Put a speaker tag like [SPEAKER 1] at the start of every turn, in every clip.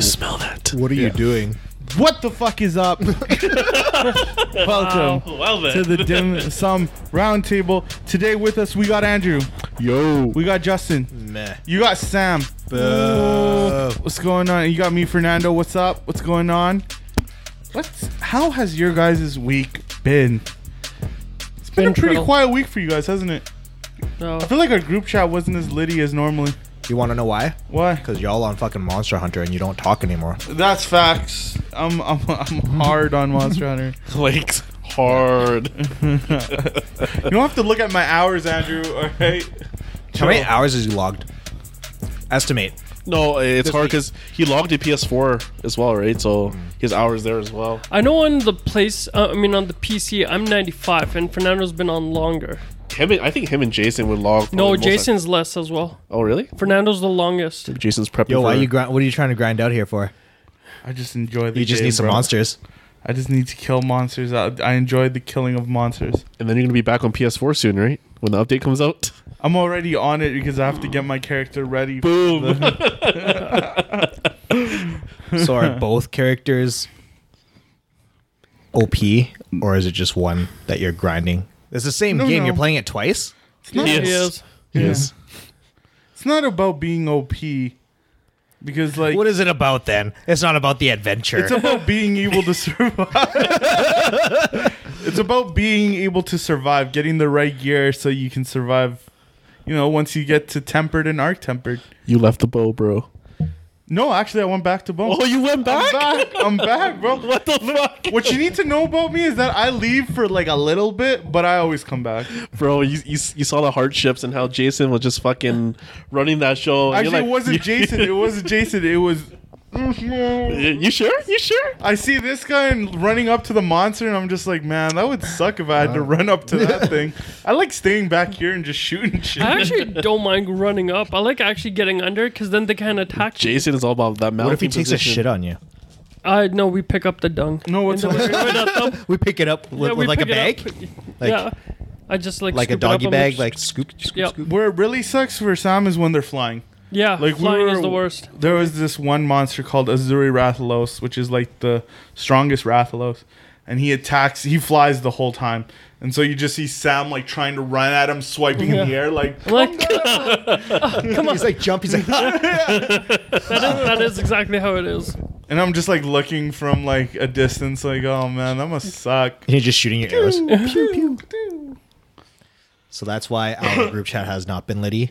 [SPEAKER 1] What?
[SPEAKER 2] What are you doing?
[SPEAKER 3] What the fuck is up? Welcome
[SPEAKER 1] Oh, well then.
[SPEAKER 3] to the Dim Sum Roundtable. Today with us we got Andrew,
[SPEAKER 2] Yo.
[SPEAKER 3] we got Justin,
[SPEAKER 2] Meh.
[SPEAKER 3] you got Sam.
[SPEAKER 2] Boo.
[SPEAKER 3] What's going on? You got me, Fernando. What's up? What's going on? What's how has your guys' week been? It's been, a
[SPEAKER 1] been
[SPEAKER 3] pretty
[SPEAKER 1] chill.
[SPEAKER 3] quiet week for you guys, hasn't it?
[SPEAKER 1] No.
[SPEAKER 3] I feel like our group chat wasn't as litty as normally.
[SPEAKER 2] You want to know why?
[SPEAKER 3] Why?
[SPEAKER 2] Because y'all on fucking Monster Hunter and you don't talk anymore.
[SPEAKER 3] That's facts. I'm I'm, I'm hard on Monster Hunter.
[SPEAKER 1] Like hard.
[SPEAKER 3] You don't have to look at my hours, Andrew. All right.
[SPEAKER 2] How many hours has you logged? Estimate.
[SPEAKER 4] No, it's hard because he logged a PS4 as well, right? So his hours there as well.
[SPEAKER 5] I know on the place, uh, I mean on the PC, I'm 95, and Fernando's been on longer.
[SPEAKER 4] Him, and, I think him and Jason would log. probably Oh, the
[SPEAKER 5] No,
[SPEAKER 4] most-
[SPEAKER 5] Jason's less as well.
[SPEAKER 4] Oh, really?
[SPEAKER 5] Fernando's the longest.
[SPEAKER 4] Jason's prepping.
[SPEAKER 2] Yo, why
[SPEAKER 4] for-
[SPEAKER 2] you grind? What are you trying to grind out here for?
[SPEAKER 3] I just enjoy the.
[SPEAKER 2] You just
[SPEAKER 3] game,
[SPEAKER 2] need some
[SPEAKER 3] bro.
[SPEAKER 2] monsters.
[SPEAKER 3] I just need to kill monsters. I, I enjoy the killing of monsters.
[SPEAKER 4] And then you're gonna be back on PS4 soon, right? When the update comes out.
[SPEAKER 3] I'm already on it because I have to get my character ready.
[SPEAKER 4] Boom.
[SPEAKER 2] So are both characters OP or is it just one that you're grinding? It's the same
[SPEAKER 3] No,
[SPEAKER 2] game.
[SPEAKER 3] no.
[SPEAKER 2] You're playing it twice.
[SPEAKER 3] It's not,
[SPEAKER 5] He is.
[SPEAKER 4] Yes.
[SPEAKER 3] it's not about being OP, because like
[SPEAKER 2] What is it about then? It's not about the adventure.
[SPEAKER 3] it's about being able to survive. it's about being able to survive, getting the right gear so you can survive. You know, once you get to tempered and arc tempered.
[SPEAKER 4] You left the bow, bro.
[SPEAKER 3] No, actually, I went back to bone.
[SPEAKER 4] Oh, you went
[SPEAKER 3] I'm
[SPEAKER 4] back?
[SPEAKER 3] back. I'm back, bro.
[SPEAKER 4] What the fuck,
[SPEAKER 3] What you need to know about me is that I leave for like a little bit, but I always come back.
[SPEAKER 4] bro? You, you you saw the hardships and how Jason was just fucking running that show. and you're
[SPEAKER 3] Actually, it
[SPEAKER 4] like-
[SPEAKER 3] wasn't Jason. It wasn't Jason. It was. mm-hmm.
[SPEAKER 4] You sure? You sure?
[SPEAKER 3] I see this guy and running up to the monster, and I'm just like, man, that would suck if I had to run up to that thing. I like staying back here and just shooting shit.
[SPEAKER 5] I actually don't mind running up. I like actually getting under because then they can attack. you.
[SPEAKER 4] Jason is all about that mountain.
[SPEAKER 2] what if he takes
[SPEAKER 4] position.
[SPEAKER 2] a shit on you?
[SPEAKER 5] I no, we pick up the dung.
[SPEAKER 3] No, what's
[SPEAKER 5] And then we
[SPEAKER 3] hilarious-
[SPEAKER 5] throw it at them.
[SPEAKER 2] We pick it up with,
[SPEAKER 5] Yeah, we
[SPEAKER 2] with like a
[SPEAKER 5] pick
[SPEAKER 2] bag,
[SPEAKER 5] it up.
[SPEAKER 2] Like-
[SPEAKER 5] yeah, I just like
[SPEAKER 2] like a
[SPEAKER 5] scoop it up
[SPEAKER 2] doggy
[SPEAKER 5] and we
[SPEAKER 2] bag,
[SPEAKER 5] just-
[SPEAKER 2] like scoop, scoop,
[SPEAKER 5] Yep.
[SPEAKER 2] scoop.
[SPEAKER 3] Where it really sucks for Sam is when they're flying.
[SPEAKER 5] yeah.
[SPEAKER 3] Like
[SPEAKER 5] Like
[SPEAKER 3] we
[SPEAKER 5] flying
[SPEAKER 3] were-
[SPEAKER 5] is the worst.
[SPEAKER 3] There was this one monster called Azuri Rathalos, which is like the strongest Rathalos, and he attacks. He flies the whole time, and so you just see Sam like trying to run at him, swiping in the air, like
[SPEAKER 5] Like that
[SPEAKER 2] He's like jump. He's like
[SPEAKER 5] is that is exactly how it is.
[SPEAKER 3] And I'm just like looking from like a distance, like, oh man, that must suck.
[SPEAKER 2] You're just shooting your arrows. So that's why our group chat has not been litty.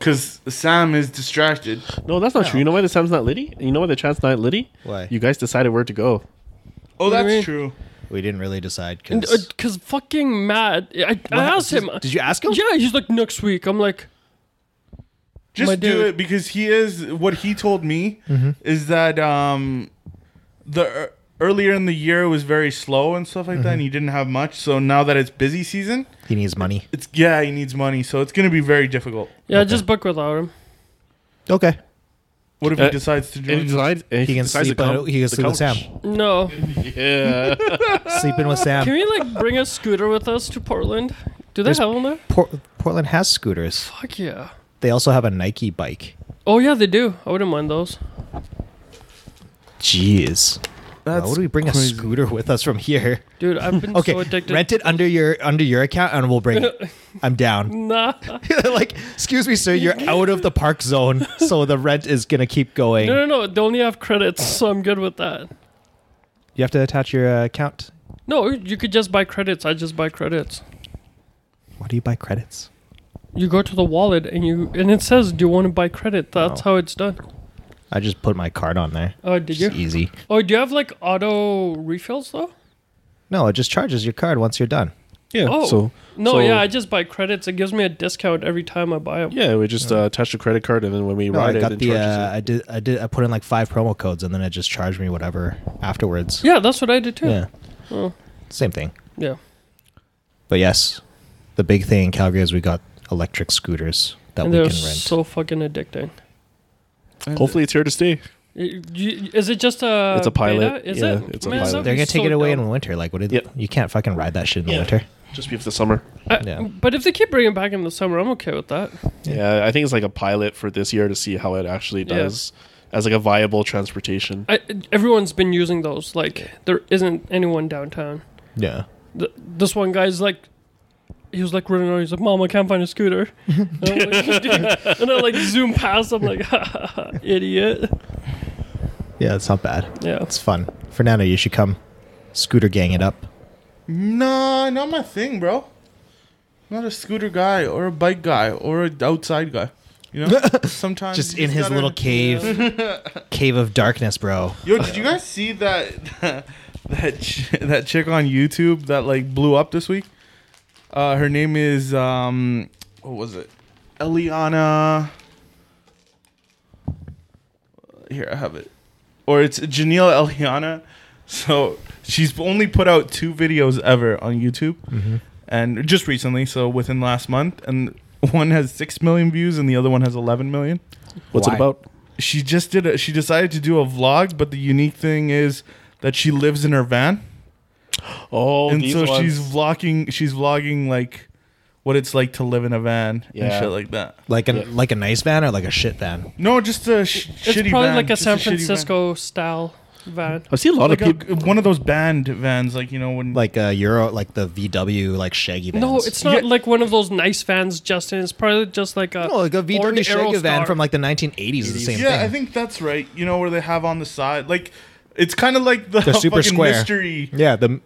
[SPEAKER 3] Cause Sam is distracted. Oh,
[SPEAKER 4] No, that's not true. You know why the Sam's not Liddy? You know why the chat's not Liddy?
[SPEAKER 2] Why?
[SPEAKER 4] You guys decided where to go.
[SPEAKER 3] Oh,
[SPEAKER 5] do you mean?
[SPEAKER 3] that's true.
[SPEAKER 2] We didn't really decide
[SPEAKER 5] And
[SPEAKER 2] because
[SPEAKER 5] because fucking Matt, I, I asked him.
[SPEAKER 2] Did you ask him?
[SPEAKER 5] Yeah, he's like next week. I'm like, My
[SPEAKER 3] Just do
[SPEAKER 5] dude.
[SPEAKER 3] it because he is what he told me
[SPEAKER 5] Mm-hmm.
[SPEAKER 3] is that um the ear- earlier in the year it was very slow and stuff like that, and
[SPEAKER 5] Mm-hmm.
[SPEAKER 3] he didn't have much. So now that it's busy season,
[SPEAKER 2] He needs money.
[SPEAKER 3] it's yeah, he needs money, so it's gonna be very difficult.
[SPEAKER 5] yeah, just book without him.
[SPEAKER 2] Okay.
[SPEAKER 3] What if
[SPEAKER 4] Uh,
[SPEAKER 3] he decides to
[SPEAKER 4] And
[SPEAKER 3] join?
[SPEAKER 4] he decides he,
[SPEAKER 2] He can
[SPEAKER 4] decides to
[SPEAKER 2] sleep on-
[SPEAKER 4] come-
[SPEAKER 2] he can
[SPEAKER 4] the
[SPEAKER 2] sleep with
[SPEAKER 4] couch.
[SPEAKER 2] Sam.
[SPEAKER 5] No.
[SPEAKER 4] Yeah.
[SPEAKER 2] Sleeping with
[SPEAKER 5] Uh, Can
[SPEAKER 2] Sam.
[SPEAKER 5] we like bring a scooter with us to Portland? Do they
[SPEAKER 2] There's-
[SPEAKER 5] have one there?
[SPEAKER 2] Por- Portland has scooters.
[SPEAKER 5] Fuck yeah.
[SPEAKER 2] They also have a Nike bike.
[SPEAKER 5] Oh yeah, they do. I wouldn't mind those.
[SPEAKER 2] Jeez. Why
[SPEAKER 3] That's
[SPEAKER 2] would we bring a
[SPEAKER 3] crazy.
[SPEAKER 2] scooter with us from here?
[SPEAKER 5] Dude, I've been
[SPEAKER 2] Okay,
[SPEAKER 5] so addicted.
[SPEAKER 2] rent it under your under your account, and we'll bring it. I'm down.
[SPEAKER 5] Nah.
[SPEAKER 2] like, excuse me, sir, you're out of the park zone, so the rent is gonna keep going.
[SPEAKER 5] No, no, no. They only have credits, so I'm good with that.
[SPEAKER 2] You have to attach your uh, account.
[SPEAKER 5] No, you could just buy credits. I just buy credits.
[SPEAKER 2] Why do you buy credits?
[SPEAKER 5] You go to the wallet and you and it says, "Do you want to buy credit?" That's
[SPEAKER 2] Oh.
[SPEAKER 5] how it's done.
[SPEAKER 2] I just put my card on there.
[SPEAKER 5] Oh, did
[SPEAKER 2] Just
[SPEAKER 5] you?
[SPEAKER 2] easy.
[SPEAKER 5] Oh, do you have like auto refills though?
[SPEAKER 2] No, it just charges your card once you're done.
[SPEAKER 4] Yeah.
[SPEAKER 5] Oh.
[SPEAKER 4] So
[SPEAKER 5] No,
[SPEAKER 4] So-
[SPEAKER 5] yeah, I just buy credits. It gives me a discount every time I buy them.
[SPEAKER 4] yeah, we just uh, attach the credit card, and then when we
[SPEAKER 2] No,
[SPEAKER 4] ride
[SPEAKER 2] I
[SPEAKER 4] it,
[SPEAKER 2] got
[SPEAKER 4] it
[SPEAKER 2] the.
[SPEAKER 4] charges
[SPEAKER 2] Uh, I did. I did. I put in like five promo codes, and then it just charged me whatever afterwards.
[SPEAKER 5] Yeah, that's what I did too.
[SPEAKER 2] Yeah.
[SPEAKER 5] Oh.
[SPEAKER 2] Same thing.
[SPEAKER 5] yeah.
[SPEAKER 2] But yes, the big thing in Calgary is we got electric scooters that
[SPEAKER 5] And
[SPEAKER 2] we
[SPEAKER 5] they're
[SPEAKER 2] can rent.
[SPEAKER 5] so fucking addicting.
[SPEAKER 2] uh,
[SPEAKER 4] it. Hopefully, it's here to stay.
[SPEAKER 5] Y- y- Is it just a?
[SPEAKER 4] It's a pilot.
[SPEAKER 5] beta? Is
[SPEAKER 4] Yeah,
[SPEAKER 5] it?
[SPEAKER 4] it's a
[SPEAKER 5] that
[SPEAKER 4] pilot.
[SPEAKER 5] would
[SPEAKER 2] they're
[SPEAKER 5] be
[SPEAKER 2] gonna take
[SPEAKER 5] so
[SPEAKER 2] it away
[SPEAKER 5] dumb.
[SPEAKER 2] in winter. Like what? Is,
[SPEAKER 4] Yep.
[SPEAKER 2] You can't fucking ride that shit in the
[SPEAKER 4] Yeah.
[SPEAKER 2] winter.
[SPEAKER 4] Just be for the summer.
[SPEAKER 5] I-
[SPEAKER 2] Yeah.
[SPEAKER 5] But if they keep bringing it back in the summer, I'm okay with that.
[SPEAKER 4] Yeah. I think it's like a pilot for this year to see how it actually
[SPEAKER 5] Yeah.
[SPEAKER 4] does as like a viable transportation.
[SPEAKER 5] I, everyone's been using those. Like there isn't anyone downtown.
[SPEAKER 2] Yeah.
[SPEAKER 5] Th- this one guy's like, he was like running around. He's like, "Mom, I can't find a scooter." and, I'm like, "Dude." And I like zoom past. I'm like, ha, ha, ha, idiot.
[SPEAKER 2] Yeah, it's not bad.
[SPEAKER 5] Yeah.
[SPEAKER 2] It's fun. Fernando, you should come scooter gang it up.
[SPEAKER 3] Nah, not my thing, bro. Not a scooter guy or a bike guy or an outside guy. You know, sometimes
[SPEAKER 2] Just
[SPEAKER 3] you
[SPEAKER 2] in his
[SPEAKER 3] gotta-
[SPEAKER 2] little cave. cave of darkness, bro.
[SPEAKER 3] Yo, did you guys see that that ch- that chick on YouTube that like blew up this week? Uh, her name is um, what was it? Eliana. Here I have it, or it's Janelle Eliana. So she's only put out two videos ever on YouTube, and just recently, so within last month, and one has six million views and the other one has eleven million
[SPEAKER 4] What's
[SPEAKER 2] Why?
[SPEAKER 4] it about?
[SPEAKER 3] she just did a she decided to do a vlog but the unique thing is that she lives in her van
[SPEAKER 4] Oh,
[SPEAKER 3] and
[SPEAKER 4] these
[SPEAKER 3] so
[SPEAKER 4] ones.
[SPEAKER 3] she's vlogging she's vlogging like what it's like to live in a van and
[SPEAKER 4] Yeah.
[SPEAKER 3] shit like that
[SPEAKER 2] Like a
[SPEAKER 4] Yeah.
[SPEAKER 2] like a nice van or like a shit van?
[SPEAKER 3] no just a sh-
[SPEAKER 5] It's
[SPEAKER 3] shitty
[SPEAKER 5] probably
[SPEAKER 3] van,
[SPEAKER 5] like a
[SPEAKER 3] just
[SPEAKER 5] San
[SPEAKER 3] shitty van.
[SPEAKER 5] Francisco style van.
[SPEAKER 4] I've seen a lot
[SPEAKER 3] like
[SPEAKER 4] of people.
[SPEAKER 3] a, one of those band vans like you know when
[SPEAKER 2] Like a Euro like the VW like shaggy van.
[SPEAKER 5] No, it's not
[SPEAKER 3] Yeah.
[SPEAKER 5] like one of those nice vans, Justin. It's probably just like a
[SPEAKER 2] no, like a
[SPEAKER 5] Ford
[SPEAKER 2] VW shaggy van
[SPEAKER 5] Aerostar.
[SPEAKER 2] from like the 1980s is the same
[SPEAKER 3] yeah i
[SPEAKER 2] thing.
[SPEAKER 3] think that's right you know where they have on the side like it's kind of like the
[SPEAKER 2] They're super
[SPEAKER 3] fucking
[SPEAKER 2] square.
[SPEAKER 3] mystery
[SPEAKER 2] yeah, the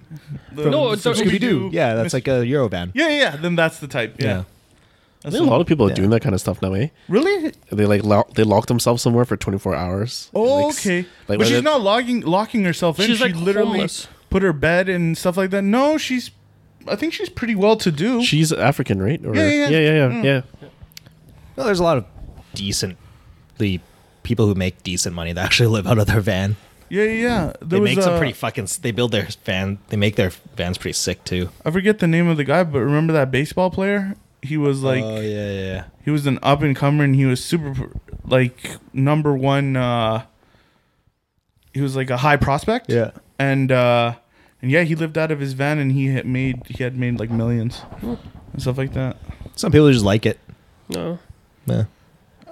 [SPEAKER 3] the,
[SPEAKER 5] No, it's a-
[SPEAKER 2] Scooby Doo. Yeah, that's like a Euro van.
[SPEAKER 3] yeah yeah then that's the type yeah,
[SPEAKER 2] Yeah.
[SPEAKER 4] I think a lot of people are
[SPEAKER 2] Yeah.
[SPEAKER 4] doing that kind of stuff now, eh?
[SPEAKER 3] really
[SPEAKER 4] They like lo- they lock themselves somewhere for 24 hours.
[SPEAKER 3] Oh,
[SPEAKER 4] Like, s-
[SPEAKER 3] okay.
[SPEAKER 4] Like,
[SPEAKER 3] but she's
[SPEAKER 4] whether-
[SPEAKER 3] not logging, locking herself in.
[SPEAKER 5] She's
[SPEAKER 3] she
[SPEAKER 5] like
[SPEAKER 3] literally
[SPEAKER 5] homeless.
[SPEAKER 3] put her bed and stuff like that. No, she's. I think she's pretty well to do.
[SPEAKER 4] She's African, right? Or,
[SPEAKER 3] Yeah, yeah, yeah.
[SPEAKER 4] yeah, yeah, yeah, yeah.
[SPEAKER 2] No, there's a lot of decent the people who make decent money that actually live out of their van.
[SPEAKER 3] yeah, yeah, yeah.
[SPEAKER 2] They
[SPEAKER 3] There was
[SPEAKER 2] make some
[SPEAKER 3] a-
[SPEAKER 2] pretty fucking. s- They build their van. They make their vans pretty sick too.
[SPEAKER 3] I forget the name of the guy, but remember that baseball player? He was like,
[SPEAKER 2] oh yeah, yeah.
[SPEAKER 3] he was an up and comer, and he was super, pr- like number one. uh He was like a high prospect.
[SPEAKER 2] Yeah.
[SPEAKER 3] And uh and yeah, he lived out of his van, and he had made he had made like millions and stuff like that.
[SPEAKER 2] Some people just like it.
[SPEAKER 5] no,
[SPEAKER 2] Yeah,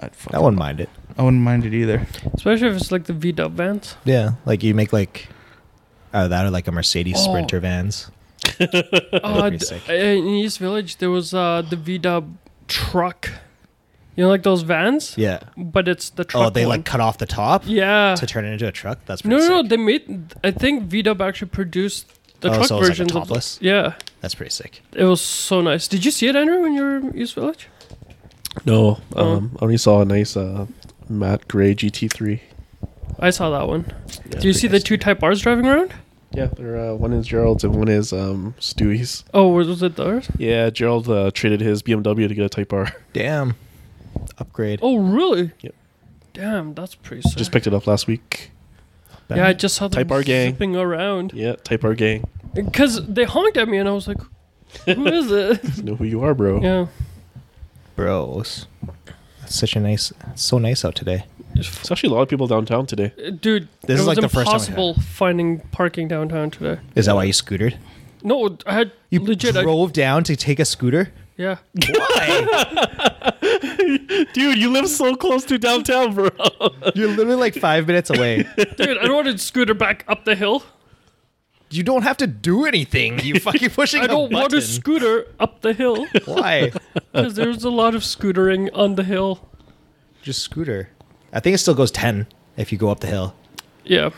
[SPEAKER 3] I'd fuck,
[SPEAKER 2] I wouldn't mind it.
[SPEAKER 3] I wouldn't mind it either.
[SPEAKER 5] especially if it's like the V Dub vans.
[SPEAKER 2] Yeah, like you make like out of that or like a Mercedes
[SPEAKER 5] Oh.
[SPEAKER 2] Sprinter vans.
[SPEAKER 5] Uh,
[SPEAKER 2] be
[SPEAKER 5] d-
[SPEAKER 2] sick.
[SPEAKER 5] uh, in East Village, there was uh, the V Dub truck. You know, like those vans,
[SPEAKER 2] Yeah.
[SPEAKER 5] but it's the truck.
[SPEAKER 2] Oh, they
[SPEAKER 5] one.
[SPEAKER 2] like cut off the top
[SPEAKER 5] yeah.
[SPEAKER 2] to turn it into a truck. That's
[SPEAKER 5] No,
[SPEAKER 2] pretty
[SPEAKER 5] no, no,
[SPEAKER 2] sick.
[SPEAKER 5] they made. I think V Dub actually produced the
[SPEAKER 2] Oh,
[SPEAKER 5] truck
[SPEAKER 2] so it was like a
[SPEAKER 5] versions of
[SPEAKER 2] topless?
[SPEAKER 5] Yeah,
[SPEAKER 2] That's pretty sick.
[SPEAKER 5] it was so nice. Did you see it, Andrew, when you were in East Village?
[SPEAKER 4] No, um, I only saw a nice uh, matte gray GT3.
[SPEAKER 5] I saw that one.
[SPEAKER 4] Yeah,
[SPEAKER 5] Do you see the two Type R's driving around?
[SPEAKER 4] Yeah, they're, uh, one is Gerald's and one is um, Stewie's.
[SPEAKER 5] Oh, was was it theirs?
[SPEAKER 4] Yeah, Gerald uh, traded his BMW to get a Type R.
[SPEAKER 2] Damn. Upgrade.
[SPEAKER 5] Oh, really?
[SPEAKER 4] Yep.
[SPEAKER 5] Damn, that's pretty sick.
[SPEAKER 4] Just picked it up last week.
[SPEAKER 5] yeah, I just saw them
[SPEAKER 4] Type R gang.
[SPEAKER 5] zipping around
[SPEAKER 4] Yeah, Type R gang.
[SPEAKER 5] because they honked at me, and I was like, "Who is it?"
[SPEAKER 4] You know who you are, bro.
[SPEAKER 5] yeah,
[SPEAKER 2] Bros. That's such a nice. It's so nice out today.
[SPEAKER 4] It's actually a lot of people downtown today.
[SPEAKER 5] Uh, dude.
[SPEAKER 2] This is
[SPEAKER 5] it was
[SPEAKER 2] like the first time I
[SPEAKER 5] impossible finding parking downtown today.
[SPEAKER 2] Is that why you scootered?
[SPEAKER 5] No, I had
[SPEAKER 2] You
[SPEAKER 5] legit. I-
[SPEAKER 2] drove down to take a scooter.
[SPEAKER 5] yeah,
[SPEAKER 2] Why?
[SPEAKER 4] Dude, you live so close to downtown, bro.
[SPEAKER 2] You're literally like five minutes away.
[SPEAKER 5] dude, I wanted to scooter back up the hill.
[SPEAKER 2] You don't have to do anything. You fucking pushing
[SPEAKER 5] I don't
[SPEAKER 2] a
[SPEAKER 5] want
[SPEAKER 2] button.
[SPEAKER 5] to scooter up the hill
[SPEAKER 2] Why?
[SPEAKER 5] because there's a lot of scootering on the hill.
[SPEAKER 2] Just scooter. I think it still goes ten if you go up the hill.
[SPEAKER 5] Yeah,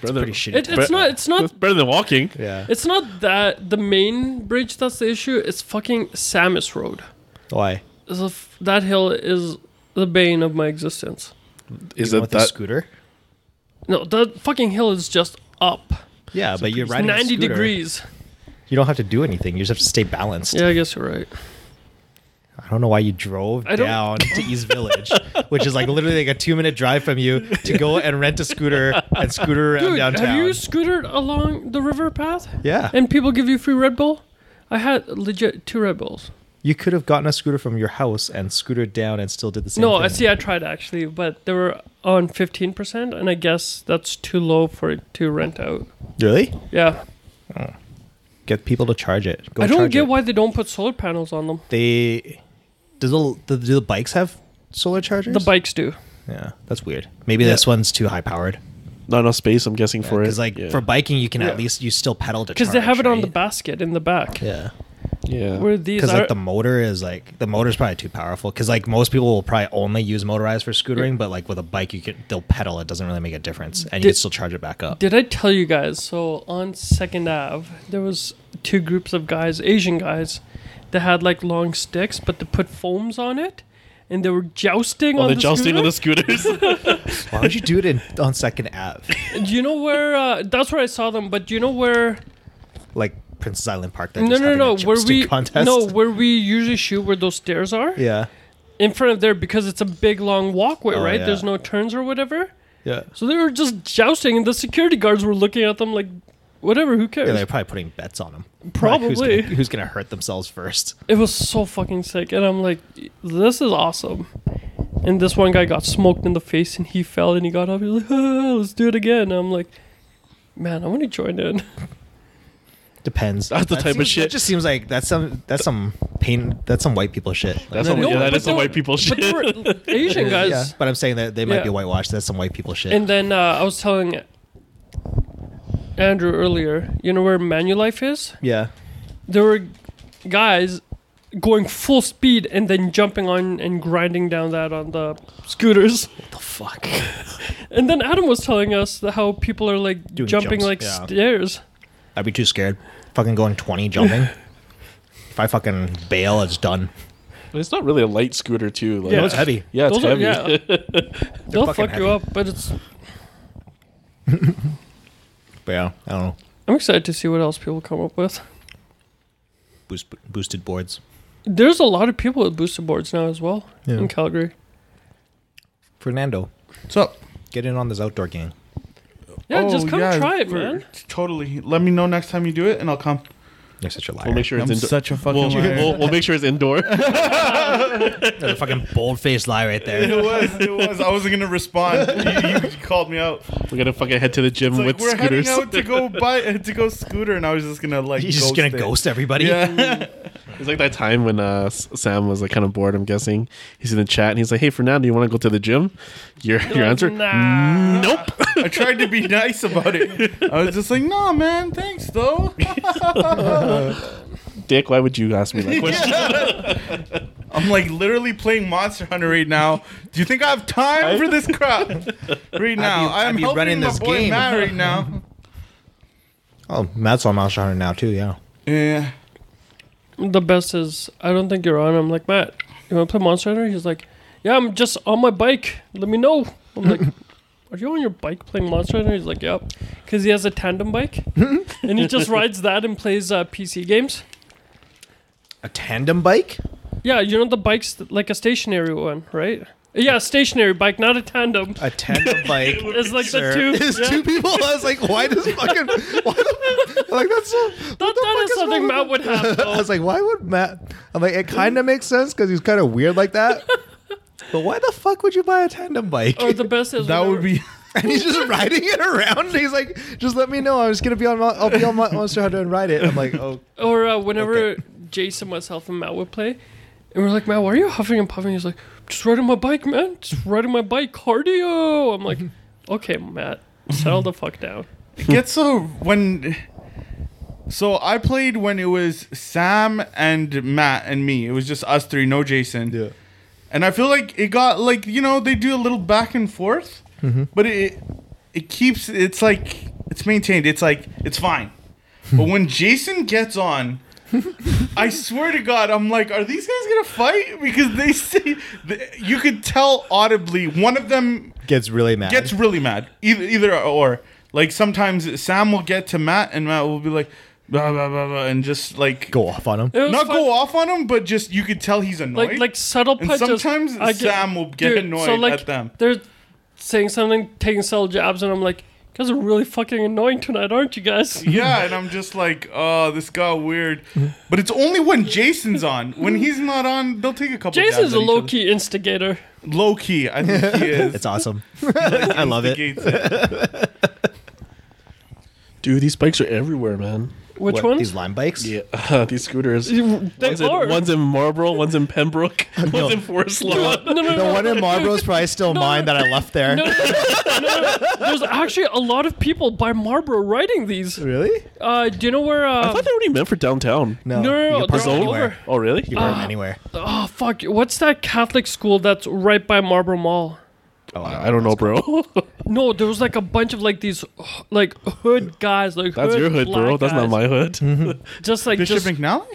[SPEAKER 4] Brother,
[SPEAKER 2] Pretty shitty.
[SPEAKER 5] it, it's
[SPEAKER 4] But-
[SPEAKER 5] not. It's
[SPEAKER 4] that's
[SPEAKER 5] not.
[SPEAKER 4] better than walking.
[SPEAKER 2] yeah.
[SPEAKER 5] It's not that the main bridge that's the issue. It's fucking Samus Road.
[SPEAKER 2] Why?
[SPEAKER 5] is a f- that hill is the bane of my existence.
[SPEAKER 4] Is
[SPEAKER 2] You
[SPEAKER 4] it
[SPEAKER 2] want the
[SPEAKER 4] that?
[SPEAKER 2] scooter?
[SPEAKER 5] No, that fucking hill is just up.
[SPEAKER 2] Yeah, but you're
[SPEAKER 5] It's
[SPEAKER 2] riding a
[SPEAKER 5] 90
[SPEAKER 2] scooter.
[SPEAKER 5] degrees.
[SPEAKER 2] You don't have to do anything. You just have to stay balanced.
[SPEAKER 5] Yeah, I guess you're right.
[SPEAKER 2] I don't know why you drove
[SPEAKER 5] I don't-
[SPEAKER 2] down to East Village, which is like literally like a two minute drive from you, to go and rent a scooter and scooter around
[SPEAKER 5] Dude,
[SPEAKER 2] downtown.
[SPEAKER 5] have you scootered along the river path?
[SPEAKER 2] yeah.
[SPEAKER 5] And people give you free Red Bull? I had legit two Red Bulls.
[SPEAKER 2] you could have gotten a scooter from your house and scootered down and still did the same
[SPEAKER 5] no,
[SPEAKER 2] thing.
[SPEAKER 5] I see I tried actually, but they were on 15%, and I guess that's too low for it to rent out.
[SPEAKER 2] Really?
[SPEAKER 5] Yeah.
[SPEAKER 2] Get people to charge it. Go
[SPEAKER 5] I don't
[SPEAKER 2] charge
[SPEAKER 5] get
[SPEAKER 2] it.
[SPEAKER 5] why they don't put solar panels on them.
[SPEAKER 2] they do the, do the bikes have solar chargers?
[SPEAKER 5] The bikes do.
[SPEAKER 2] Yeah, that's weird. Maybe this one's too high powered.
[SPEAKER 4] Not enough space, I'm guessing, for it.
[SPEAKER 2] Because like
[SPEAKER 4] yeah.
[SPEAKER 2] for biking, you can
[SPEAKER 3] Yeah.
[SPEAKER 2] at least you still pedal to.
[SPEAKER 5] Because they
[SPEAKER 2] charge,
[SPEAKER 5] have it on the
[SPEAKER 2] right?
[SPEAKER 5] basket in the back.
[SPEAKER 2] Yeah.
[SPEAKER 4] yeah.
[SPEAKER 5] Where these
[SPEAKER 2] Because
[SPEAKER 5] are.
[SPEAKER 2] like the motor is like the motor's probably too powerful. Because like most people will probably only use motorized for scootering, but like with a bike, you can they'll pedal. It doesn't really make a difference, and you can
[SPEAKER 5] Did-
[SPEAKER 2] still charge it back up.
[SPEAKER 5] Did I tell you guys? So on Second Ave, there was two groups of guys, Asian guys, that had like long sticks, but they put foams on it, and they were jousting
[SPEAKER 4] Oh,
[SPEAKER 5] on
[SPEAKER 4] they're
[SPEAKER 5] the
[SPEAKER 4] jousting
[SPEAKER 5] scooter.
[SPEAKER 4] on the scooters.
[SPEAKER 2] Why would you do it in, on Second Ave,
[SPEAKER 5] Do you know where? Uh, that's where I saw them. But do you know where?
[SPEAKER 2] like Princess Island Park? they're
[SPEAKER 5] No,
[SPEAKER 2] just
[SPEAKER 5] no,
[SPEAKER 2] having
[SPEAKER 5] no.
[SPEAKER 2] a
[SPEAKER 5] Where
[SPEAKER 2] chipstick
[SPEAKER 5] we
[SPEAKER 2] contest?
[SPEAKER 5] no where we usually shoot where those stairs are
[SPEAKER 2] Yeah.
[SPEAKER 5] in front of there because it's a big long walkway,
[SPEAKER 2] Oh,
[SPEAKER 5] right?
[SPEAKER 2] yeah.
[SPEAKER 5] There's no turns or whatever.
[SPEAKER 2] Yeah.
[SPEAKER 5] So they were just jousting, and the security guards were looking at them like, whatever, who cares?
[SPEAKER 2] they're probably putting bets on them. who's,
[SPEAKER 5] Probably.
[SPEAKER 2] gonna, who's gonna hurt themselves first?
[SPEAKER 5] it was so fucking sick and i'm like this is awesome and this one guy got smoked in the face and he fell and he got up he was like ah, let's do it again and i'm like man i want to join in
[SPEAKER 2] Depends.
[SPEAKER 4] That's the
[SPEAKER 2] That
[SPEAKER 4] type of
[SPEAKER 2] seems-
[SPEAKER 4] shit.
[SPEAKER 2] That just seems like that's some that's some pain. That's some white people shit.
[SPEAKER 4] That's some,
[SPEAKER 5] No,
[SPEAKER 4] yeah, that
[SPEAKER 5] but
[SPEAKER 4] is some
[SPEAKER 5] they
[SPEAKER 4] white
[SPEAKER 5] were-
[SPEAKER 4] people
[SPEAKER 5] but
[SPEAKER 4] shit.
[SPEAKER 5] they were asian guys
[SPEAKER 2] Yeah, but I'm saying that they might
[SPEAKER 5] Yeah.
[SPEAKER 2] be whitewashed. That's some white people shit.
[SPEAKER 5] and then uh, i was telling andrew earlier you know where manulife is
[SPEAKER 2] yeah.
[SPEAKER 5] there were guys going full speed and then jumping on and grinding down that on the scooters
[SPEAKER 2] the fuck?
[SPEAKER 5] and then adam was telling us that how people are like
[SPEAKER 2] Doing
[SPEAKER 5] jumping
[SPEAKER 2] jumps,
[SPEAKER 5] like
[SPEAKER 2] yeah.
[SPEAKER 5] stairs
[SPEAKER 2] I'd be too scared. Fucking going 20 jumping. if I fucking bail, it's done.
[SPEAKER 4] It's not really a light scooter, too. Like,
[SPEAKER 5] Yeah.
[SPEAKER 2] No, it's heavy.
[SPEAKER 4] Yeah, it's
[SPEAKER 5] Those are-
[SPEAKER 4] heavy.
[SPEAKER 5] yeah. They'll
[SPEAKER 2] fucking
[SPEAKER 5] fuck you
[SPEAKER 2] heavy.
[SPEAKER 5] up, but it's.
[SPEAKER 2] But yeah, I don't know.
[SPEAKER 5] I'm excited to see what else people come up with.
[SPEAKER 2] Boost, boosted boards.
[SPEAKER 5] There's a lot of people with booster boards now as well
[SPEAKER 2] Yeah.
[SPEAKER 5] in Calgary.
[SPEAKER 2] Fernando,
[SPEAKER 3] What's up?
[SPEAKER 2] get in on this outdoor game.
[SPEAKER 5] Yeah,
[SPEAKER 3] Oh,
[SPEAKER 5] just come
[SPEAKER 3] yeah,
[SPEAKER 5] try it,
[SPEAKER 3] for-
[SPEAKER 5] man.
[SPEAKER 3] Totally. Let me know next time you do it, and I'll come.
[SPEAKER 2] You're such a liar.
[SPEAKER 4] We'll make sure it's
[SPEAKER 3] I'm
[SPEAKER 4] indoor.
[SPEAKER 3] such a fucking
[SPEAKER 4] We'll,
[SPEAKER 3] liar.
[SPEAKER 4] we'll, we'll make sure it's indoor.
[SPEAKER 2] That's a fucking bold faced lie right there.
[SPEAKER 3] It was. It was. I wasn't gonna respond. You, you called me out.
[SPEAKER 4] We're gonna fucking head to the gym
[SPEAKER 3] It's like,
[SPEAKER 4] with
[SPEAKER 3] we're
[SPEAKER 4] scooters.
[SPEAKER 3] heading out to go buy to go scooter, and I was just gonna like.
[SPEAKER 2] You're just gonna
[SPEAKER 3] it.
[SPEAKER 2] ghost everybody.
[SPEAKER 3] Yeah.
[SPEAKER 4] It's like that time when uh, S- Sam was like kind of bored. I'm guessing he's in the chat and he's like, "Hey, Fernando, you want to go to the gym?" Your your answer,
[SPEAKER 5] Nah.
[SPEAKER 4] nope.
[SPEAKER 3] I tried to be nice about it. I was just like, nah, man. Thanks, though.
[SPEAKER 4] Dick, why would you ask me that question?
[SPEAKER 3] I'm like literally playing Monster Hunter right now. Do you think I have time for this crap right now?
[SPEAKER 2] I
[SPEAKER 3] I'm
[SPEAKER 2] be
[SPEAKER 3] helping
[SPEAKER 2] running
[SPEAKER 3] my
[SPEAKER 2] this
[SPEAKER 3] boy
[SPEAKER 2] game.
[SPEAKER 3] Matt right now.
[SPEAKER 2] Oh, Matt's on Monster Hunter now, too. Yeah.
[SPEAKER 3] Yeah.
[SPEAKER 5] The best is, I don't think you're on. I'm like, Matt, you want to play Monster Hunter? He's like, Yeah, I'm just on my bike. Let me know. I'm like, Are you on your bike playing Monster Hunter? He's like, Yep. Because he has a tandem bike. and he just rides that and plays uh, PC games.
[SPEAKER 2] A tandem bike?
[SPEAKER 5] Yeah, you know the bike's th- like a stationary one, right? Yeah, stationary bike, not a tandem.
[SPEAKER 2] A tandem bike.
[SPEAKER 5] It's like
[SPEAKER 2] sir,
[SPEAKER 5] the two.
[SPEAKER 2] is
[SPEAKER 5] yeah.
[SPEAKER 2] two people. I was like, why does fucking why the, like that's so,
[SPEAKER 5] That, that is something Matt would have.
[SPEAKER 2] I
[SPEAKER 5] Though.
[SPEAKER 2] was like, why would Matt? I'm like, it kind of makes sense because he's kind of weird like that. But why the fuck would you buy a tandem bike?
[SPEAKER 5] or Oh, the best is
[SPEAKER 3] That
[SPEAKER 5] when
[SPEAKER 3] would
[SPEAKER 5] they
[SPEAKER 3] be.
[SPEAKER 2] and he's just riding it around. And he's like, just let me know. I'm just gonna be on. Mon- I'll be on Mon- Monster Hunter and ride it. I'm like, oh,
[SPEAKER 5] were- Or uh, whenever
[SPEAKER 2] Okay.
[SPEAKER 5] Jason, myself, and Matt would play, and we're like, Matt, why are you huffing and puffing? He's like, just riding my bike, man. Just riding my bike, cardio. I'm like, okay, Matt, settle the fuck down.
[SPEAKER 3] It gets so when. So I played when it was Sam and Matt and me. It was just us three, no Jason. And I feel like it got like you know they do a little back and forth, but it it keeps it's like it's maintained. It's like it's fine. but when Jason gets on, I swear to God, I'm like, are these guys gonna fight? Because they say th- you could tell audibly one of them
[SPEAKER 2] gets really mad.
[SPEAKER 3] gets really mad. Either, either or. Like sometimes Sam will get to Matt and Matt will be like, blah, blah, blah, blah, and just like,
[SPEAKER 2] go off on him.
[SPEAKER 5] It was
[SPEAKER 3] not
[SPEAKER 5] fun-
[SPEAKER 3] go off on him, but just you could tell he's annoyed.
[SPEAKER 5] Like like subtle
[SPEAKER 3] And
[SPEAKER 5] punches.
[SPEAKER 3] sometimes Sam will get annoyed at them.
[SPEAKER 5] They're saying something, taking subtle jabs, and I'm like, you guys are really fucking annoying tonight, aren't you guys?
[SPEAKER 3] yeah, and I'm just like, oh, this got weird. But it's only when Jason's on. When he's not on, they'll take a couple.
[SPEAKER 5] Jason's
[SPEAKER 3] jabs at
[SPEAKER 5] a
[SPEAKER 3] each
[SPEAKER 5] low
[SPEAKER 3] other.
[SPEAKER 5] key instigator.
[SPEAKER 3] Low key, I think he is.
[SPEAKER 2] It's awesome. I love it.
[SPEAKER 3] Gates it.
[SPEAKER 4] Dude, these bikes are everywhere, man.
[SPEAKER 5] Which
[SPEAKER 2] What,
[SPEAKER 5] one?
[SPEAKER 2] These lime bikes?
[SPEAKER 4] Yeah, uh, these scooters.
[SPEAKER 5] They
[SPEAKER 4] one's,
[SPEAKER 5] are.
[SPEAKER 4] In, one's in Marlboro, one's in Pembroke, one's in Forest Lawn.
[SPEAKER 5] no, no, no,
[SPEAKER 2] The
[SPEAKER 5] no.
[SPEAKER 2] one in Marlboro's probably still mine that I left there.
[SPEAKER 5] No, no, no, no, no. There's actually a lot of people by Marlboro riding these.
[SPEAKER 2] Really?
[SPEAKER 5] Uh, do you know where? Uh,
[SPEAKER 4] I thought they were only meant for downtown.
[SPEAKER 2] No.
[SPEAKER 5] No, no, no,
[SPEAKER 2] you can park
[SPEAKER 5] they're all
[SPEAKER 2] anywhere.
[SPEAKER 5] over.
[SPEAKER 4] Oh, really?
[SPEAKER 2] You can park anywhere.
[SPEAKER 5] oh fuck! What's that Catholic school that's right by Marlboro Mall?
[SPEAKER 2] Oh,
[SPEAKER 4] I don't know, bro.
[SPEAKER 5] No, there was like a bunch of like these, uh, like hood guys. Like
[SPEAKER 4] That's your hood, bro.
[SPEAKER 5] black
[SPEAKER 4] That's not
[SPEAKER 5] guys.
[SPEAKER 4] my hood.
[SPEAKER 5] Just like
[SPEAKER 3] Bishop
[SPEAKER 5] just,
[SPEAKER 3] McNally?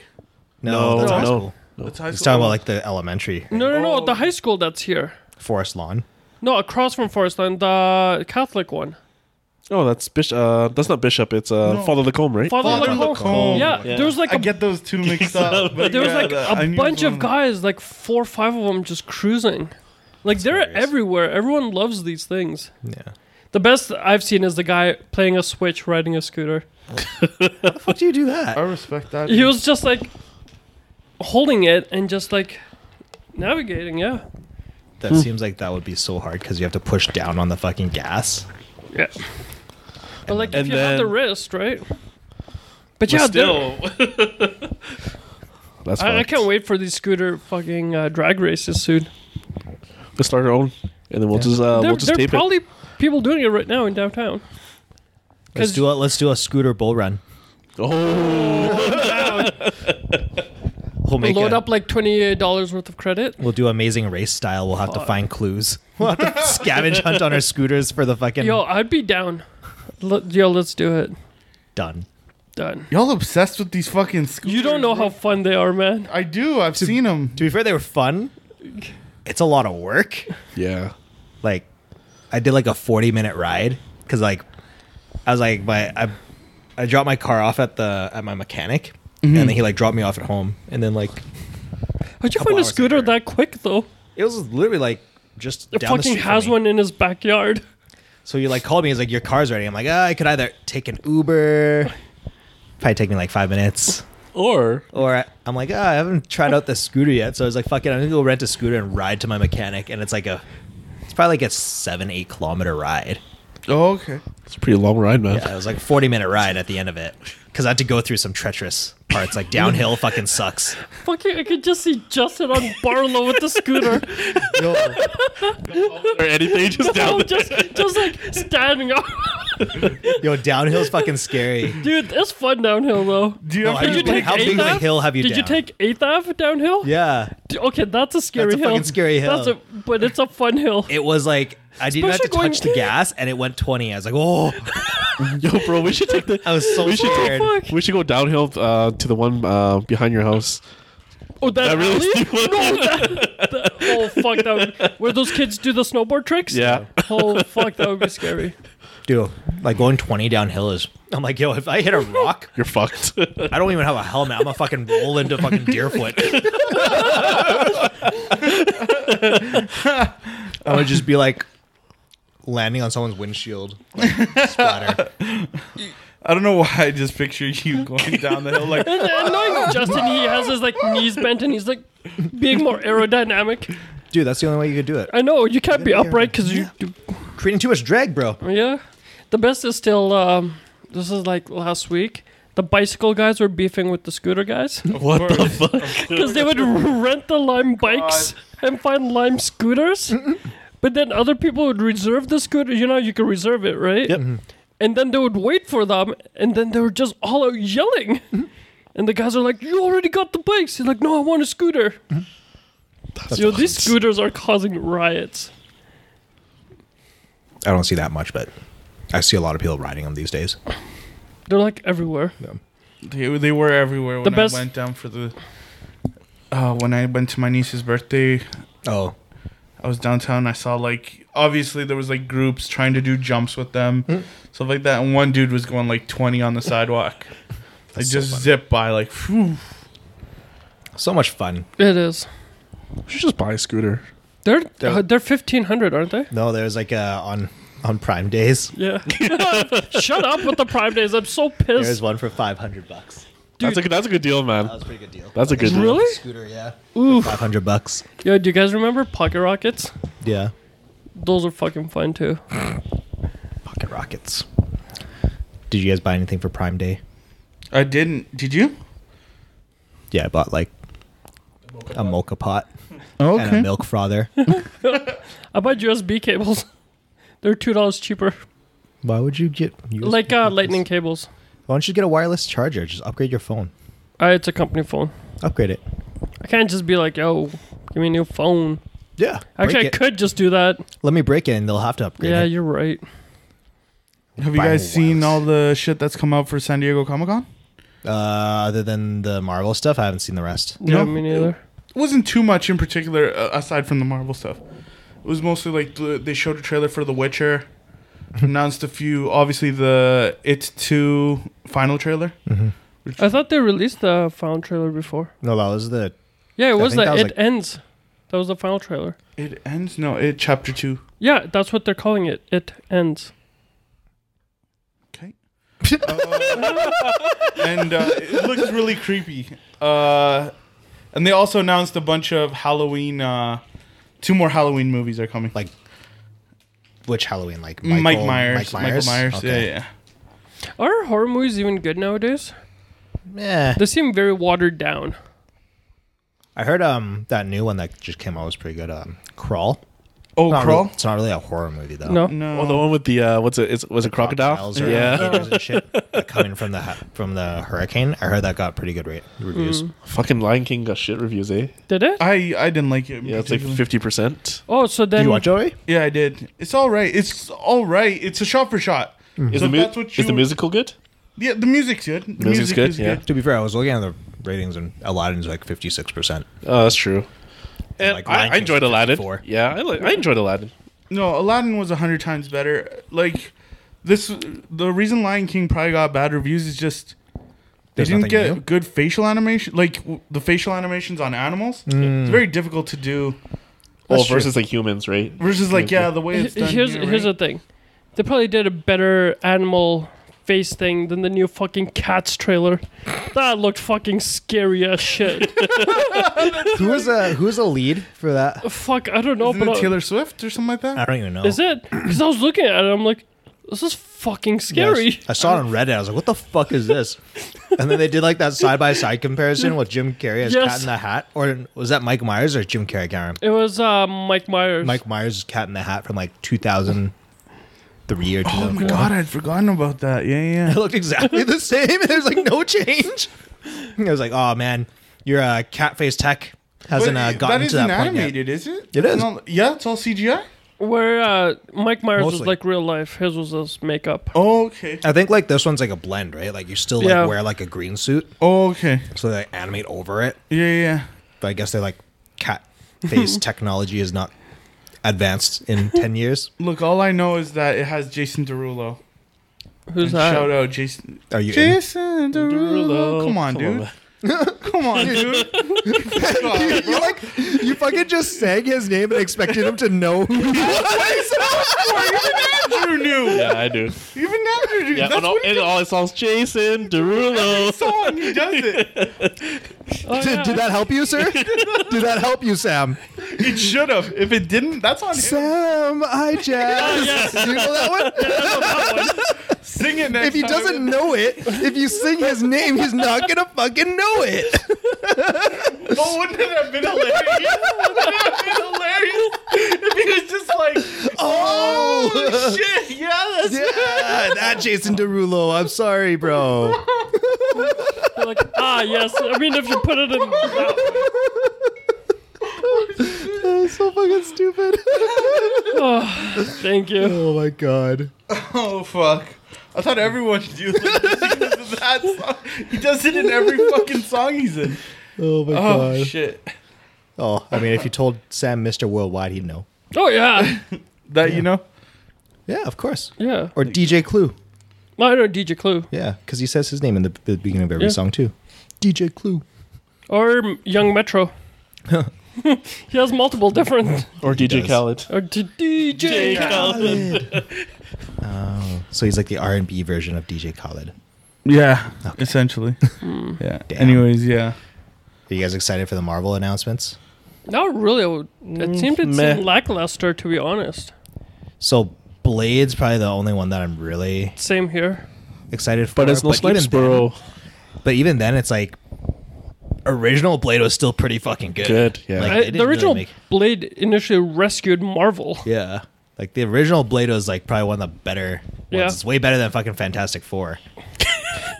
[SPEAKER 2] No, that's
[SPEAKER 4] no,
[SPEAKER 2] high
[SPEAKER 4] no.
[SPEAKER 2] school.
[SPEAKER 3] That's high
[SPEAKER 2] It's
[SPEAKER 3] school.
[SPEAKER 2] talking about like the elementary
[SPEAKER 5] no, no, no.
[SPEAKER 3] Oh.
[SPEAKER 5] The high school that's here.
[SPEAKER 2] forest lawn.
[SPEAKER 5] No, across from Forestland, the Catholic one.
[SPEAKER 4] Oh, that's Bishop. Uh, that's not Bishop. It's uh, Father Lacombe, right?
[SPEAKER 5] Father,
[SPEAKER 3] Father
[SPEAKER 5] Lacombe.
[SPEAKER 3] Lacombe.
[SPEAKER 5] Oh, Yeah,
[SPEAKER 4] Yeah.
[SPEAKER 5] there was like
[SPEAKER 3] I
[SPEAKER 5] a
[SPEAKER 3] get those two mixed up. but
[SPEAKER 5] there was
[SPEAKER 3] yeah,
[SPEAKER 5] like
[SPEAKER 3] the- I
[SPEAKER 5] a
[SPEAKER 3] knew
[SPEAKER 5] bunch
[SPEAKER 3] which
[SPEAKER 5] of
[SPEAKER 3] one.
[SPEAKER 5] guys, like four or five of them just cruising. Like they're everywhere. Everyone loves these things.
[SPEAKER 2] Yeah.
[SPEAKER 5] The best I've seen is the guy playing a switch riding a scooter.
[SPEAKER 2] How do you do that?
[SPEAKER 3] I respect that.
[SPEAKER 5] He was just like holding it and just like navigating, yeah.
[SPEAKER 2] That seems like that would be so hard because you have to push down on the fucking gas.
[SPEAKER 5] Yeah. But like if
[SPEAKER 4] And
[SPEAKER 5] you have the
[SPEAKER 4] then-
[SPEAKER 5] wrist, right? But
[SPEAKER 4] But
[SPEAKER 5] yeah, still,
[SPEAKER 4] still. that's
[SPEAKER 5] I, I
[SPEAKER 4] fucked.
[SPEAKER 5] can't wait for these scooter fucking uh, drag races soon.
[SPEAKER 4] Let's start our own, and then we'll just uh,
[SPEAKER 5] there
[SPEAKER 4] we'll just
[SPEAKER 5] there are
[SPEAKER 4] tape
[SPEAKER 5] probably people doing it right now in downtown.
[SPEAKER 2] Let's
[SPEAKER 5] 'Cause-
[SPEAKER 2] do a let's do a scooter bull run.
[SPEAKER 4] it. Oh,
[SPEAKER 2] We'll make
[SPEAKER 5] load
[SPEAKER 2] a-
[SPEAKER 5] up like twenty dollars worth of credit.
[SPEAKER 2] We'll do amazing race style. We'll have to find clues. We'll have to scavenge hunt on our scooters for the fucking
[SPEAKER 5] Yo, I'd be down. L- yo, let's do it.
[SPEAKER 2] done.
[SPEAKER 5] Done.
[SPEAKER 3] Y'all obsessed with these fucking scooters.
[SPEAKER 5] You don't know how fun they are, man.
[SPEAKER 3] I do. I've seen them.
[SPEAKER 2] To be fair, they were fun. It's a lot of work.
[SPEAKER 4] yeah.
[SPEAKER 2] Like, I did like a forty minute ride because like I was like my I I dropped my car off at the at my mechanic and
[SPEAKER 5] Mm-hmm.
[SPEAKER 2] then he like dropped me off at home and then like
[SPEAKER 5] How'd you
[SPEAKER 2] Couple
[SPEAKER 5] find a
[SPEAKER 2] hours
[SPEAKER 5] scooter
[SPEAKER 2] later.
[SPEAKER 5] that quick, though?
[SPEAKER 2] it was literally like just
[SPEAKER 5] It
[SPEAKER 2] down the
[SPEAKER 5] fucking
[SPEAKER 2] street from
[SPEAKER 5] has
[SPEAKER 2] me.
[SPEAKER 5] one in his backyard.
[SPEAKER 2] So you like called me. He's like, "Your car's ready." I'm like, ah, "I could either take an Uber, probably take me like five minutes,
[SPEAKER 4] Or
[SPEAKER 2] or I- I'm like, ah, I haven't tried out this scooter yet." So I was like, "Fuck it, I'm gonna go rent a scooter and ride to my mechanic." And it's like a, it's probably like a seven eight kilometer ride.
[SPEAKER 3] Oh, okay.
[SPEAKER 4] it's a pretty long ride, man.
[SPEAKER 2] Yeah, it was like a forty minute ride at the end of it because I had to go through some treacherous parts. Like downhill fucking sucks.
[SPEAKER 5] Fucking, I could just see Justin on Barlow with the scooter.
[SPEAKER 4] Or anything, just down
[SPEAKER 5] Oh,
[SPEAKER 4] there.
[SPEAKER 5] just, just like standing up.
[SPEAKER 2] Yo, downhill's fucking scary.
[SPEAKER 5] Dude, it's fun downhill, though.
[SPEAKER 3] Do you
[SPEAKER 2] No,
[SPEAKER 3] have
[SPEAKER 2] I
[SPEAKER 3] to
[SPEAKER 5] Did
[SPEAKER 2] just-
[SPEAKER 5] you
[SPEAKER 3] like,
[SPEAKER 5] take
[SPEAKER 2] how
[SPEAKER 5] 8th
[SPEAKER 2] big of a
[SPEAKER 5] Ave?
[SPEAKER 2] hill have you
[SPEAKER 5] Did you
[SPEAKER 2] down?
[SPEAKER 5] take 8th Ave downhill?
[SPEAKER 2] Yeah,
[SPEAKER 5] D- Okay, that's a scary
[SPEAKER 2] That's a
[SPEAKER 5] hill.
[SPEAKER 2] fucking scary hill.
[SPEAKER 5] That's a, but it's a fun hill.
[SPEAKER 2] it was like I didn't have to
[SPEAKER 5] Especially going-
[SPEAKER 2] touch the gas, and it went twenty. I was like, oh,
[SPEAKER 4] Yo, bro, we should take the.
[SPEAKER 2] I was so
[SPEAKER 4] we should
[SPEAKER 2] scared.
[SPEAKER 5] fuck.
[SPEAKER 4] We should go downhill uh, to the one uh, behind your house.
[SPEAKER 5] Oh, that,
[SPEAKER 4] That really
[SPEAKER 5] alley?
[SPEAKER 4] steep one.
[SPEAKER 5] No, that, that- oh fuck, that would, where those kids do the snowboard tricks?
[SPEAKER 4] Yeah.
[SPEAKER 5] Oh fuck, that would be scary.
[SPEAKER 2] Dude, like going 20 downhill is. I'm like, yo, if I hit a rock,
[SPEAKER 4] You're fucked.
[SPEAKER 2] I don't even have a helmet. I'm gonna fucking roll into fucking Deerfoot. I would just be like landing on someone's windshield, like splatter.
[SPEAKER 3] I don't know why I just picture you going down the hill like
[SPEAKER 5] And, and knowing Justin, he has his like knees bent and he's like being more aerodynamic.
[SPEAKER 2] Dude, that's the only way you could do it.
[SPEAKER 5] I know you can't be upright because you.
[SPEAKER 2] Creating too much drag, bro.
[SPEAKER 5] Yeah. The best is still. Um, this is like last week. The bicycle guys were beefing with the scooter guys
[SPEAKER 4] what the fuck?
[SPEAKER 5] because they would rent the Lime bikes and find Lime scooters. But then other people would reserve the scooter. You know, you could reserve it, right?
[SPEAKER 4] Yep.
[SPEAKER 5] And then they would wait for them, and then they were just all out yelling. And the guys are like, "You already got the bikes." He's like, "No, I want a scooter." Yo, these scooters are causing riots.
[SPEAKER 2] I don't see that much, but I see a lot of people riding them these days.
[SPEAKER 5] They're like everywhere.
[SPEAKER 3] they, they were everywhere when
[SPEAKER 5] best-
[SPEAKER 3] I went down for the uh, when I went to my niece's birthday.
[SPEAKER 2] Oh,
[SPEAKER 3] I was downtown. I saw like obviously there was like groups trying to do jumps with them, stuff like that. And one dude was going like 20 on the sidewalk. I
[SPEAKER 2] That's so
[SPEAKER 3] just
[SPEAKER 2] funny.
[SPEAKER 3] zipped by like. Phew.
[SPEAKER 2] so much fun.
[SPEAKER 5] It is.
[SPEAKER 4] We should just buy a scooter.
[SPEAKER 5] They're uh, they're fifteen hundred, aren't they?
[SPEAKER 2] No, there's like uh, on on Prime days.
[SPEAKER 5] Yeah. Shut up with the Prime Days. I'm so
[SPEAKER 2] There's
[SPEAKER 5] pissed.
[SPEAKER 2] one for 500 bucks.
[SPEAKER 4] That's a that's a good deal, man.
[SPEAKER 2] That was a pretty good deal.
[SPEAKER 4] That's a good deal.
[SPEAKER 5] Really?
[SPEAKER 2] Scooter, yeah.
[SPEAKER 5] Ooh.
[SPEAKER 2] 500 bucks.
[SPEAKER 5] Yo, do you guys remember Pocket Rockets?
[SPEAKER 2] Yeah.
[SPEAKER 5] Those are fucking fun too.
[SPEAKER 2] Pocket rockets. Did you guys buy anything for Prime Day?
[SPEAKER 3] I didn't. Did you?
[SPEAKER 2] Yeah, I bought like a mocha pot and a
[SPEAKER 3] Okay.
[SPEAKER 2] milk frother.
[SPEAKER 5] I bought USB cables. They're two dollars cheaper,
[SPEAKER 2] Why would you get USB
[SPEAKER 5] like uh,
[SPEAKER 2] cables?
[SPEAKER 5] lightning cables.
[SPEAKER 2] Why don't you get a wireless charger? Just upgrade your phone.
[SPEAKER 5] Uh, it's a company phone.
[SPEAKER 2] Upgrade it.
[SPEAKER 5] I can't just be like, yo, give me a new phone.
[SPEAKER 2] Yeah.
[SPEAKER 5] Actually, I
[SPEAKER 2] break it.
[SPEAKER 5] could just do that.
[SPEAKER 2] Let me break it, and they'll have to upgrade
[SPEAKER 5] Yeah,
[SPEAKER 2] it.
[SPEAKER 5] you're right.
[SPEAKER 3] Have you
[SPEAKER 2] Buy
[SPEAKER 3] guys seen
[SPEAKER 2] wireless.
[SPEAKER 3] all the shit that's come out for San Diego Comic Con?
[SPEAKER 2] Uh, other than the Marvel stuff, I haven't seen the rest.
[SPEAKER 3] No.
[SPEAKER 5] No, me neither.
[SPEAKER 3] wasn't too much in particular uh, aside from the Marvel stuff. It was mostly like the, they showed a trailer for The Witcher, announced a few, obviously the It Two final trailer.
[SPEAKER 5] I thought they released the final trailer before.
[SPEAKER 2] No, that was the
[SPEAKER 5] Yeah, it was
[SPEAKER 2] think
[SPEAKER 5] that.
[SPEAKER 2] that was
[SPEAKER 5] It
[SPEAKER 2] like-
[SPEAKER 5] ends. That was the final trailer.
[SPEAKER 3] It ends no, it chapter two.
[SPEAKER 5] Yeah, that's what they're calling it. It ends.
[SPEAKER 3] Okay. Uh, and uh, it looks really creepy. Uh, and they also announced a bunch of Halloween. Uh, two more Halloween movies are coming.
[SPEAKER 2] like which Halloween? Like
[SPEAKER 3] Mike,
[SPEAKER 2] Michael,
[SPEAKER 3] Myers,
[SPEAKER 2] Mike Myers.
[SPEAKER 3] Michael Myers.
[SPEAKER 2] Okay.
[SPEAKER 3] Yeah, yeah.
[SPEAKER 5] Are horror movies even good nowadays?
[SPEAKER 2] Meh.
[SPEAKER 5] They seem very watered down.
[SPEAKER 2] I heard um that new one that just came out was pretty good. Um, Crawl.
[SPEAKER 3] Oh,
[SPEAKER 2] Not
[SPEAKER 3] crawl.
[SPEAKER 2] re- it's not really a horror movie though.
[SPEAKER 5] No.
[SPEAKER 3] No.
[SPEAKER 4] Well, the one with the uh, what's it? It's, was it crocodile?
[SPEAKER 2] Crocodiles or
[SPEAKER 4] Yeah,
[SPEAKER 2] alligators and shit that coming from the hu- from the hurricane. I heard that got pretty good rate reviews.
[SPEAKER 3] Mm.
[SPEAKER 4] fucking Lion King got shit reviews, eh?
[SPEAKER 5] Did it?
[SPEAKER 3] I I didn't like it. in
[SPEAKER 4] Yeah, it's like
[SPEAKER 3] particular.
[SPEAKER 4] fifty percent.
[SPEAKER 5] Oh, so
[SPEAKER 2] Do
[SPEAKER 5] then
[SPEAKER 2] you watch it already?
[SPEAKER 3] Yeah, I did. It's all right. It's all right. It's a shot for shot.
[SPEAKER 4] Is
[SPEAKER 3] So
[SPEAKER 4] the
[SPEAKER 3] if
[SPEAKER 4] mu-
[SPEAKER 3] that's what
[SPEAKER 4] is the
[SPEAKER 3] you-
[SPEAKER 4] musical good?
[SPEAKER 3] Yeah, the music's good. The
[SPEAKER 4] Music's good, yeah.
[SPEAKER 2] To be fair, I was looking at the ratings and Aladdin's like fifty six percent.
[SPEAKER 4] Oh, that's true. And
[SPEAKER 2] like, Lion
[SPEAKER 4] I, I
[SPEAKER 2] King's
[SPEAKER 4] enjoyed Aladdin.
[SPEAKER 2] 54.
[SPEAKER 4] Yeah, I, li- I enjoyed Aladdin.
[SPEAKER 3] No, Aladdin was a hundred times better. Like this, the reason Lion King probably got bad reviews is just they
[SPEAKER 2] There's
[SPEAKER 3] didn't
[SPEAKER 2] nothing
[SPEAKER 3] get
[SPEAKER 2] new?
[SPEAKER 3] good facial animation. Like w- the facial animations on animals,
[SPEAKER 2] Mm.
[SPEAKER 3] it's very difficult to do.
[SPEAKER 4] Well,
[SPEAKER 2] true.
[SPEAKER 4] versus like humans, right?
[SPEAKER 3] Versus, like yeah, the way
[SPEAKER 5] H-
[SPEAKER 3] it's done.
[SPEAKER 5] here's
[SPEAKER 3] here,
[SPEAKER 5] here's the
[SPEAKER 3] right?
[SPEAKER 5] thing. They probably did a better animal face thing than the new fucking cats trailer. That looked fucking scary as shit.
[SPEAKER 2] Who was a who was a lead for that?
[SPEAKER 5] Fuck, I don't know,
[SPEAKER 3] Isn't
[SPEAKER 5] but uh,
[SPEAKER 3] it Taylor Swift or something like that.
[SPEAKER 2] I don't even know.
[SPEAKER 5] I, is it? Because I was looking at it, I'm like, this is fucking scary.
[SPEAKER 2] Yes. I saw it on Reddit. I was like, "What the fuck is this?" And then they did like that side by side comparison with Jim Carrey as
[SPEAKER 5] Yes.
[SPEAKER 2] Cat in the Hat, or was that Mike Myers or Jim Carrey? I can't remember.
[SPEAKER 5] It was uh, Mike Myers.
[SPEAKER 2] Mike Myers is Cat in the Hat from like 2003 or 2004.
[SPEAKER 3] Oh my god, I'd forgotten about that. Yeah, yeah.
[SPEAKER 2] It looked exactly the same, and there's like no change. I was like, "Oh man, your uh, cat face tech hasn't uh,
[SPEAKER 3] But that
[SPEAKER 2] gotten to
[SPEAKER 3] isn't
[SPEAKER 2] that point yet."
[SPEAKER 3] animated, is it?
[SPEAKER 2] It
[SPEAKER 3] That's
[SPEAKER 2] is.
[SPEAKER 3] not- yeah, it's all CGI.
[SPEAKER 5] Where uh, Mike Myers was
[SPEAKER 2] Mostly.
[SPEAKER 5] like real life. His was his makeup.
[SPEAKER 3] Oh, okay.
[SPEAKER 2] I think like this one's like a blend, right? Like you still like
[SPEAKER 5] Yeah.
[SPEAKER 2] wear like a green suit,
[SPEAKER 3] Oh, okay.
[SPEAKER 2] so they like, animate over it.
[SPEAKER 3] Yeah, yeah.
[SPEAKER 2] but I guess they're like cat face technology is not advanced in 10 years.
[SPEAKER 3] Look, all I know is that it has Jason Derulo.
[SPEAKER 5] Who's that?
[SPEAKER 3] Shout out Jason.
[SPEAKER 2] Are you in?
[SPEAKER 3] Jason Derulo. Come on, dude. Come on, dude. Fuck off, bro.
[SPEAKER 2] You like you fucking just sang his name and expected him to know who he was.
[SPEAKER 3] Andrew knew.
[SPEAKER 4] Yeah, I do.
[SPEAKER 3] Even Andrew knew.
[SPEAKER 4] Yeah, oh,
[SPEAKER 3] That's
[SPEAKER 4] and all,
[SPEAKER 3] what he
[SPEAKER 4] and all I saw was Jason Derulo.
[SPEAKER 3] saw and he does it.
[SPEAKER 5] Oh,
[SPEAKER 2] did,
[SPEAKER 5] yeah.
[SPEAKER 2] did that help you, sir? Did that help you, Sam?
[SPEAKER 3] It should have. If it didn't, that's on him.
[SPEAKER 2] Sam, I jazz. Do you know that one?
[SPEAKER 3] Sing it next
[SPEAKER 2] If he
[SPEAKER 3] time.
[SPEAKER 2] doesn't know it, if you sing his name, he's not gonna fucking know it.
[SPEAKER 3] Oh, wouldn't it have been hilarious? Wouldn't it have been hilarious if he was just like,
[SPEAKER 2] Oh,
[SPEAKER 3] oh, shit, yeah, that's
[SPEAKER 2] yeah, that Jason Derulo. I'm sorry, bro.
[SPEAKER 5] like ah yes. I mean, if you put it in that,
[SPEAKER 2] That's so fucking stupid.
[SPEAKER 5] thank you.
[SPEAKER 2] oh my god.
[SPEAKER 3] Oh fuck! I thought everyone knew that because of that song. He does it in every fucking song he's in.
[SPEAKER 2] Oh my
[SPEAKER 3] Oh shit!
[SPEAKER 2] Oh, I mean, if you told Sam Mr. Worldwide, he'd know.
[SPEAKER 5] Oh yeah,
[SPEAKER 3] That you know?
[SPEAKER 2] Yeah, of course.
[SPEAKER 5] yeah.
[SPEAKER 2] Or DJ Clue.
[SPEAKER 5] No, I know DJ Clue
[SPEAKER 2] Yeah, because he says his name in the, the beginning of every
[SPEAKER 5] Yeah.
[SPEAKER 2] song too. DJ Clue.
[SPEAKER 5] or Young Metro. he has multiple different
[SPEAKER 4] Or DJ
[SPEAKER 2] does.
[SPEAKER 4] Khaled.
[SPEAKER 5] or d- DJ.
[SPEAKER 2] So he's like the R and B version of DJ Khaled.
[SPEAKER 3] Yeah, essentially. Yeah. Anyways, yeah.
[SPEAKER 2] Are you guys excited for the Marvel announcements?
[SPEAKER 5] Not really. I would- It
[SPEAKER 2] Mm,
[SPEAKER 5] seemed it
[SPEAKER 4] meh.
[SPEAKER 5] seemed lackluster to be honest.
[SPEAKER 2] So Blade's probably the only one that I'm really
[SPEAKER 5] Same here.
[SPEAKER 2] excited for.
[SPEAKER 4] But it's no
[SPEAKER 2] even
[SPEAKER 4] Snipes, bro.
[SPEAKER 2] But even then, it's like original Blade was still pretty fucking good.
[SPEAKER 4] Good, yeah.
[SPEAKER 2] Like,
[SPEAKER 5] I-
[SPEAKER 2] they didn't
[SPEAKER 5] the
[SPEAKER 2] really
[SPEAKER 5] original
[SPEAKER 2] make-
[SPEAKER 5] Blade initially rescued Marvel.
[SPEAKER 2] yeah. Like the original Blade was like probably one of the better. Ones.
[SPEAKER 5] Yeah.
[SPEAKER 2] It's way better than fucking Fantastic Four.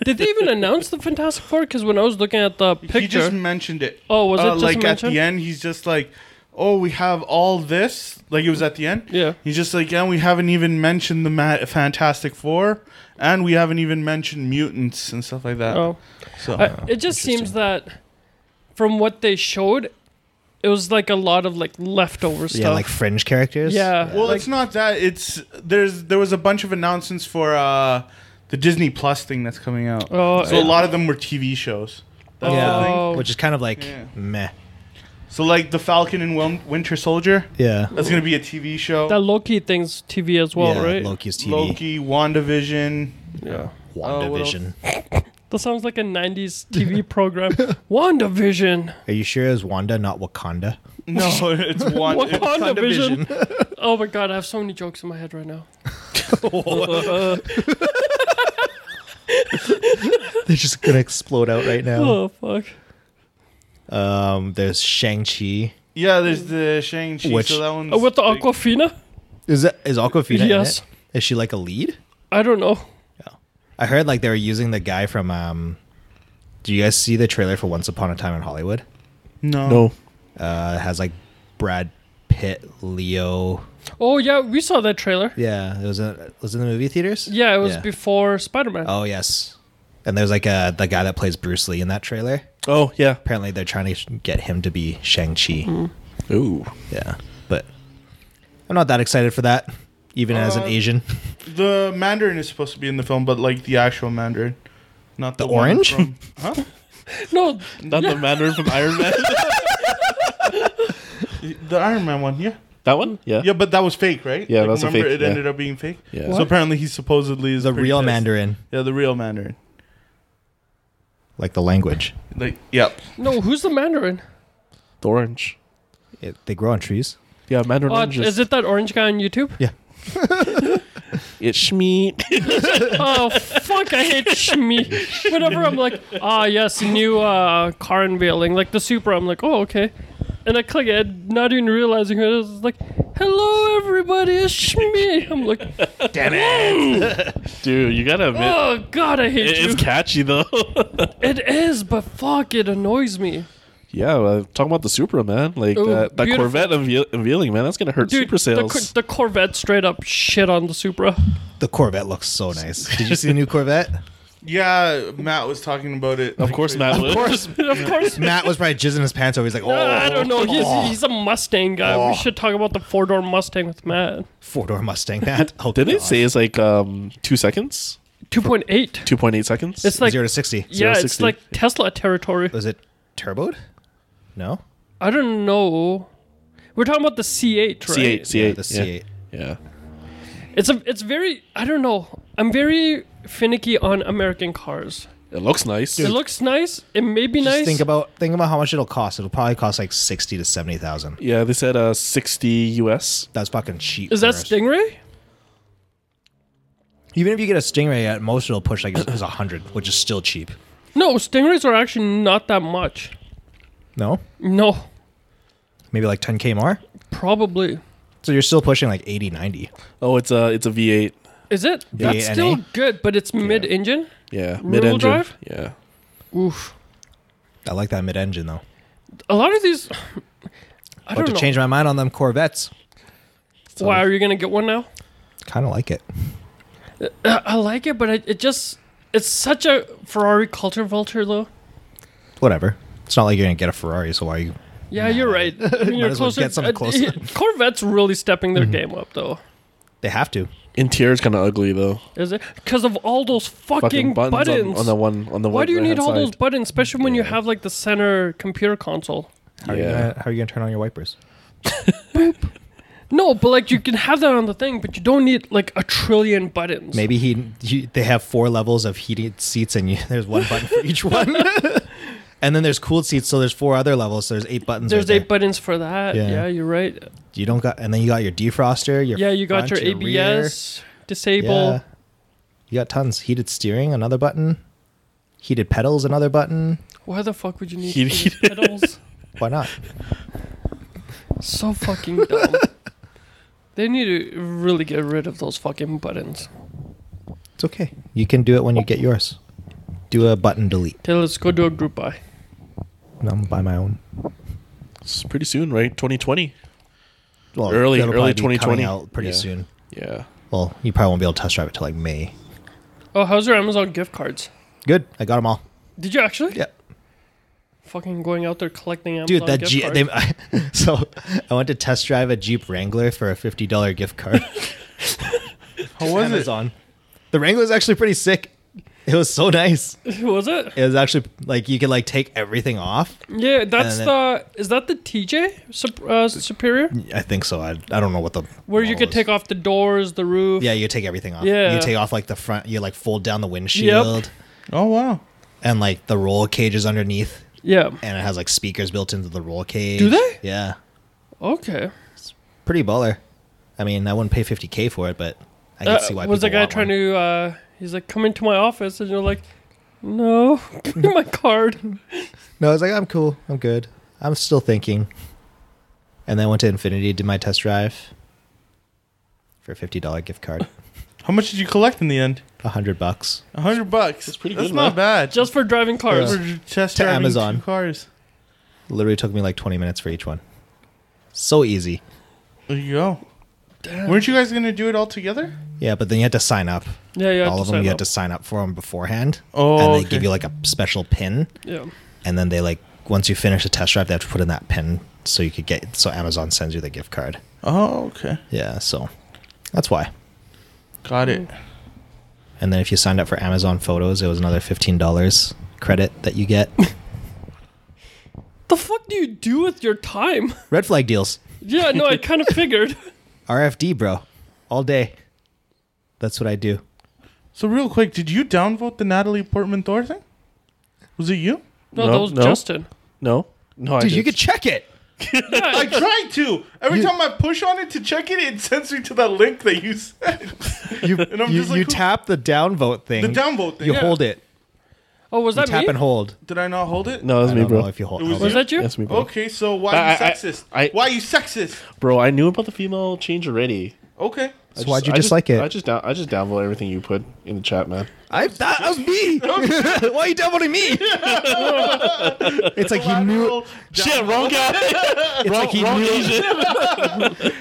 [SPEAKER 5] Did they even announce the Fantastic Four? Because when I was looking at the picture,
[SPEAKER 3] He just mentioned it. Uh,
[SPEAKER 5] Oh, was it just
[SPEAKER 3] like at
[SPEAKER 5] mentioned?
[SPEAKER 3] the end? He's just like, oh, we have all this. Like it was at the end.
[SPEAKER 5] Yeah.
[SPEAKER 3] He's just like, yeah, we haven't even mentioned the Ma- Fantastic Four, and we haven't even mentioned mutants and stuff like that.
[SPEAKER 5] oh,
[SPEAKER 3] so uh,
[SPEAKER 5] I- it just seems that from what they showed, it was like a lot of like leftover stuff.
[SPEAKER 2] Yeah, like fringe characters.
[SPEAKER 5] yeah,
[SPEAKER 3] well,
[SPEAKER 5] like-
[SPEAKER 3] it's not that. It's there's there was a bunch of announcements for uh, the Disney Plus thing that's coming out.
[SPEAKER 5] Oh,
[SPEAKER 3] so
[SPEAKER 5] yeah.
[SPEAKER 3] a lot of them were TV shows. That's
[SPEAKER 2] Yeah.
[SPEAKER 3] the thing.
[SPEAKER 5] Oh.
[SPEAKER 2] Which is kind of like
[SPEAKER 3] Yeah.
[SPEAKER 2] meh.
[SPEAKER 3] So like the Falcon and Win- Winter Soldier.
[SPEAKER 2] Yeah.
[SPEAKER 3] That's gonna be a TV show.
[SPEAKER 5] that Loki thing's TV as well,
[SPEAKER 2] yeah,
[SPEAKER 5] right?
[SPEAKER 2] Loki's TV.
[SPEAKER 3] Loki, uh, WandaVision.
[SPEAKER 5] Yeah,
[SPEAKER 2] WandaVision.
[SPEAKER 5] that sounds like a '90s TV program. WandaVision.
[SPEAKER 2] Are you sure it was Wanda, not Wakanda?
[SPEAKER 3] No, it's one. it's
[SPEAKER 5] WandaVision. oh my god, I have so many jokes in my head right now.
[SPEAKER 2] They're just gonna explode out right now.
[SPEAKER 5] Oh fuck.
[SPEAKER 2] Um, there's Shang Chi.
[SPEAKER 3] Yeah, there's the Shang Chi.
[SPEAKER 2] Which-
[SPEAKER 3] So that one's
[SPEAKER 5] Oh, with the
[SPEAKER 3] big.
[SPEAKER 5] Aquafina?
[SPEAKER 2] Is that is Aquafina?
[SPEAKER 5] Yes.
[SPEAKER 2] In it? Is she like a lead?
[SPEAKER 5] I don't know.
[SPEAKER 2] I heard like they were using the guy from. Um, do you guys see the trailer for Once Upon a Time in Hollywood?
[SPEAKER 3] No.
[SPEAKER 4] No.
[SPEAKER 2] Uh, it has like Brad Pitt, Leo.
[SPEAKER 5] Oh yeah, we saw that trailer.
[SPEAKER 2] Yeah, it was in, it was in the movie theaters.
[SPEAKER 5] Yeah, it was
[SPEAKER 2] Yeah.
[SPEAKER 5] before Spider Man.
[SPEAKER 2] Oh yes, and there's like uh the guy that plays Bruce Lee in that trailer.
[SPEAKER 4] Oh yeah.
[SPEAKER 2] Apparently, they're trying to get him to be Shang Chi.
[SPEAKER 5] Hmm.
[SPEAKER 4] Ooh.
[SPEAKER 2] Yeah, but I'm not that excited for that, even as an
[SPEAKER 3] Uh,
[SPEAKER 2] Asian.
[SPEAKER 3] The Mandarin is supposed to be in the film, but like the actual Mandarin, not the,
[SPEAKER 2] The
[SPEAKER 3] one
[SPEAKER 2] orange?
[SPEAKER 3] from- huh?
[SPEAKER 5] No,
[SPEAKER 4] Not the Mandarin from Iron Man.
[SPEAKER 3] The Iron Man one, yeah.
[SPEAKER 4] that one? Yeah.
[SPEAKER 3] Yeah, but that was fake, right?
[SPEAKER 4] Yeah,
[SPEAKER 3] Like,
[SPEAKER 4] that was a
[SPEAKER 3] remember
[SPEAKER 4] fake,
[SPEAKER 3] It
[SPEAKER 4] yeah.
[SPEAKER 3] ended up being fake.
[SPEAKER 4] Yeah.
[SPEAKER 3] So apparently, he supposedly is
[SPEAKER 2] The
[SPEAKER 3] pretty
[SPEAKER 2] real
[SPEAKER 3] pissed.
[SPEAKER 2] Mandarin,
[SPEAKER 3] Yeah, the real Mandarin.
[SPEAKER 2] like the language.
[SPEAKER 3] Like, yep.
[SPEAKER 5] no. Who's the Mandarin?
[SPEAKER 4] The orange.
[SPEAKER 2] It, they grow on trees.
[SPEAKER 4] Yeah, Mandarin
[SPEAKER 5] Oh,
[SPEAKER 4] orange.
[SPEAKER 5] is it that orange guy on YouTube?
[SPEAKER 4] It's me.
[SPEAKER 5] oh fuck! I hate Shmi. Whenever I'm like, ah yes, new uh, car unveiling, like the Supra. I'm like, oh okay, and I click it, not even realizing who it is. It's like, hello everybody, it's Shmi. I'm like,
[SPEAKER 4] Dude, you gotta admit.
[SPEAKER 5] oh god, I hate
[SPEAKER 4] it-
[SPEAKER 5] you.
[SPEAKER 4] it's catchy though.
[SPEAKER 5] it is, but fuck, it annoys me.
[SPEAKER 4] yeah, well, talking about the Supra, man. Like
[SPEAKER 5] Ooh,
[SPEAKER 4] that, that
[SPEAKER 5] beautiful.
[SPEAKER 4] Corvette unveil- unveiling, man. That's gonna hurt
[SPEAKER 5] Dude,
[SPEAKER 4] Supra sales.
[SPEAKER 5] The, Cor- the Corvette straight up shit on the Supra.
[SPEAKER 2] The Corvette looks so nice. Did you see the new Corvette?
[SPEAKER 3] Yeah, Matt was talking about it.
[SPEAKER 4] of course, Matt. Of course.
[SPEAKER 5] of course.
[SPEAKER 2] Matt was probably jizzing his pants over. He's like, oh,
[SPEAKER 5] I don't know. He's, he's a Mustang guy. We should talk about the four door Mustang with Matt.
[SPEAKER 2] four door Mustang. Matt. Oh,
[SPEAKER 4] Didn't it
[SPEAKER 2] God.
[SPEAKER 4] say it's like um two seconds,
[SPEAKER 5] 2.8.
[SPEAKER 4] two point eight seconds?
[SPEAKER 5] It's like
[SPEAKER 2] zero to sixty?
[SPEAKER 5] yeah, it's
[SPEAKER 4] 060.
[SPEAKER 5] like Tesla territory.
[SPEAKER 2] Was it turboed? No,
[SPEAKER 5] I don't know. We're talking about the C8, right?
[SPEAKER 4] C eight, C eight,
[SPEAKER 2] the C8.
[SPEAKER 4] Yeah,
[SPEAKER 5] It's a, it's very. I don't know. I'm very finicky on American cars.
[SPEAKER 4] it looks nice.
[SPEAKER 5] It looks nice. It may be
[SPEAKER 2] Just
[SPEAKER 5] nice.
[SPEAKER 2] think about think about how much it'll cost. It'll probably cost like sixty to seventy thousand.
[SPEAKER 4] yeah, they said uh sixty US.
[SPEAKER 2] That's fucking cheap.
[SPEAKER 5] Is that
[SPEAKER 2] for us.
[SPEAKER 5] Stingray?
[SPEAKER 2] Even if you get a Stingray, at most it'll push like a hundred, which is still cheap.
[SPEAKER 5] No, Stingrays are actually not that much.
[SPEAKER 2] No,
[SPEAKER 5] No,
[SPEAKER 2] maybe like ten k more.
[SPEAKER 5] probably.
[SPEAKER 2] So you're still pushing like 80, 90.
[SPEAKER 4] Oh, it's a it's a V eight.
[SPEAKER 5] Is it? That's
[SPEAKER 2] VNA?
[SPEAKER 5] still good, but it's mid-engine.
[SPEAKER 4] Yeah,
[SPEAKER 5] Rear-wheel
[SPEAKER 4] mid engine.
[SPEAKER 5] drive?
[SPEAKER 4] Yeah,
[SPEAKER 5] Oof.
[SPEAKER 2] I like that mid engine though.
[SPEAKER 5] A lot of these. I
[SPEAKER 2] About
[SPEAKER 5] don't
[SPEAKER 2] to
[SPEAKER 5] know.
[SPEAKER 2] change my mind on them Corvettes.
[SPEAKER 5] Why are you gonna get one now?
[SPEAKER 2] Kind of like it.
[SPEAKER 5] I, I like it, but it, it just—it's such a Ferrari culture vulture, though.
[SPEAKER 2] Whatever. It's not like you're gonna get a Ferrari, so why are you?
[SPEAKER 5] Yeah, you're right. you're
[SPEAKER 2] as well get something
[SPEAKER 5] uh,
[SPEAKER 2] closer.
[SPEAKER 5] Corvette's really stepping their game up, though.
[SPEAKER 2] They have to.
[SPEAKER 4] interior's kind of ugly though.
[SPEAKER 5] Is it because of all those fucking,
[SPEAKER 4] Fucking buttons,
[SPEAKER 5] buttons?
[SPEAKER 4] On, on the one on the
[SPEAKER 5] Why
[SPEAKER 4] one
[SPEAKER 5] do you need
[SPEAKER 4] right-hand
[SPEAKER 5] all those
[SPEAKER 4] side.
[SPEAKER 5] buttons, especially when you have like the center computer console?
[SPEAKER 2] How, are, you
[SPEAKER 4] Yeah.
[SPEAKER 2] gonna, how are you gonna turn on your wipers?
[SPEAKER 5] No, but like you can have that on the thing, but you don't need like a trillion buttons.
[SPEAKER 2] Maybe he, he they have four levels of heated seats, and you, there's one button for each one. and then there's cooled seats, so there's four other levels. So there's eight buttons.
[SPEAKER 5] There's
[SPEAKER 2] right
[SPEAKER 5] eight buttons for that.
[SPEAKER 2] Yeah.
[SPEAKER 5] Yeah, you're right.
[SPEAKER 2] there. You don't got, and then you got your defroster. Your
[SPEAKER 5] Yeah, you got
[SPEAKER 2] front,
[SPEAKER 5] your
[SPEAKER 2] rear.
[SPEAKER 5] ABS, disable.
[SPEAKER 2] Yeah. You got tons. Heated steering, another button. Heated pedals, another button.
[SPEAKER 5] Why the fuck would you need
[SPEAKER 4] He-
[SPEAKER 5] these pedals?
[SPEAKER 2] Why not?
[SPEAKER 5] so fucking dumb. They need to really get rid of those fucking buttons.
[SPEAKER 2] It's okay. You can do it when you get yours. Do a button delete.
[SPEAKER 5] Okay, let's go do a group buy.
[SPEAKER 2] No, I'm by my own.
[SPEAKER 4] It's pretty soon, right? 2020.
[SPEAKER 2] Well,
[SPEAKER 4] Early-
[SPEAKER 2] it'll
[SPEAKER 4] early
[SPEAKER 2] probably be coming
[SPEAKER 4] 2020.
[SPEAKER 2] out pretty
[SPEAKER 4] Yeah.
[SPEAKER 2] soon.
[SPEAKER 4] Yeah.
[SPEAKER 2] Well, you probably won't be able to test drive it till like May.
[SPEAKER 5] Oh, how's your Amazon gift cards?
[SPEAKER 2] Good. I got them all.
[SPEAKER 5] Did you actually?
[SPEAKER 2] Yeah.
[SPEAKER 5] Fucking going out there collecting Amazon
[SPEAKER 2] Dude, that
[SPEAKER 5] gift
[SPEAKER 2] Jeep.
[SPEAKER 5] cards.
[SPEAKER 2] They, so I went to test drive a Jeep Wrangler for a fifty dollar gift card.
[SPEAKER 3] How was it?
[SPEAKER 2] Amazon. The Wrangler is actually pretty sick. It was so nice.
[SPEAKER 5] was it?
[SPEAKER 2] It was actually like you could like take everything off.
[SPEAKER 5] Yeah, that's
[SPEAKER 2] then-
[SPEAKER 5] the. Is that the TJ Sup- uh, Superior?
[SPEAKER 2] I think so. I, I don't know what the
[SPEAKER 5] Where you
[SPEAKER 2] model
[SPEAKER 5] could
[SPEAKER 2] is.
[SPEAKER 5] take off the doors, the roof.
[SPEAKER 2] Yeah, you take everything off.
[SPEAKER 5] Yeah.
[SPEAKER 2] You take off like the front. You like fold down the windshield
[SPEAKER 3] Oh wow.
[SPEAKER 2] and like the roll cage is underneath,
[SPEAKER 5] Yeah.
[SPEAKER 2] and it has like speakers built into the roll cage.
[SPEAKER 5] Do they?
[SPEAKER 2] Yeah,
[SPEAKER 5] Okay.
[SPEAKER 2] pretty baller. I mean, I wouldn't pay fifty k for it, but I can
[SPEAKER 5] Uh,
[SPEAKER 2] see why.
[SPEAKER 5] was the
[SPEAKER 2] people
[SPEAKER 5] guy
[SPEAKER 2] want
[SPEAKER 5] trying
[SPEAKER 2] one.
[SPEAKER 5] to? Uh, he's like, come into my office, and you're like, no, give me my card.
[SPEAKER 2] No, I was like, I'm cool. I'm good. I'm still thinking. And then I went to Infinity, did my test drive for a fifty dollar gift card,
[SPEAKER 3] How much did you collect in the end?
[SPEAKER 2] a hundred bucks.
[SPEAKER 3] A hundred bucks. That's
[SPEAKER 4] pretty
[SPEAKER 3] That's
[SPEAKER 4] good,
[SPEAKER 3] not
[SPEAKER 4] man.
[SPEAKER 3] bad.
[SPEAKER 5] Just for driving cars.
[SPEAKER 3] for test
[SPEAKER 2] To
[SPEAKER 3] driving
[SPEAKER 2] Amazon.
[SPEAKER 3] two cars.
[SPEAKER 2] Literally took me like twenty minutes for each one. So easy.
[SPEAKER 3] There you go.
[SPEAKER 5] Damn.
[SPEAKER 3] Weren't you guys gonna do it all together?
[SPEAKER 2] Yeah, but then you had to sign up.
[SPEAKER 5] Yeah, yeah.
[SPEAKER 2] all of them you had to sign up for them beforehand
[SPEAKER 3] Oh,
[SPEAKER 2] and they
[SPEAKER 3] okay.
[SPEAKER 2] give you like a special pin
[SPEAKER 5] Yeah.
[SPEAKER 2] and then they like once you finish the test drive they have to put in that pin so you could get so amazon sends you the gift card
[SPEAKER 3] Oh, okay.
[SPEAKER 2] yeah so that's why
[SPEAKER 3] Got it.
[SPEAKER 2] and then if you signed up for amazon photos it was another $15 credit that you get
[SPEAKER 5] The fuck do you do with your time?
[SPEAKER 2] red flag deals
[SPEAKER 5] yeah, no, I kind of figured.
[SPEAKER 2] rfd bro all day that's what i do
[SPEAKER 3] So real quick, did you downvote the Natalie Portman Thor thing? Was it you?
[SPEAKER 5] No,
[SPEAKER 4] No,
[SPEAKER 5] that was
[SPEAKER 4] no.
[SPEAKER 5] Justin.
[SPEAKER 4] No. No, I
[SPEAKER 2] dude you
[SPEAKER 4] did.
[SPEAKER 2] could check it
[SPEAKER 3] I tried to. Every time I push on it to check it, it sends me to that link that you said.
[SPEAKER 2] you,
[SPEAKER 3] And I'm
[SPEAKER 2] you,
[SPEAKER 3] just like,
[SPEAKER 2] you
[SPEAKER 3] who-
[SPEAKER 2] tap the downvote thing
[SPEAKER 3] The downvote thing.
[SPEAKER 2] you
[SPEAKER 3] yeah.
[SPEAKER 2] hold it
[SPEAKER 5] Oh, was
[SPEAKER 2] you
[SPEAKER 5] that
[SPEAKER 2] tap
[SPEAKER 5] me?
[SPEAKER 2] and hold
[SPEAKER 3] Did I not hold it?
[SPEAKER 4] No, that was
[SPEAKER 2] I
[SPEAKER 4] me,
[SPEAKER 2] don't know
[SPEAKER 4] bro.
[SPEAKER 2] if you hold
[SPEAKER 3] It was
[SPEAKER 2] hold
[SPEAKER 5] Was
[SPEAKER 2] it.
[SPEAKER 5] that you? Oh,
[SPEAKER 4] That's me, bro.
[SPEAKER 3] Okay, so why
[SPEAKER 4] I-
[SPEAKER 3] you
[SPEAKER 4] I- I-
[SPEAKER 3] sexist?
[SPEAKER 4] I-
[SPEAKER 3] why you sexist?
[SPEAKER 4] Bro, I knew about the female change already.
[SPEAKER 3] Okay.
[SPEAKER 4] I
[SPEAKER 2] why'd you
[SPEAKER 4] I
[SPEAKER 2] dislike it?
[SPEAKER 4] I just down, I just download everything you put in the chat, man.
[SPEAKER 2] I, that, that was me. Why are you downvoting me? it's like he knew.
[SPEAKER 4] Shit, wrong guy.
[SPEAKER 2] It's like he
[SPEAKER 4] wrong
[SPEAKER 2] knew.
[SPEAKER 4] Asian.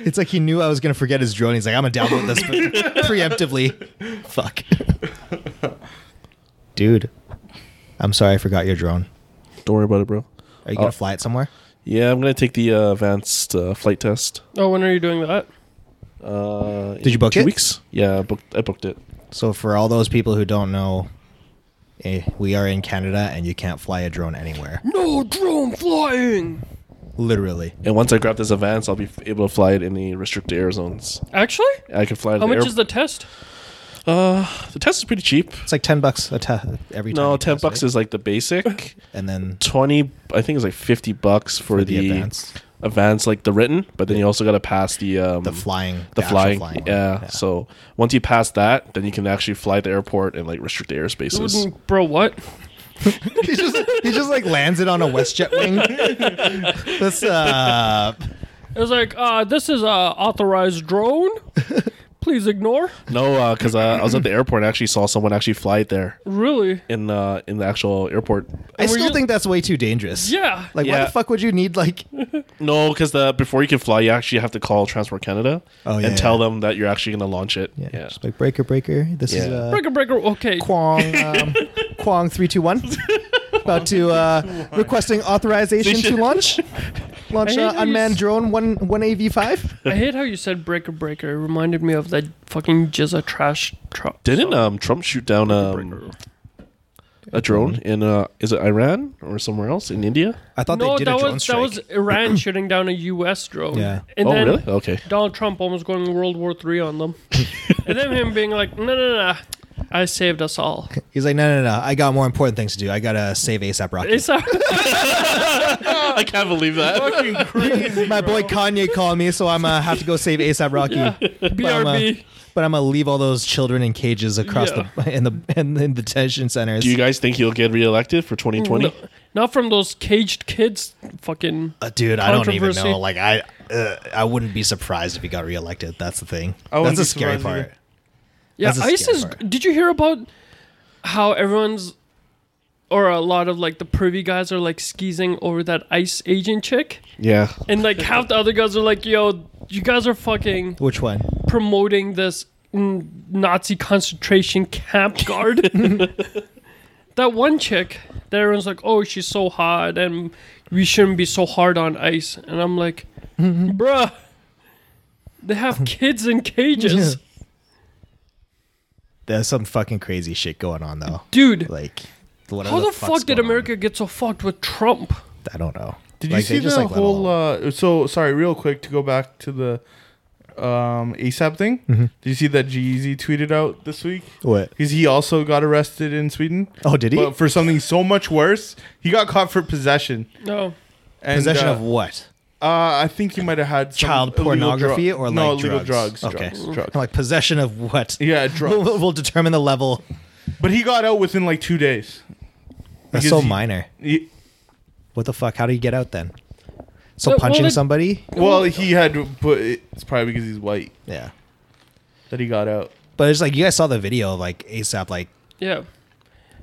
[SPEAKER 2] It's like he knew I was gonna forget his drone. He's like, I'm gonna download this preemptively. Fuck, dude. I'm sorry, I forgot your drone.
[SPEAKER 4] Don't worry about it, bro.
[SPEAKER 2] Are you gonna
[SPEAKER 4] Oh.
[SPEAKER 2] fly it somewhere?
[SPEAKER 4] Yeah, I'm gonna take the uh, advanced uh, flight test.
[SPEAKER 5] Oh, when are you doing that?
[SPEAKER 4] Uh,
[SPEAKER 2] Did you book
[SPEAKER 4] two
[SPEAKER 2] it?
[SPEAKER 4] Weeks. Yeah, I booked. I booked it.
[SPEAKER 2] So for all those people who don't know, eh, we are in Canada and you can't fly a drone anywhere.
[SPEAKER 5] No drone flying.
[SPEAKER 2] Literally,
[SPEAKER 4] And once I grab this advance, I'll be f- able to fly it in the restricted air zones.
[SPEAKER 5] Actually,
[SPEAKER 4] I can fly.
[SPEAKER 5] how much is the test?
[SPEAKER 4] Uh, the test is pretty cheap.
[SPEAKER 2] it's like ten bucks a te- every time.
[SPEAKER 4] No,
[SPEAKER 2] you
[SPEAKER 4] ten
[SPEAKER 2] pass,
[SPEAKER 4] bucks
[SPEAKER 2] right?
[SPEAKER 4] is like the basic.
[SPEAKER 2] and then
[SPEAKER 4] Twenty, I think, is like fifty bucks for,
[SPEAKER 2] for
[SPEAKER 4] the,
[SPEAKER 2] the,
[SPEAKER 4] advance.
[SPEAKER 2] advance,
[SPEAKER 4] like the written. But then you also got to pass the um,
[SPEAKER 5] Mm-hmm.
[SPEAKER 2] the flying,
[SPEAKER 4] the
[SPEAKER 2] actual
[SPEAKER 4] flying.
[SPEAKER 2] one.
[SPEAKER 4] yeah.
[SPEAKER 2] Yeah.
[SPEAKER 4] So once you pass that, then you can actually fly the airport and like restrict the airspaces.
[SPEAKER 5] Dude, bro, what?
[SPEAKER 2] he just he just like lands it on a WestJet wing. That's uh,
[SPEAKER 5] It was like, uh, this is a authorized drone. Please ignore.
[SPEAKER 4] No, because uh, I was at the airport and actually saw someone actually fly it there
[SPEAKER 5] Really?
[SPEAKER 4] in uh, in the actual airport.
[SPEAKER 2] I
[SPEAKER 5] were
[SPEAKER 2] still
[SPEAKER 5] you-
[SPEAKER 2] think that's way too dangerous.
[SPEAKER 5] Yeah.
[SPEAKER 2] Like, why
[SPEAKER 4] Yeah.
[SPEAKER 2] the fuck would you need like?
[SPEAKER 4] No, because the before you can fly, you actually have to call Transport Canada
[SPEAKER 2] Oh, yeah,
[SPEAKER 4] and tell
[SPEAKER 2] yeah.
[SPEAKER 4] them that you're actually going to launch it. Yeah,
[SPEAKER 2] Just like breaker, breaker. This is
[SPEAKER 4] Yeah.
[SPEAKER 2] uh,
[SPEAKER 5] breaker, breaker. Okay.
[SPEAKER 2] Kwong, um, Kwong three two one. About to uh, requesting authorization to launch. Launch
[SPEAKER 5] I hate
[SPEAKER 2] uh,
[SPEAKER 5] how you
[SPEAKER 2] unmanned
[SPEAKER 5] s-
[SPEAKER 2] drone one one AV five.
[SPEAKER 5] I hate how you said breaker, breaker. It reminded me of that fucking Jizza trash truck.
[SPEAKER 4] Didn't um, Trump shoot down um, a drone
[SPEAKER 2] Mm-hmm.
[SPEAKER 4] in uh, is it Iran or somewhere else in India?
[SPEAKER 2] I thought
[SPEAKER 5] no,
[SPEAKER 2] they did
[SPEAKER 5] that
[SPEAKER 2] a drone
[SPEAKER 5] was
[SPEAKER 2] strike.
[SPEAKER 5] that was Iran shooting down a U.S. drone.
[SPEAKER 2] Yeah.
[SPEAKER 5] And
[SPEAKER 4] oh,
[SPEAKER 5] then
[SPEAKER 4] really? Okay.
[SPEAKER 5] Donald Trump almost going World War Three on them, and then him being like, "No, no, no, I saved us all.
[SPEAKER 2] He's like, no, no, no. I got more important things to do. I gotta save ASAP Rocky.
[SPEAKER 5] It's a-
[SPEAKER 4] I can't believe that.
[SPEAKER 3] Fucking crazy.
[SPEAKER 2] My boy Kanye called me, so I'm gonna have to go save ASAP Rocky. But I'm, gonna,
[SPEAKER 5] BRB.
[SPEAKER 2] but I'm gonna leave all those children in cages across the in the in, in detention centers.
[SPEAKER 4] Do you guys think he'll get reelected for 2020?
[SPEAKER 5] No, not from those caged kids. Fucking.
[SPEAKER 2] Uh, dude, I don't even
[SPEAKER 5] Controversy.
[SPEAKER 2] know. Like, I uh, I wouldn't be surprised if he got reelected. That's the thing.
[SPEAKER 3] I wouldn't
[SPEAKER 2] That's the
[SPEAKER 3] be
[SPEAKER 2] scary part.
[SPEAKER 3] surprised either.
[SPEAKER 5] Yeah,
[SPEAKER 2] That's a
[SPEAKER 5] ICE
[SPEAKER 2] scary
[SPEAKER 5] is.
[SPEAKER 2] part.
[SPEAKER 5] Did you hear about how everyone's, or a lot of like the privy guys are like skeezing over that ICE agent chick,
[SPEAKER 4] Yeah.
[SPEAKER 5] and like half the other guys are like, "Yo, you guys are fucking
[SPEAKER 2] Which one?
[SPEAKER 5] promoting this mm, Nazi concentration camp guard." that one chick that everyone's like, "Oh, she's so hot, and we shouldn't be so hard on ICE," and I'm like,
[SPEAKER 2] Mm-hmm.
[SPEAKER 5] "Bruh." They have kids in cages.
[SPEAKER 2] There's some fucking crazy shit going on though.
[SPEAKER 5] Dude,
[SPEAKER 2] Like, what
[SPEAKER 5] How the fuck did America get so fucked with Trump?
[SPEAKER 2] I don't know.
[SPEAKER 3] Did
[SPEAKER 2] Like, they
[SPEAKER 3] you see the
[SPEAKER 2] just, like, let
[SPEAKER 3] whole?
[SPEAKER 2] all-
[SPEAKER 3] Uh, so sorry, real quick to go back to the um, ASAP thing.
[SPEAKER 2] Mm-hmm.
[SPEAKER 3] Did you see that Jeezy tweeted out this week?
[SPEAKER 2] What?
[SPEAKER 3] Because he also got arrested in Sweden.
[SPEAKER 2] Oh, did he?
[SPEAKER 3] But for something so much worse, he got caught for possession.
[SPEAKER 5] No.
[SPEAKER 3] And,
[SPEAKER 2] Possession
[SPEAKER 3] uh,
[SPEAKER 2] of what?
[SPEAKER 3] Uh, I think he might have had some
[SPEAKER 2] Child
[SPEAKER 3] illegal
[SPEAKER 2] pornography
[SPEAKER 3] drug-
[SPEAKER 2] or like
[SPEAKER 3] no illegal
[SPEAKER 2] drugs?
[SPEAKER 3] drugs.
[SPEAKER 2] Okay.
[SPEAKER 3] drugs, drugs.
[SPEAKER 2] Like possession of what?
[SPEAKER 3] Yeah,
[SPEAKER 2] We'll,
[SPEAKER 3] drugs.
[SPEAKER 2] we'll determine the level.
[SPEAKER 3] but he got out within like two days.
[SPEAKER 2] That's
[SPEAKER 3] Because
[SPEAKER 2] so
[SPEAKER 3] he-
[SPEAKER 2] minor.
[SPEAKER 3] He,
[SPEAKER 2] What the fuck? How do you get out then? So
[SPEAKER 5] Uh, well,
[SPEAKER 2] punching
[SPEAKER 5] it-
[SPEAKER 2] somebody?
[SPEAKER 3] well, he had to put. It's probably because he's white
[SPEAKER 2] Yeah.
[SPEAKER 3] that he got out.
[SPEAKER 2] But it's like you guys saw the video of like ASAP like
[SPEAKER 5] Yeah.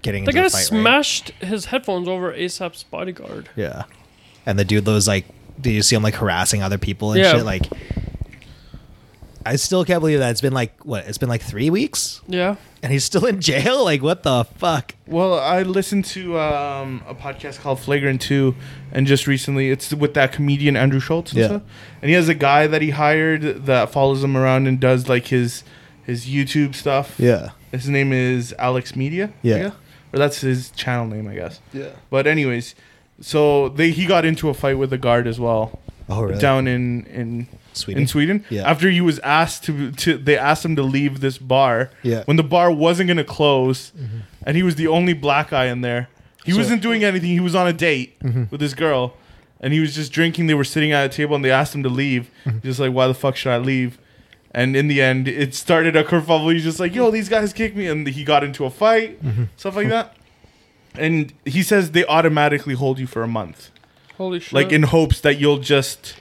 [SPEAKER 2] getting
[SPEAKER 5] The
[SPEAKER 2] into
[SPEAKER 5] guy
[SPEAKER 2] a fight, right?
[SPEAKER 5] smashed his headphones over ASAP's bodyguard.
[SPEAKER 2] Yeah. And the dude was like, did you see him like harassing other people and
[SPEAKER 5] Yeah.
[SPEAKER 2] shit? Like, I still can't believe that it's been like what? It's been like three weeks,
[SPEAKER 5] Yeah.
[SPEAKER 2] and he's still in jail. Like, what the fuck?
[SPEAKER 3] Well, I listened to um, a podcast called Flagrant Two, and just recently, it's with that comedian Andrew Schultz. And
[SPEAKER 2] Yeah.
[SPEAKER 3] stuff. and he has a guy that he hired that follows him around and does like his his YouTube stuff. His name is Alex Media.
[SPEAKER 2] Yeah.
[SPEAKER 3] I guess? Or that's his channel name, I guess.
[SPEAKER 2] Yeah.
[SPEAKER 3] But anyways, so they he got into a fight with a guard as well.
[SPEAKER 2] Oh, really?
[SPEAKER 3] Down in in
[SPEAKER 2] Sweden?
[SPEAKER 3] In Sweden.
[SPEAKER 2] Yeah.
[SPEAKER 3] After he was asked to to they asked him to leave this bar.
[SPEAKER 2] Yeah. Mm-hmm.
[SPEAKER 3] When the bar wasn't gonna close, and he was the only black guy in there. He
[SPEAKER 2] So- Mm-hmm.
[SPEAKER 3] wasn't doing anything. He was on a date with this girl, and he was just drinking. They were sitting at a table, and they asked him to leave.
[SPEAKER 2] Mm-hmm.
[SPEAKER 3] Just like, why the fuck should I leave? And in the end, it started a kerfuffle. He's just like, yo, these guys kicked me. And he got into a fight,
[SPEAKER 2] Mm-hmm.
[SPEAKER 3] stuff like that. And he says they automatically hold you for a month,
[SPEAKER 5] Holy shit.
[SPEAKER 3] like in hopes that you'll just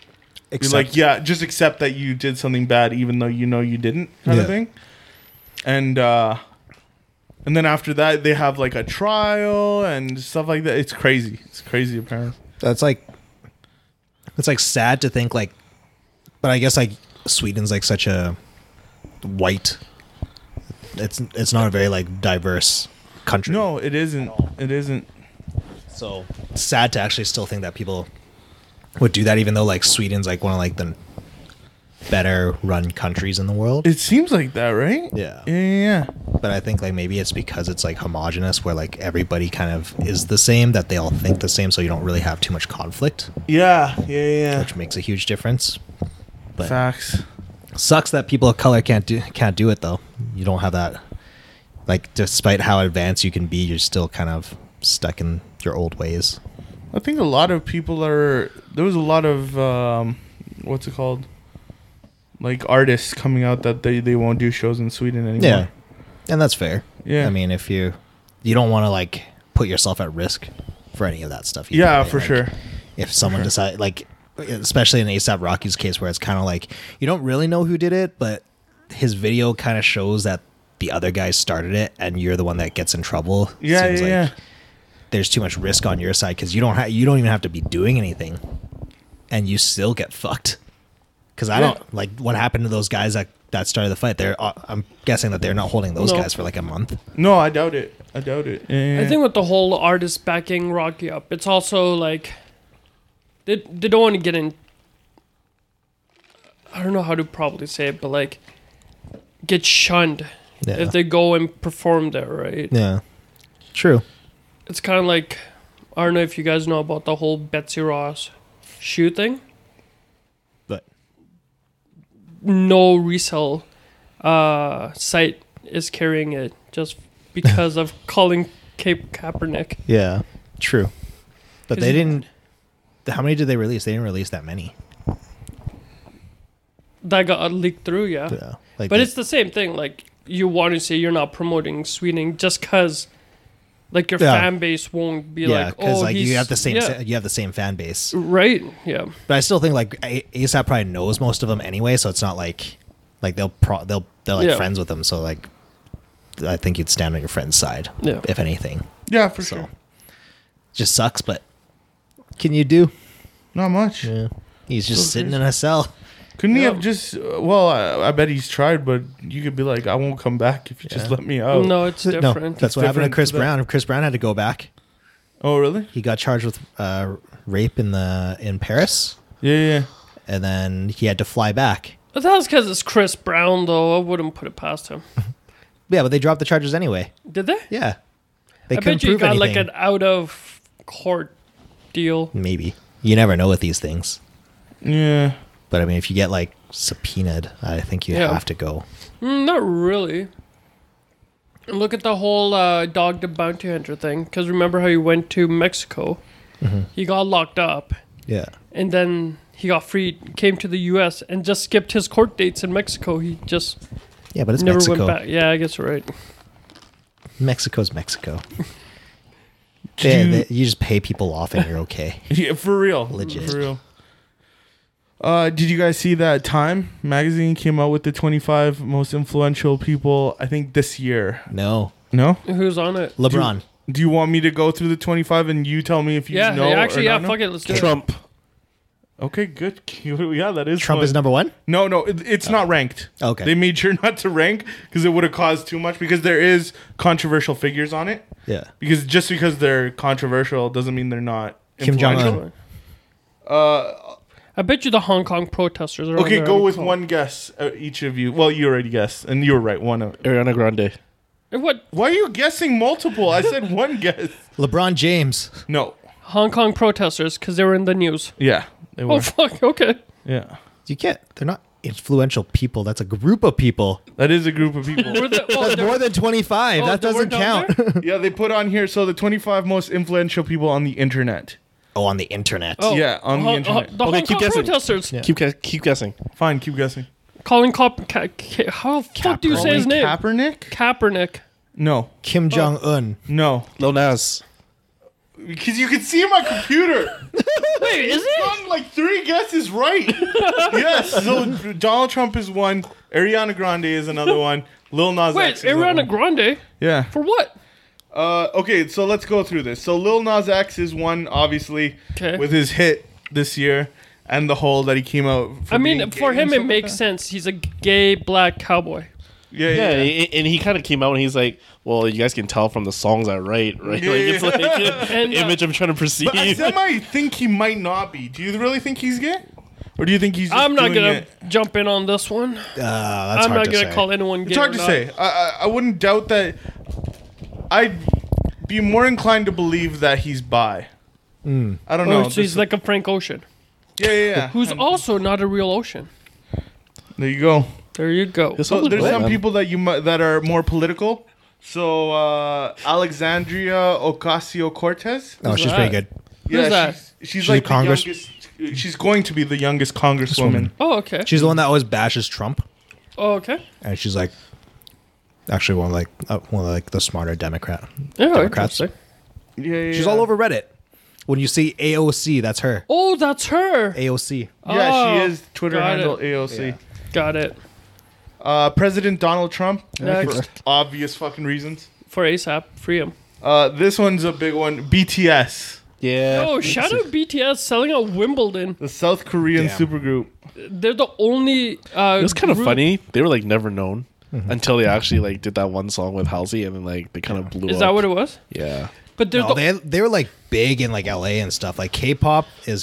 [SPEAKER 3] be
[SPEAKER 2] Except,
[SPEAKER 3] like, yeah, just accept that you did something bad, even though you know you didn't, kind
[SPEAKER 2] Yeah.
[SPEAKER 3] of thing. And uh, and then after that, they have like a trial and stuff like that. It's crazy. It's crazy, apparently.
[SPEAKER 2] that's like, it's like sad to think like, but I guess like Sweden's like such a white. It's it's not a very like diverse country.
[SPEAKER 3] No, it isn't. It isn't.
[SPEAKER 2] So sad to actually still think that people would do that, even though like Sweden's like one of like the better run countries in the world.
[SPEAKER 3] It seems like that, right?
[SPEAKER 2] Yeah.
[SPEAKER 3] Yeah. yeah, yeah.
[SPEAKER 2] But I think like maybe it's because it's like homogenous, where like everybody kind of is the same, that they all think the same, so you don't really have too much conflict,
[SPEAKER 3] Yeah, yeah, yeah.
[SPEAKER 2] which makes a huge difference. But
[SPEAKER 3] Facts.
[SPEAKER 2] sucks that people of color can't do can't do it though. You don't have that. Like despite how advanced you can be, you're still kind of stuck in your old ways.
[SPEAKER 3] I think a lot of people are. There was a lot of um, what's it called? Like artists coming out that they, they won't do shows in Sweden anymore.
[SPEAKER 2] Yeah. And that's fair.
[SPEAKER 3] Yeah.
[SPEAKER 2] I mean, if you you don't want to like put yourself at risk for any of that stuff. either,
[SPEAKER 3] Yeah,
[SPEAKER 2] right?
[SPEAKER 3] for
[SPEAKER 2] Like,
[SPEAKER 3] sure.
[SPEAKER 2] If someone decide like especially in ASAP Rocky's case where it's kind of like you don't really know who did it, but his video kind of shows that the other guy started it and you're the one that gets in trouble.
[SPEAKER 3] Yeah, yeah,
[SPEAKER 2] Seems
[SPEAKER 3] yeah.
[SPEAKER 2] There's too much risk on your side cuz you don't ha- you don't even have to be doing anything and you still get fucked. Cuz I
[SPEAKER 5] Yeah.
[SPEAKER 2] don't like what happened to those guys that that started the fight. They're uh, I'm guessing that they're not holding those
[SPEAKER 5] No.
[SPEAKER 2] guys for like a month.
[SPEAKER 3] No, I doubt it. I doubt it.
[SPEAKER 5] I think with the whole artist backing Rocky up, it's also like they they don't want to get in I don't know how to properly say it, but like get shunned
[SPEAKER 2] Yeah.
[SPEAKER 5] if they go and perform there, right?
[SPEAKER 2] yeah. True.
[SPEAKER 5] It's kind of like I don't know if you guys know about the whole Betsy Ross shoe thing.
[SPEAKER 2] But
[SPEAKER 5] no resell uh, site is carrying it just because of calling Cape Kaepernick.
[SPEAKER 2] Yeah, true. But
[SPEAKER 5] 'Cause
[SPEAKER 2] they
[SPEAKER 5] you-
[SPEAKER 2] didn't. How many did they release? They didn't release that many.
[SPEAKER 5] That got leaked through, yeah.
[SPEAKER 2] Yeah, like
[SPEAKER 5] But
[SPEAKER 2] they-
[SPEAKER 5] it's the same thing. Like you want to say you're not promoting Sweden just because, like your
[SPEAKER 2] Yeah.
[SPEAKER 5] fan base won't be
[SPEAKER 2] yeah,
[SPEAKER 5] like,
[SPEAKER 2] because
[SPEAKER 5] oh,
[SPEAKER 2] like
[SPEAKER 5] he's,
[SPEAKER 2] you have the same
[SPEAKER 5] yeah.
[SPEAKER 2] sa- you have the same fan base.
[SPEAKER 5] right? Yeah,
[SPEAKER 2] But I still think like A- ASAP probably knows most of them anyway, so it's not like like they'll pro- they'll they're like
[SPEAKER 5] Yeah.
[SPEAKER 2] friends with them. So like, I think you'd stand on your friend's side
[SPEAKER 5] Yeah.
[SPEAKER 2] if anything.
[SPEAKER 3] Yeah, for
[SPEAKER 2] So
[SPEAKER 3] sure.
[SPEAKER 2] just sucks, but can you do?
[SPEAKER 3] Not much.
[SPEAKER 2] Yeah, he's just sitting in a cell.
[SPEAKER 3] Couldn't he
[SPEAKER 5] Yeah.
[SPEAKER 3] have just? uh, Well, I, I bet he's tried, but you could be like, "I won't come back if you just
[SPEAKER 2] Yeah.
[SPEAKER 3] let me out."
[SPEAKER 5] no, it's different.
[SPEAKER 2] No, that's what happened to
[SPEAKER 3] different
[SPEAKER 2] Chris
[SPEAKER 3] to the-
[SPEAKER 2] Brown. Chris Brown had to go back.
[SPEAKER 3] Oh, really?
[SPEAKER 2] He got charged with uh, rape in the in Paris,
[SPEAKER 3] Yeah, yeah, yeah.
[SPEAKER 2] and then he had to fly back.
[SPEAKER 5] But that's because it's Chris Brown, though. I wouldn't put it past him.
[SPEAKER 2] Yeah, but they dropped the charges anyway.
[SPEAKER 5] Did they?
[SPEAKER 2] Yeah, they
[SPEAKER 5] I
[SPEAKER 2] couldn't
[SPEAKER 5] bet you
[SPEAKER 2] prove
[SPEAKER 5] got like
[SPEAKER 2] anything.
[SPEAKER 5] an out of court deal.
[SPEAKER 2] Maybe you never know with these things.
[SPEAKER 3] Yeah.
[SPEAKER 2] But I mean, if you get like subpoenaed, I think you
[SPEAKER 5] Yeah.
[SPEAKER 2] have to go.
[SPEAKER 5] Mm, not really. And Look at the whole uh, dog the bounty hunter thing. Because remember how he went to Mexico?
[SPEAKER 2] Mm-hmm.
[SPEAKER 5] He got locked up.
[SPEAKER 2] Yeah,
[SPEAKER 5] and then he got freed, came to the U.S. and just skipped his court dates in Mexico. He just
[SPEAKER 2] yeah, but it's
[SPEAKER 5] never
[SPEAKER 2] Mexico.
[SPEAKER 5] went back. Yeah, I guess you're right.
[SPEAKER 2] Mexico's Mexico.
[SPEAKER 3] Did
[SPEAKER 2] They-
[SPEAKER 3] you-
[SPEAKER 2] they- you just pay people off and you're okay.
[SPEAKER 3] Yeah, for real.
[SPEAKER 2] Legit.
[SPEAKER 3] For real. Uh, did you guys see that Time magazine came out with the 25 most influential people? I think this year.
[SPEAKER 2] No,
[SPEAKER 3] No.
[SPEAKER 5] Who's on it?
[SPEAKER 2] LeBron.
[SPEAKER 3] Do you want me to go through the 25 and you tell me if you
[SPEAKER 5] yeah,
[SPEAKER 3] know?
[SPEAKER 5] yeah, actually,
[SPEAKER 3] or
[SPEAKER 5] yeah.
[SPEAKER 3] not know?
[SPEAKER 5] Fuck it, let's do
[SPEAKER 4] Trump.
[SPEAKER 3] Okay, good. yeah, that is
[SPEAKER 2] Trump
[SPEAKER 3] one.
[SPEAKER 2] is number one.
[SPEAKER 3] No, no, it, it's not ranked.
[SPEAKER 2] Okay.
[SPEAKER 3] They made sure not to rank because it would have caused too much because there is controversial figures on it.
[SPEAKER 2] Yeah,
[SPEAKER 3] Because just because they're controversial doesn't mean they're not
[SPEAKER 2] Kim Jong
[SPEAKER 5] it.
[SPEAKER 3] influential.
[SPEAKER 2] Un.
[SPEAKER 5] Uh, I bet you the Hong Kong protesters Uh, are. on
[SPEAKER 3] Uh, Okay,
[SPEAKER 5] there.
[SPEAKER 3] go with one guess uh, each of you. Well, you already guessed, and you were right. One of.
[SPEAKER 4] Ariana Grande.
[SPEAKER 5] Eh, What
[SPEAKER 3] Why are you guessing multiple? I said one guess.
[SPEAKER 2] LeBron James.
[SPEAKER 3] No.
[SPEAKER 5] Hong Kong protesters? Because they were in the news.
[SPEAKER 3] Yeah, they were.
[SPEAKER 5] Oh fuck. Okay.
[SPEAKER 3] Yeah,
[SPEAKER 2] You can't. They're not influential people. That's a group of people.
[SPEAKER 3] that is a group of people.
[SPEAKER 5] Were the, oh,
[SPEAKER 2] That's
[SPEAKER 5] they're-
[SPEAKER 2] more than twenty five.
[SPEAKER 5] oh,
[SPEAKER 2] that
[SPEAKER 5] they were
[SPEAKER 2] doesn't
[SPEAKER 5] down
[SPEAKER 2] count.
[SPEAKER 5] there?
[SPEAKER 3] yeah, they put on here so the 25 most influential people on the internet.
[SPEAKER 2] oh, on the internet.
[SPEAKER 5] Oh,
[SPEAKER 3] Yeah, on the
[SPEAKER 5] Hon-
[SPEAKER 3] internet.
[SPEAKER 5] Hon- the
[SPEAKER 4] Okay,
[SPEAKER 5] Hong
[SPEAKER 4] keep
[SPEAKER 5] Kong
[SPEAKER 4] guessing.
[SPEAKER 5] protesters
[SPEAKER 4] Keep gu- keep guessing.
[SPEAKER 3] Fine, keep guessing.
[SPEAKER 5] calling Cop. Ka- Ka- how the fuck do you say his
[SPEAKER 3] Colin
[SPEAKER 5] name?
[SPEAKER 3] Kaepernick?
[SPEAKER 5] Kaepernick.
[SPEAKER 3] No,
[SPEAKER 5] oh.
[SPEAKER 2] Kim Jong Un.
[SPEAKER 3] no,
[SPEAKER 4] Lil Nas.
[SPEAKER 3] because you can see my computer.
[SPEAKER 5] Wait, is it?
[SPEAKER 3] Gotten like three guesses right. yes. So Donald Trump is one. Ariana Grande is another one. Lil Nas
[SPEAKER 5] Wait,
[SPEAKER 3] X. is another
[SPEAKER 5] Ariana
[SPEAKER 3] one.
[SPEAKER 5] Grande
[SPEAKER 3] Yeah.
[SPEAKER 5] for what?
[SPEAKER 3] Uh, okay, so let's go through this. So Lil Nas X is one, obviously,
[SPEAKER 5] 'Kay.
[SPEAKER 3] with his hit this year and the whole that he came out. For
[SPEAKER 5] I mean,
[SPEAKER 3] being gay
[SPEAKER 5] for
[SPEAKER 3] and
[SPEAKER 5] him,
[SPEAKER 3] stuff
[SPEAKER 5] it
[SPEAKER 3] like
[SPEAKER 5] makes
[SPEAKER 3] that.
[SPEAKER 5] sense. He's a gay black cowboy.
[SPEAKER 3] Yeah, yeah.
[SPEAKER 4] Yeah,
[SPEAKER 3] yeah.
[SPEAKER 4] a- and he kind of came out and he's like, "Well, you guys can tell from the songs I write, right?
[SPEAKER 3] Yeah,
[SPEAKER 4] like it's
[SPEAKER 3] yeah.
[SPEAKER 4] like the
[SPEAKER 5] And, uh,
[SPEAKER 4] image I'm trying to perceive."
[SPEAKER 3] But I semi think he might not be. Do you really think he's gay, or do you think he's? Just
[SPEAKER 5] I'm not
[SPEAKER 3] doing
[SPEAKER 5] gonna
[SPEAKER 3] It?
[SPEAKER 5] jump in on this one.
[SPEAKER 2] Uh, that's hard
[SPEAKER 5] I'm not
[SPEAKER 2] to
[SPEAKER 5] gonna
[SPEAKER 2] say. Oh,
[SPEAKER 5] call anyone gay.
[SPEAKER 3] It's hard
[SPEAKER 5] or
[SPEAKER 3] to
[SPEAKER 5] not.
[SPEAKER 3] say. I, I I wouldn't doubt that. I'd be more inclined to believe that he's bi.
[SPEAKER 2] Hmm.
[SPEAKER 3] I don't
[SPEAKER 5] Or
[SPEAKER 3] know.
[SPEAKER 5] Oh, so he's
[SPEAKER 3] This-
[SPEAKER 5] like a Frank Ocean,
[SPEAKER 3] yeah, yeah, yeah.
[SPEAKER 5] who's also not a real ocean.
[SPEAKER 3] there you go.
[SPEAKER 5] There you go.
[SPEAKER 4] This
[SPEAKER 3] So
[SPEAKER 4] was
[SPEAKER 3] there's
[SPEAKER 4] lit,
[SPEAKER 3] some
[SPEAKER 4] man.
[SPEAKER 3] people that you mu- that are more political. So uh, Alexandria Ocasio Cortez.
[SPEAKER 2] Oh,
[SPEAKER 5] Who's
[SPEAKER 2] she's pretty
[SPEAKER 5] that?
[SPEAKER 2] good.
[SPEAKER 3] Yeah,
[SPEAKER 5] that?
[SPEAKER 3] she's, she's, like
[SPEAKER 2] a Congress-
[SPEAKER 3] the youngest. She's going to be the youngest Congresswoman.
[SPEAKER 5] Oh, okay.
[SPEAKER 2] She's the one that always bashes Trump,
[SPEAKER 5] Oh, okay.
[SPEAKER 2] and she's like, actually one of like uh, one of like the smarter Democrat.
[SPEAKER 5] Yeah,
[SPEAKER 2] Democrats.
[SPEAKER 5] interesting.
[SPEAKER 3] Yeah, yeah.
[SPEAKER 2] She's
[SPEAKER 3] yeah.
[SPEAKER 2] all over Reddit. When you see AOC, that's her.
[SPEAKER 5] Oh, that's her.
[SPEAKER 2] AOC.
[SPEAKER 3] Yeah,
[SPEAKER 5] Oh,
[SPEAKER 3] she is Twitter
[SPEAKER 5] got
[SPEAKER 3] handle
[SPEAKER 5] it.
[SPEAKER 3] AOC.
[SPEAKER 5] Got it.
[SPEAKER 3] Uh, President Donald Trump.
[SPEAKER 5] Next.
[SPEAKER 3] For obvious fucking reasons.
[SPEAKER 5] For ASAP, free him.
[SPEAKER 3] Uh, this one's a big one. BTS,
[SPEAKER 4] yeah.
[SPEAKER 5] Oh, shout out BTS selling out Wimbledon.
[SPEAKER 3] the South Korean
[SPEAKER 2] Damn.
[SPEAKER 3] supergroup.
[SPEAKER 5] They're the only. Uh,
[SPEAKER 4] It was kind of
[SPEAKER 5] group-
[SPEAKER 4] funny. They were like never known until they actually like did that one song with Halsey, and then like they kind of blew
[SPEAKER 5] Is
[SPEAKER 4] up.
[SPEAKER 5] that what it was?
[SPEAKER 4] yeah.
[SPEAKER 5] But they're
[SPEAKER 2] No,
[SPEAKER 5] the.
[SPEAKER 2] they they were like big in like LA and stuff. Like K-pop is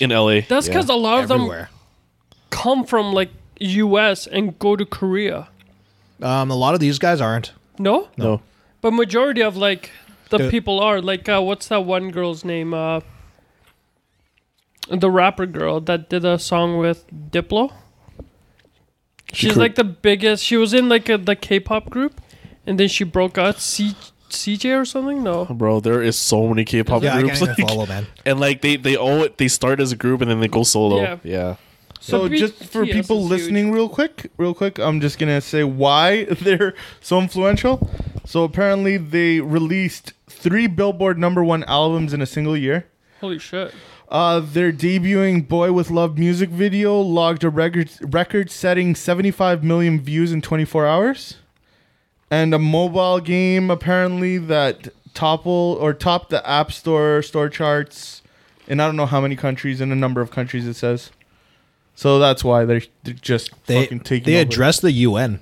[SPEAKER 4] In LA.
[SPEAKER 5] that's
[SPEAKER 4] Yeah.
[SPEAKER 5] because a lot of them
[SPEAKER 2] everywhere.
[SPEAKER 5] come from like U.S. and go to Korea.
[SPEAKER 2] Um, a lot of these guys aren't.
[SPEAKER 5] No.
[SPEAKER 4] no.
[SPEAKER 5] But majority of like the
[SPEAKER 2] The-
[SPEAKER 5] people are like uh, what's that one girl's name? Uh, the rapper girl that did a song with Diplo. She's
[SPEAKER 4] cr-
[SPEAKER 5] like the biggest. She was in like a, the K-pop group, and then she broke out. C- CJ or something? No.
[SPEAKER 4] Bro, there is so many K-pop
[SPEAKER 2] Yeah, I
[SPEAKER 4] groups,
[SPEAKER 2] can't even
[SPEAKER 4] like-
[SPEAKER 2] follow, man.
[SPEAKER 4] and like they they all they start as a group and then they go solo.
[SPEAKER 5] Yeah.
[SPEAKER 4] Yeah,
[SPEAKER 3] So
[SPEAKER 5] The
[SPEAKER 3] just for
[SPEAKER 5] BTS
[SPEAKER 3] people
[SPEAKER 5] is huge.
[SPEAKER 3] listening, real quick, real quick, I'm just gonna say why they're so influential. So apparently, they released three Billboard number one albums in a single year.
[SPEAKER 5] Holy shit.
[SPEAKER 3] Uh, their debuting "Boy with Love" music video logged a record record-setting 75 million views in 24 hours, and a mobile game apparently that topple or topped the App Store store charts in I don't know how many countries in a number of countries it says. So that's why they're, they're just
[SPEAKER 2] They
[SPEAKER 3] fucking taking.
[SPEAKER 2] they
[SPEAKER 3] over.
[SPEAKER 2] address the UN.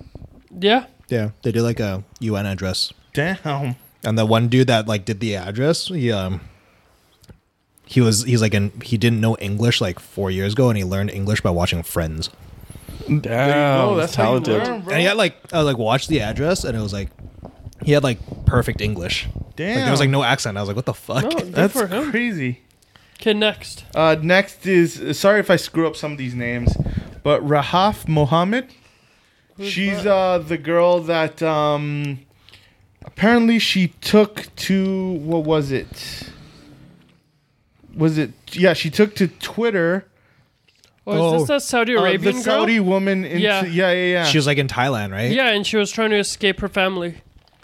[SPEAKER 5] Yeah.
[SPEAKER 2] Yeah, they do like a UN address,
[SPEAKER 3] Damn.
[SPEAKER 2] and the one dude that like did the address, he um, he was he's like an he didn't know English like four years ago, and he learned English by watching Friends.
[SPEAKER 4] Damn,
[SPEAKER 3] Oh,
[SPEAKER 4] that's talented.
[SPEAKER 2] And he had like I like watched the address, and it was like he had like perfect English. Like, there was like no accent. I was like, what the fuck?
[SPEAKER 5] No, good
[SPEAKER 3] that's
[SPEAKER 5] for him.
[SPEAKER 3] crazy.
[SPEAKER 5] Okay, next.
[SPEAKER 3] Uh, next is sorry if I screw up some of these names, but Rahaf Mohammed. She's
[SPEAKER 5] that?
[SPEAKER 3] uh, the girl that um, apparently she took to what was it? Was it yeah? She took to Twitter.
[SPEAKER 5] Oh, is
[SPEAKER 2] Oh.
[SPEAKER 5] this that Saudi
[SPEAKER 3] uh,
[SPEAKER 5] Arabian
[SPEAKER 3] the
[SPEAKER 5] girl?
[SPEAKER 3] Saudi woman. Into,
[SPEAKER 5] Yeah.
[SPEAKER 3] yeah, yeah, yeah.
[SPEAKER 2] She was like in Thailand, right?
[SPEAKER 5] Yeah, and she was trying to escape her family.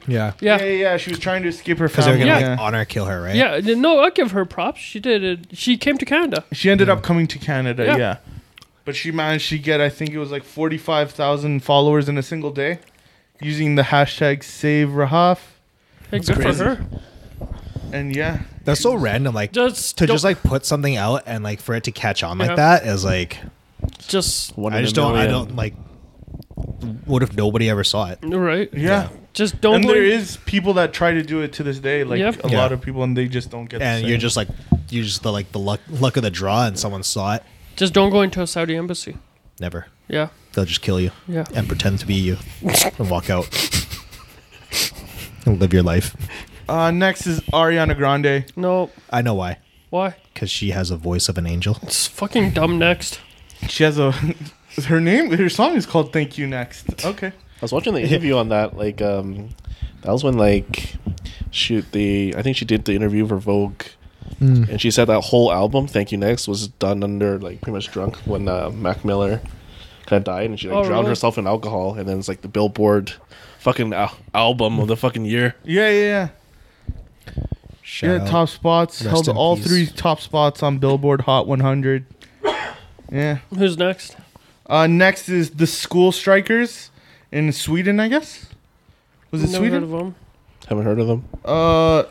[SPEAKER 2] yeah.
[SPEAKER 5] Yeah.
[SPEAKER 3] yeah, yeah, yeah. She was trying to escape her
[SPEAKER 2] Because they were
[SPEAKER 3] family.
[SPEAKER 2] gonna
[SPEAKER 3] yeah.
[SPEAKER 2] like honor kill her, right?
[SPEAKER 5] Um, Yeah, th- no, I give her props. She did it. She came to Canada.
[SPEAKER 3] She ended up coming to Canada.
[SPEAKER 5] Yeah.
[SPEAKER 3] Yeah. But she managed to get, I think it was like 45,000 followers in a single day using the hashtag save Rahaf.
[SPEAKER 5] Hey, good
[SPEAKER 4] crazy.
[SPEAKER 5] for her.
[SPEAKER 3] And yeah.
[SPEAKER 2] That's so random. Like
[SPEAKER 5] Just
[SPEAKER 2] to
[SPEAKER 5] don't-
[SPEAKER 2] just like put something out and like for it to catch on
[SPEAKER 5] Yeah.
[SPEAKER 2] like that is like
[SPEAKER 5] just
[SPEAKER 4] One
[SPEAKER 2] I
[SPEAKER 4] in a
[SPEAKER 2] just don't I
[SPEAKER 4] million.
[SPEAKER 2] don't like what if nobody ever saw it?
[SPEAKER 5] right.
[SPEAKER 3] Yeah.
[SPEAKER 5] Just don't.
[SPEAKER 3] And there
[SPEAKER 5] blame-
[SPEAKER 3] is people that try to do it to this day. Like
[SPEAKER 5] Yep.
[SPEAKER 3] a
[SPEAKER 2] Yeah.
[SPEAKER 3] lot of people, and they just don't get
[SPEAKER 2] And
[SPEAKER 3] the
[SPEAKER 2] you're
[SPEAKER 3] same.
[SPEAKER 2] just like you're just the like the luck luck of the draw and someone saw it.
[SPEAKER 5] Just don't go into a Saudi embassy.
[SPEAKER 2] Never.
[SPEAKER 5] Yeah.
[SPEAKER 2] They'll just kill you
[SPEAKER 5] Yeah.
[SPEAKER 2] and pretend to be you and walk out. and live your life.
[SPEAKER 3] Uh, next is Ariana Grande.
[SPEAKER 5] No.
[SPEAKER 2] I know why.
[SPEAKER 5] Why?
[SPEAKER 2] Because she has a voice of an angel.
[SPEAKER 5] It's fucking dumb. Next.
[SPEAKER 3] She has a. Her name, her song is called "Thank You." Next, okay.
[SPEAKER 4] I was watching the interview on that. Like, um, that was when like, shoot, the I think she did the interview for Vogue, and she said that whole album, "Thank You Next," was done under like pretty much drunk when uh, Mac Miller kind of died, and she like
[SPEAKER 5] Oh,
[SPEAKER 4] drowned
[SPEAKER 5] really?
[SPEAKER 4] herself in alcohol, and then it's like the Billboard fucking al- album of the fucking year.
[SPEAKER 3] Yeah, yeah, yeah. She
[SPEAKER 2] Shout
[SPEAKER 3] had
[SPEAKER 2] out.
[SPEAKER 3] top spots.
[SPEAKER 2] Rest
[SPEAKER 3] held
[SPEAKER 2] in
[SPEAKER 3] all
[SPEAKER 2] peace.
[SPEAKER 3] three top spots on Billboard Hot 100. Yeah.
[SPEAKER 5] Who's next?
[SPEAKER 3] Uh, next is the school strikers in Sweden, I guess. Was it
[SPEAKER 5] Never heard
[SPEAKER 3] Sweden?
[SPEAKER 5] of him.
[SPEAKER 4] Haven't heard of them.
[SPEAKER 3] Uh,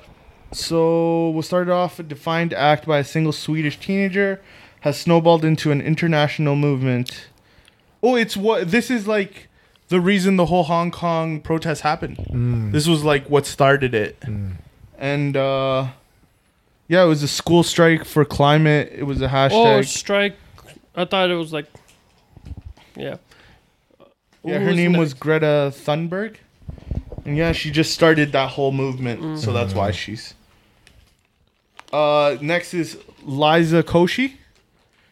[SPEAKER 3] so we'll start off a defined act by a single Swedish teenager has snowballed into an international movement. Oh, it's what this is like the reason the whole Hong Kong protest happened. This was like what started it. And uh yeah, it was a school strike for climate. It was a
[SPEAKER 5] Oh,
[SPEAKER 3] hashtag.
[SPEAKER 5] strike. I thought it was like. Yeah.
[SPEAKER 3] yeah, her
[SPEAKER 5] Who's
[SPEAKER 3] name was
[SPEAKER 5] next?
[SPEAKER 3] Greta Thunberg. And yeah, she just started that whole movement.
[SPEAKER 5] Mm.
[SPEAKER 3] So that's why she's uh next is Liza Koshy.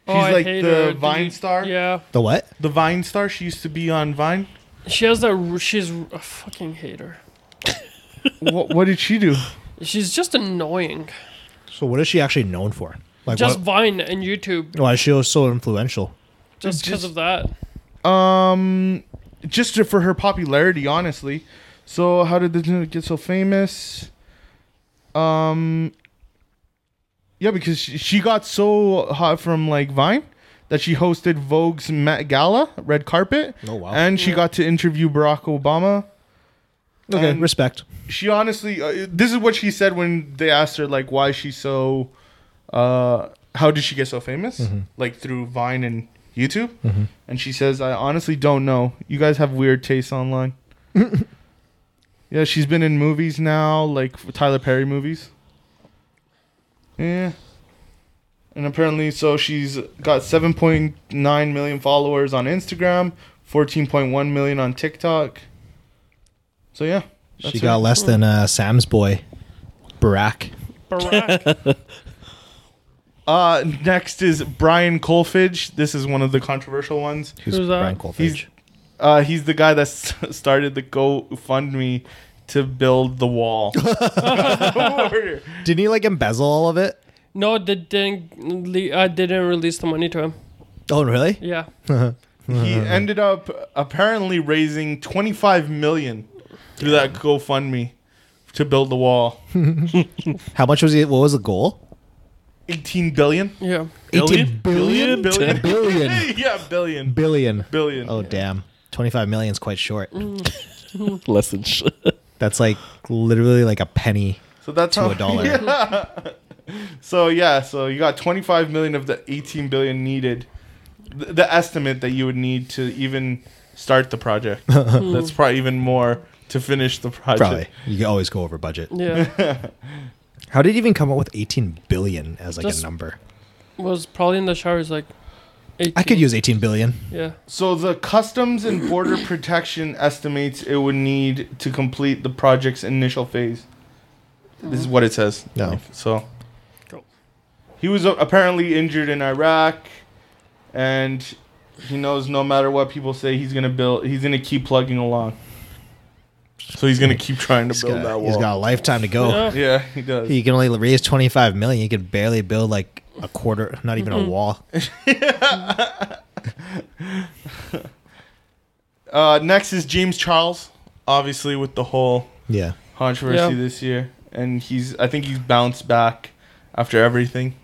[SPEAKER 5] Oh,
[SPEAKER 3] She's
[SPEAKER 5] I
[SPEAKER 3] like
[SPEAKER 5] hate
[SPEAKER 3] the
[SPEAKER 5] her.
[SPEAKER 3] Vine
[SPEAKER 5] Delete-
[SPEAKER 3] star.
[SPEAKER 5] Yeah.
[SPEAKER 2] The what?
[SPEAKER 3] The Vine star, she used to be on Vine.
[SPEAKER 5] She has that. r- She's a fucking hater.
[SPEAKER 3] what, what did she do?
[SPEAKER 5] She's just annoying.
[SPEAKER 2] So what is she actually known for? Like
[SPEAKER 5] Just
[SPEAKER 2] what,
[SPEAKER 5] Vine and YouTube.
[SPEAKER 2] why is she was so influential?
[SPEAKER 5] Just because
[SPEAKER 3] Just-
[SPEAKER 5] of that.
[SPEAKER 3] Um, just for her popularity, honestly. So how did this get so famous? Um, yeah, because she, she got so hot from like Vine that she hosted Vogue's Met Gala red carpet,
[SPEAKER 2] Oh wow.
[SPEAKER 3] and she got to interview Barack Obama.
[SPEAKER 2] okay,
[SPEAKER 3] and-
[SPEAKER 2] respect.
[SPEAKER 3] she honestly uh, this is what she said when they asked her like why she so uh how did she get so famous
[SPEAKER 2] Mm-hmm.
[SPEAKER 3] like through vine and youtube and she says i honestly don't know you guys have weird tastes online yeah she's been in movies now like tyler perry movies yeah and apparently so she's got 7.9 million followers on instagram 14.1 million on tiktok so yeah
[SPEAKER 2] she
[SPEAKER 3] that's her.
[SPEAKER 2] got less than uh, Sam's boy, Barack.
[SPEAKER 5] Barack.
[SPEAKER 3] Uh, next is Brian Colfidge. This is one of the controversial ones.
[SPEAKER 5] Who's that?
[SPEAKER 2] Brian
[SPEAKER 3] He's
[SPEAKER 2] Colfidge?
[SPEAKER 3] Uh, he's the guy that s- started the GoFundMe to build the wall. Warrior.
[SPEAKER 2] Didn't he like embezzle all of it?
[SPEAKER 5] No, they didn't. le- I didn't release the money to him.
[SPEAKER 2] Oh, really?
[SPEAKER 5] Yeah,
[SPEAKER 3] he ended up apparently raising 25 million through that GoFundMe to build the wall.
[SPEAKER 2] How much was he? What was the goal?
[SPEAKER 3] 18 billion?
[SPEAKER 5] yeah.
[SPEAKER 2] Eighteen
[SPEAKER 3] Billion? Billion.
[SPEAKER 2] billion,
[SPEAKER 3] yeah, billion.
[SPEAKER 2] billion.
[SPEAKER 3] Billion.
[SPEAKER 2] Oh, damn. 25 million is quite short.
[SPEAKER 4] Less than sh-
[SPEAKER 2] That's like literally like a penny
[SPEAKER 3] so that's
[SPEAKER 2] to
[SPEAKER 5] Oh,
[SPEAKER 3] how,
[SPEAKER 2] a dollar.
[SPEAKER 3] So yeah, so you got 25 million of the 18 billion needed. The, the estimate that you would need to even start the project. That's probably even more to finish the project.
[SPEAKER 2] Probably. You can always go over budget.
[SPEAKER 5] Yeah,
[SPEAKER 2] How did he even come up with 18 billion as like
[SPEAKER 5] Just-
[SPEAKER 2] a number?
[SPEAKER 5] was probably in the shower. He's like,
[SPEAKER 2] I could
[SPEAKER 5] 18.
[SPEAKER 2] use 18 billion.
[SPEAKER 5] Yeah,
[SPEAKER 3] So the Customs and Border Protection estimates it would need to complete the project's initial phase. This is what it says.
[SPEAKER 2] No.
[SPEAKER 3] So
[SPEAKER 5] Cool.
[SPEAKER 3] he was uh, apparently injured in Iraq, and he knows no matter what people say, he's gonna build. He's gonna keep plugging along. So he's gonna keep trying to
[SPEAKER 2] He's
[SPEAKER 3] build that
[SPEAKER 2] got,
[SPEAKER 3] wall.
[SPEAKER 2] he's got a lifetime to go.
[SPEAKER 5] Yeah.
[SPEAKER 3] yeah, he does.
[SPEAKER 2] He can only raise 25 million. He could barely build like a quarter, not even a wall.
[SPEAKER 3] uh, next is James Charles, obviously with the whole
[SPEAKER 2] Yeah.
[SPEAKER 3] controversy
[SPEAKER 5] Yeah.
[SPEAKER 3] this year, and he's I think he's bounced back after everything.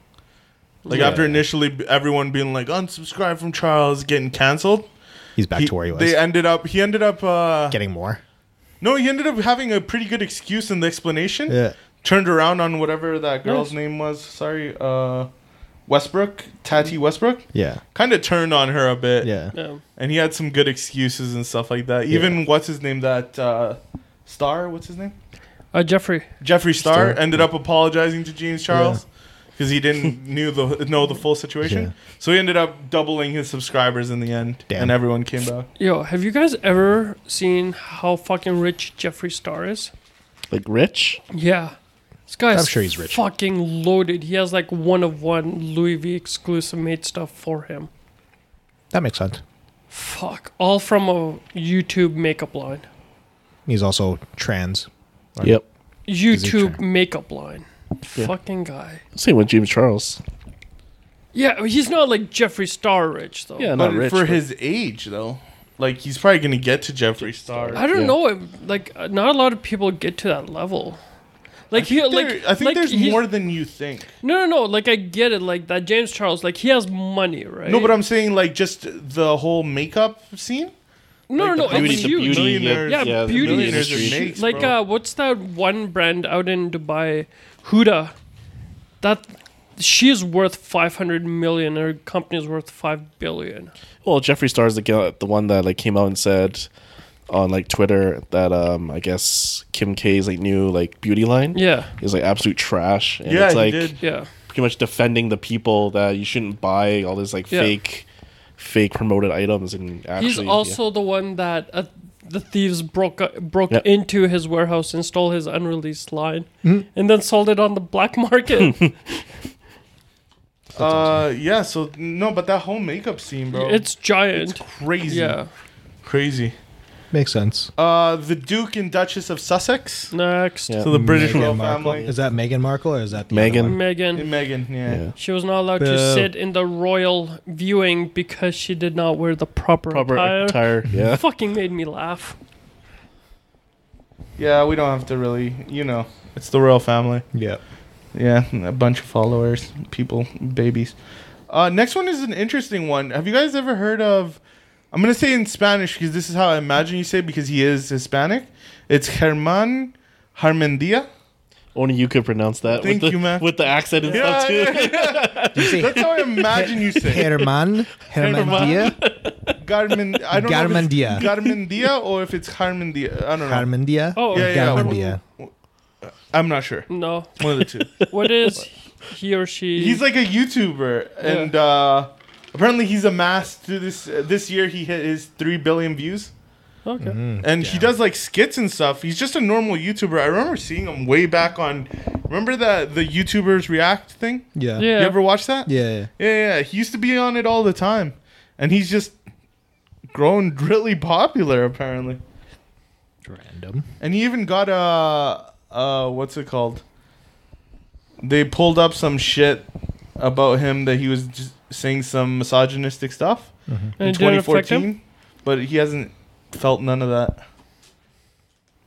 [SPEAKER 3] Like
[SPEAKER 4] Yeah.
[SPEAKER 3] after initially b- everyone being like unsubscribe from Charles getting canceled,
[SPEAKER 2] He's back
[SPEAKER 3] he-
[SPEAKER 2] to where he was.
[SPEAKER 3] they ended up he ended up uh,
[SPEAKER 2] Getting more.
[SPEAKER 3] no he ended up having a pretty good excuse in the explanation.
[SPEAKER 2] Yeah.
[SPEAKER 3] Turned around on whatever that girl's
[SPEAKER 5] Nice.
[SPEAKER 3] name was. Sorry, uh, Westbrook, Tati Westbrook,
[SPEAKER 2] Yeah.
[SPEAKER 3] kind of turned on her a bit.
[SPEAKER 2] Yeah.
[SPEAKER 5] yeah.
[SPEAKER 3] and he had some good excuses and stuff like that. Even what's his name that uh, Star, what's his name?
[SPEAKER 5] Uh, Jeffrey.
[SPEAKER 3] Jeffree Star
[SPEAKER 2] Star.
[SPEAKER 3] ended up apologizing to James Charles because he didn't knew the know the full situation.
[SPEAKER 2] Yeah.
[SPEAKER 3] So he ended up doubling his subscribers in the end,
[SPEAKER 2] Damn.
[SPEAKER 3] and everyone came back.
[SPEAKER 5] Yo, have you guys ever seen how fucking rich Jeffree Star is?
[SPEAKER 4] like rich.
[SPEAKER 5] Yeah. This guy's
[SPEAKER 2] I'm sure he's rich.
[SPEAKER 5] fucking loaded. He has like one of one Louis V exclusive made stuff for him.
[SPEAKER 2] That makes sense.
[SPEAKER 5] Fuck. All from a YouTube makeup line.
[SPEAKER 2] He's also trans. Right.
[SPEAKER 4] Yep.
[SPEAKER 5] YouTube
[SPEAKER 2] trying-
[SPEAKER 5] makeup line.
[SPEAKER 4] Yeah.
[SPEAKER 5] Fucking guy.
[SPEAKER 4] Same with James Charles.
[SPEAKER 5] Yeah, he's not like Jeffree Star rich though.
[SPEAKER 4] Yeah,
[SPEAKER 3] But
[SPEAKER 4] not rich.
[SPEAKER 3] for
[SPEAKER 4] but-
[SPEAKER 3] his age, though, like he's probably gonna get to Jeffree Star.
[SPEAKER 5] I don't
[SPEAKER 4] Yeah.
[SPEAKER 5] know. if- Like, uh, not a lot of people get to that level. Like he, like
[SPEAKER 3] There- I think
[SPEAKER 5] like
[SPEAKER 3] there's
[SPEAKER 5] he's-
[SPEAKER 3] more than you think.
[SPEAKER 5] No, no, no. Like I get it. Like that James Charles. Like he has money, right?
[SPEAKER 3] No, but I'm saying like just the whole makeup scene.
[SPEAKER 5] no,
[SPEAKER 3] like
[SPEAKER 5] no,
[SPEAKER 3] the
[SPEAKER 5] no.
[SPEAKER 4] beauty,
[SPEAKER 5] It's
[SPEAKER 4] the
[SPEAKER 5] huge.
[SPEAKER 4] beauty,
[SPEAKER 3] Millionaires.
[SPEAKER 5] Yeah,
[SPEAKER 4] the
[SPEAKER 5] beauty
[SPEAKER 4] beauty
[SPEAKER 3] Millionaires are
[SPEAKER 4] industry.
[SPEAKER 3] snakes,
[SPEAKER 5] like
[SPEAKER 3] bro.
[SPEAKER 5] uh, what's that one brand out in Dubai, Huda? That she is worth five hundred million. Her company is worth five billion.
[SPEAKER 4] Well, Jeffree Star's the guy, the one that like came out and said on like Twitter that um I guess Kim K's like new like beauty line
[SPEAKER 5] Yeah,
[SPEAKER 4] is like absolute trash. And
[SPEAKER 3] yeah,
[SPEAKER 4] it's
[SPEAKER 3] he
[SPEAKER 4] like
[SPEAKER 3] did.
[SPEAKER 5] yeah,
[SPEAKER 4] pretty much defending the people that you shouldn't buy all this like
[SPEAKER 5] Yeah.
[SPEAKER 4] fake fake promoted items and actually
[SPEAKER 5] he's also the one that uh, the thieves broke uh, broke
[SPEAKER 4] Yeah.
[SPEAKER 5] into his warehouse and stole his unreleased line,
[SPEAKER 3] Hmm.
[SPEAKER 5] and then sold it on the black market.
[SPEAKER 3] Uh, yeah. So no, but that whole makeup scene, bro, it's
[SPEAKER 5] it's giant.
[SPEAKER 3] crazy.
[SPEAKER 5] yeah.
[SPEAKER 3] crazy.
[SPEAKER 2] Makes sense.
[SPEAKER 3] Uh, the Duke and Duchess of Sussex.
[SPEAKER 5] Next,
[SPEAKER 4] Yeah.
[SPEAKER 3] So the British
[SPEAKER 2] Meghan
[SPEAKER 3] royal
[SPEAKER 2] Markle.
[SPEAKER 3] family.
[SPEAKER 2] Is that Meghan Markle or is that the
[SPEAKER 4] Meghan.
[SPEAKER 2] other one?
[SPEAKER 5] Megan.
[SPEAKER 3] Megan, yeah.
[SPEAKER 4] Yeah.
[SPEAKER 5] She was not allowed to
[SPEAKER 2] Boo.
[SPEAKER 5] sit in the royal viewing because she did not wear the proper,
[SPEAKER 4] proper
[SPEAKER 5] attire.
[SPEAKER 4] attire. Yeah.
[SPEAKER 5] Fucking made me laugh.
[SPEAKER 3] Yeah, we don't have to really, you know, it's the royal family.
[SPEAKER 2] Yeah.
[SPEAKER 3] Yeah, a bunch of followers, people, babies. Uh, next one is an interesting one. Have you guys ever heard of? I'm gonna say in Spanish because this is how I imagine you say it because he is Hispanic. It's German Harmendia.
[SPEAKER 4] Only you could pronounce that.
[SPEAKER 3] Thank
[SPEAKER 4] with the,
[SPEAKER 3] you, man.
[SPEAKER 4] With the accent and stuff too.
[SPEAKER 2] Did you say
[SPEAKER 3] That's how I imagine you say. it.
[SPEAKER 2] Herman? Hermandia?
[SPEAKER 3] Garmin. I don't
[SPEAKER 2] Garmendia.
[SPEAKER 3] know. Garmendia. Garmendia or if it's Harmendia. I don't know.
[SPEAKER 2] Hermandia?
[SPEAKER 5] Oh,
[SPEAKER 3] Yeah, yeah,
[SPEAKER 2] Garmendia.
[SPEAKER 3] I'm not sure.
[SPEAKER 5] No.
[SPEAKER 3] One of the two.
[SPEAKER 5] What is he or she?
[SPEAKER 3] He's like a YouTuber, and uh, apparently he's amassed through this uh, this year. He hit his three billion views,
[SPEAKER 5] okay.
[SPEAKER 3] and he does like skits and stuff. He's just a normal YouTuber. I remember seeing him way back on. Remember the the YouTubers React thing?
[SPEAKER 2] Yeah.
[SPEAKER 5] Yeah.
[SPEAKER 3] You ever watch that?
[SPEAKER 2] Yeah.
[SPEAKER 3] yeah, yeah. He used to be on it all the time, and he's just grown really popular apparently.
[SPEAKER 2] Random.
[SPEAKER 3] And he even got a uh what's it called? They pulled up some shit about him that he was just saying some misogynistic stuff in
[SPEAKER 5] And it didn't affect
[SPEAKER 3] 2014,
[SPEAKER 5] him?
[SPEAKER 3] but he hasn't felt none of that.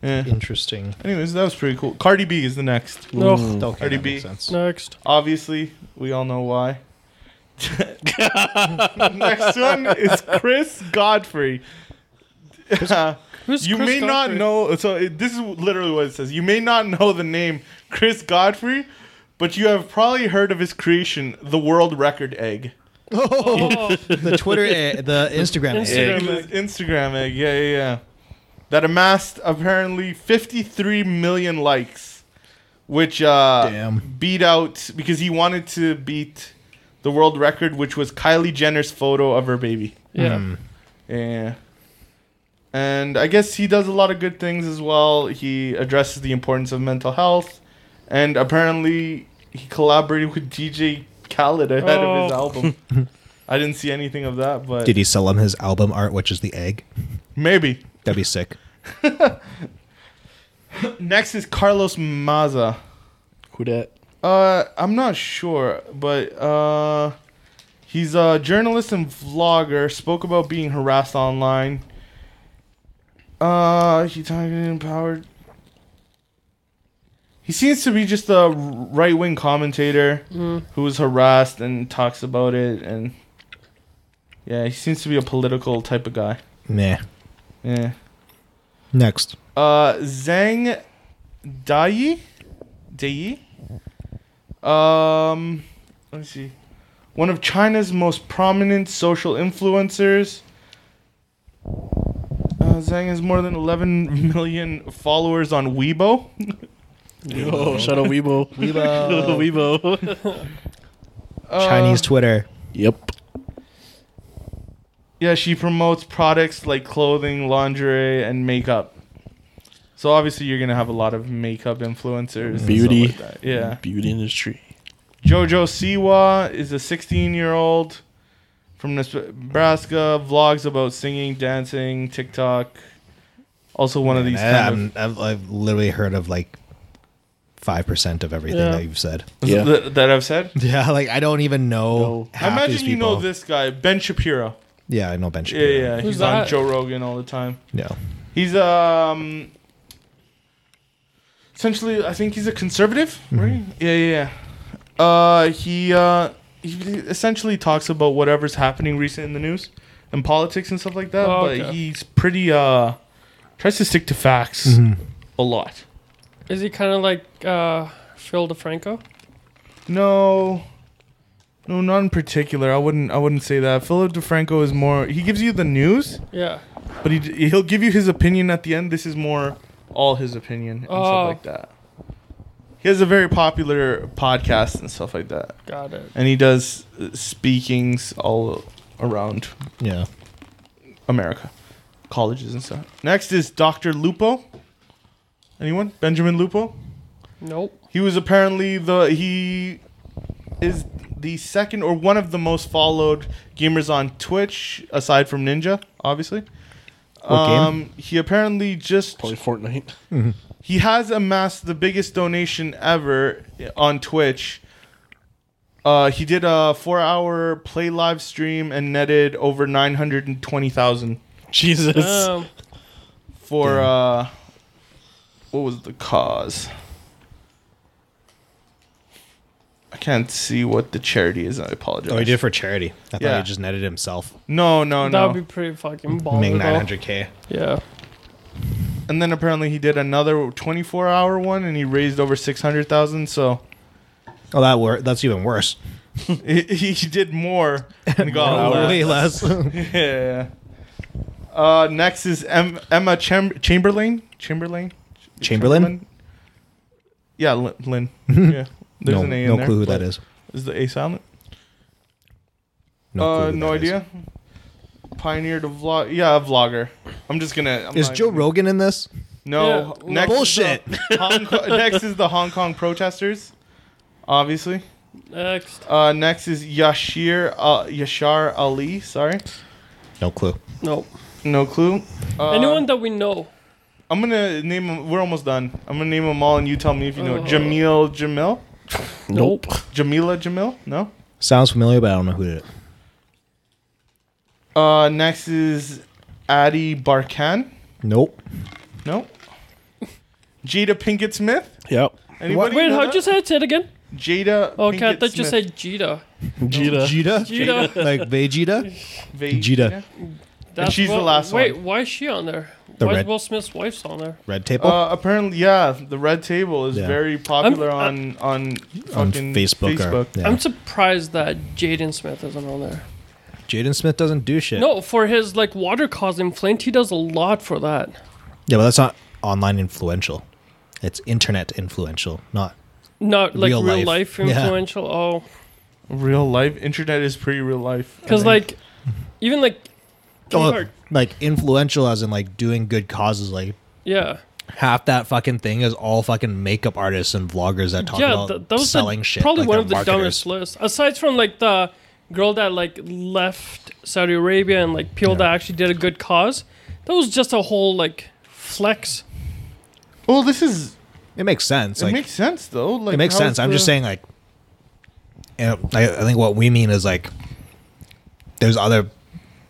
[SPEAKER 3] Yeah.
[SPEAKER 2] Interesting.
[SPEAKER 3] Anyways, that was pretty cool. Cardi B is the next.
[SPEAKER 5] No.
[SPEAKER 4] Mm.
[SPEAKER 2] Okay,
[SPEAKER 3] Cardi
[SPEAKER 2] that
[SPEAKER 3] B.
[SPEAKER 2] makes sense.
[SPEAKER 5] Next.
[SPEAKER 3] Obviously, we all know why. Next one is Chris Godfrey.
[SPEAKER 5] Who's
[SPEAKER 3] you
[SPEAKER 5] Chris
[SPEAKER 3] may not
[SPEAKER 5] Godfrey?
[SPEAKER 3] know. So it, this is literally what it says. You may not know the name Chris Godfrey, but you have probably heard of his creation, the world record egg.
[SPEAKER 5] Oh,
[SPEAKER 2] the Twitter, eh, the Instagram. eh.
[SPEAKER 5] Instagram.
[SPEAKER 3] It was
[SPEAKER 5] egg.
[SPEAKER 3] Instagram egg. Yeah, yeah, yeah. That amassed apparently 53 million likes, which uh,
[SPEAKER 2] Damn.
[SPEAKER 3] beat out because he wanted to beat the world record, which was Kylie Jenner's photo of her baby.
[SPEAKER 5] yeah.
[SPEAKER 2] Hmm.
[SPEAKER 3] Yeah. And I guess he does a lot of good things as well. He addresses the importance of mental health, and apparently he collaborated with DJ Khaled ahead of his
[SPEAKER 5] Oh.
[SPEAKER 3] album. I didn't see anything of that, but
[SPEAKER 2] Did he sell him his album art, which is the egg?
[SPEAKER 3] maybe.
[SPEAKER 2] That'd be sick.
[SPEAKER 3] Next is Carlos Maza.
[SPEAKER 4] Who dat?
[SPEAKER 3] Uh, I'm not sure, but uh, he's a journalist and vlogger. Spoke about being harassed online. Uh, he talking empowered. He seems to be just a right wing commentator who was harassed and talks about it, and yeah, he seems to be a political type of guy.
[SPEAKER 2] Nah.
[SPEAKER 3] Yeah.
[SPEAKER 2] Next.
[SPEAKER 3] Uh, Zhang Dai? Dai? Um, let me see. One of China's most prominent social influencers. Uh, Zhang has more than 11 million followers on Weibo.
[SPEAKER 4] Oh, shout out Weibo. Weibo.
[SPEAKER 3] Uh,
[SPEAKER 2] Chinese Twitter.
[SPEAKER 4] Yep.
[SPEAKER 3] Yeah, she promotes products like clothing, lingerie, and makeup. So obviously, you're gonna have a lot of makeup influencers. and stuff
[SPEAKER 4] Beauty.
[SPEAKER 3] like that. yeah.
[SPEAKER 4] Beauty industry.
[SPEAKER 3] Jojo Siwa is a 16 year old from Nebraska. Vlogs about singing, dancing, TikTok. Also, one of these.
[SPEAKER 2] Nah,
[SPEAKER 3] Kind of,
[SPEAKER 2] I'm- I've, I've literally heard of like five percent of everything
[SPEAKER 5] Yeah.
[SPEAKER 2] that you've said.
[SPEAKER 4] Yeah.
[SPEAKER 3] th- that I've said.
[SPEAKER 2] Yeah, like I don't even know.
[SPEAKER 4] No.
[SPEAKER 2] half
[SPEAKER 3] I
[SPEAKER 2] these
[SPEAKER 3] imagine you know
[SPEAKER 2] people.
[SPEAKER 3] this guy, Ben Shapiro.
[SPEAKER 2] Yeah, I know Ben
[SPEAKER 3] Yeah, yeah.
[SPEAKER 2] Shapiro.
[SPEAKER 3] He's
[SPEAKER 5] Who's
[SPEAKER 3] on
[SPEAKER 5] that?
[SPEAKER 3] Joe Rogan all the time.
[SPEAKER 2] Yeah,
[SPEAKER 3] He's um. Essentially, I think he's a conservative, right? Yeah, yeah. yeah. Uh, he uh, he essentially talks about whatever's happening recent in the news and politics and stuff like that.
[SPEAKER 5] Oh,
[SPEAKER 3] But
[SPEAKER 5] okay.
[SPEAKER 3] he's pretty uh, tries to stick to facts a lot.
[SPEAKER 5] Is he kind of like uh, Phil DeFranco?
[SPEAKER 3] No, no, not in particular. I wouldn't. I wouldn't say that. Philip DeFranco is more. He gives you the news,
[SPEAKER 5] Yeah.
[SPEAKER 3] but he d- he'll give you his opinion at the end. This is more all his opinion and
[SPEAKER 5] Oh.
[SPEAKER 3] stuff like that. He has a very popular podcast and stuff like that,
[SPEAKER 5] Got it.
[SPEAKER 3] and he does uh, speakings all around
[SPEAKER 2] yeah.
[SPEAKER 3] America, colleges and stuff. Next is Doctor Lupo. Anyone? Benjamin Lupo.
[SPEAKER 5] Nope.
[SPEAKER 3] He was apparently the he is the second or one of the most followed gamers on Twitch aside from Ninja, obviously. Um,
[SPEAKER 2] What game?
[SPEAKER 3] He apparently just
[SPEAKER 4] Probably Fortnite.
[SPEAKER 3] he has amassed the biggest donation ever on Twitch. Uh, he did a four-hour play live stream and netted over nine hundred and twenty thousand
[SPEAKER 4] Jesus.
[SPEAKER 5] Um,
[SPEAKER 3] for uh, what was the cause? I can't see what the charity is. I apologize.
[SPEAKER 2] Oh, he did it for charity. I
[SPEAKER 3] Yeah.
[SPEAKER 2] thought he just netted himself,
[SPEAKER 3] No, no,
[SPEAKER 5] that
[SPEAKER 3] no.
[SPEAKER 5] would be pretty fucking baller.
[SPEAKER 2] making
[SPEAKER 5] though.
[SPEAKER 2] nine hundred k.
[SPEAKER 5] Yeah.
[SPEAKER 3] and then apparently he did another 24-hour one, and he raised over six hundred thousand. So
[SPEAKER 2] Oh, that wor- that's even worse.
[SPEAKER 3] he, he he did more and got less.
[SPEAKER 2] way less.
[SPEAKER 3] Yeah. Uh, next is em- Emma Cham- Chamberlain. Chamberlain.
[SPEAKER 2] Chamberlain? Mm-hmm.
[SPEAKER 3] Yeah, Lin. Lin. yeah. There's
[SPEAKER 2] no,
[SPEAKER 3] an A in
[SPEAKER 2] no
[SPEAKER 3] there,
[SPEAKER 2] clue who that
[SPEAKER 3] but
[SPEAKER 2] is.
[SPEAKER 3] Is the A silent?
[SPEAKER 2] No, clue
[SPEAKER 3] uh,
[SPEAKER 2] who
[SPEAKER 3] no
[SPEAKER 2] that is.
[SPEAKER 3] idea. Pioneered a vlog. Yeah, a vlogger. I'm just gonna. I'm
[SPEAKER 2] Is
[SPEAKER 3] not
[SPEAKER 2] Joe
[SPEAKER 3] gonna-
[SPEAKER 2] Rogan in this?
[SPEAKER 3] No.
[SPEAKER 5] Yeah,
[SPEAKER 3] next
[SPEAKER 2] bullshit.
[SPEAKER 3] Is the Hong Kong, next is the Hong Kong protesters. Obviously.
[SPEAKER 5] Next.
[SPEAKER 3] Uh, next is Yashir uh, Yashar Ali. Sorry.
[SPEAKER 2] No clue.
[SPEAKER 5] No.
[SPEAKER 3] No clue. Uh,
[SPEAKER 5] Anyone that we know.
[SPEAKER 3] I'm gonna name them. We're almost done. I'm gonna name them all, and you tell me if you know.
[SPEAKER 5] Oh.
[SPEAKER 3] Jamil Jamil,
[SPEAKER 5] Nope.
[SPEAKER 3] Jamila Jamil. No.
[SPEAKER 2] Sounds familiar, but I don't know who did it.
[SPEAKER 3] Uh, next is Addie Barkan.
[SPEAKER 2] Nope.
[SPEAKER 3] No. Jada Pinkett Smith.
[SPEAKER 4] Yep.
[SPEAKER 3] Anybody
[SPEAKER 5] Wait,
[SPEAKER 3] know
[SPEAKER 5] how'd
[SPEAKER 3] that?
[SPEAKER 5] you say it? Say it again.
[SPEAKER 3] Jada?
[SPEAKER 5] Oh, okay,
[SPEAKER 3] Pinkett
[SPEAKER 5] I thought you
[SPEAKER 3] Smith.
[SPEAKER 5] said Jita.
[SPEAKER 4] Jita.
[SPEAKER 2] Jita?
[SPEAKER 5] Jita.
[SPEAKER 2] like Vegeta?
[SPEAKER 3] Ve-
[SPEAKER 2] Jada.
[SPEAKER 5] That's
[SPEAKER 3] she's the
[SPEAKER 5] what-
[SPEAKER 3] last
[SPEAKER 5] Wait,
[SPEAKER 3] one.
[SPEAKER 5] why is she on there?
[SPEAKER 2] The
[SPEAKER 5] why
[SPEAKER 2] red-
[SPEAKER 5] is Will Smith's wife's on there?
[SPEAKER 2] Red Table?
[SPEAKER 3] Uh, apparently, yeah, the Red Table is
[SPEAKER 2] Oh. Yeah.
[SPEAKER 3] very popular
[SPEAKER 5] I-
[SPEAKER 3] on on
[SPEAKER 2] on
[SPEAKER 3] fucking
[SPEAKER 2] Facebook.
[SPEAKER 3] Facebook.
[SPEAKER 2] Or, yeah.
[SPEAKER 5] I'm surprised that Jaden Smith isn't on there.
[SPEAKER 2] Jaden Smith doesn't do shit.
[SPEAKER 5] No, for his like water causing Flint, he does a lot for that.
[SPEAKER 2] Yeah, but that's not online influential. It's internet influential, not
[SPEAKER 5] Not like
[SPEAKER 2] Real
[SPEAKER 5] real,
[SPEAKER 2] life.
[SPEAKER 5] life.
[SPEAKER 2] Yeah.
[SPEAKER 5] influential. Oh,
[SPEAKER 3] Real life internet is pretty real life. I
[SPEAKER 5] because
[SPEAKER 3] think.
[SPEAKER 5] like even like
[SPEAKER 2] Oh,
[SPEAKER 5] Kmart,
[SPEAKER 2] like influential as in like doing good causes. Like
[SPEAKER 5] yeah,
[SPEAKER 2] half that fucking thing is all fucking makeup artists and vloggers that talk
[SPEAKER 5] yeah.
[SPEAKER 2] about
[SPEAKER 5] Th- that was the-
[SPEAKER 2] selling shit.
[SPEAKER 5] probably
[SPEAKER 2] like
[SPEAKER 5] one
[SPEAKER 2] they're
[SPEAKER 5] of the
[SPEAKER 2] marketers.
[SPEAKER 5] dumbest lists. Aside from like the girl that like left Saudi Arabia and like people that actually did a good cause, that was just a whole like flex.
[SPEAKER 3] well, Oh, this is
[SPEAKER 2] It makes sense.
[SPEAKER 3] it
[SPEAKER 2] like
[SPEAKER 3] makes sense though. Like
[SPEAKER 2] it makes
[SPEAKER 3] how's
[SPEAKER 2] sense. I'm just
[SPEAKER 3] the-
[SPEAKER 2] saying like, you know, I, I think what we mean is like, there's other,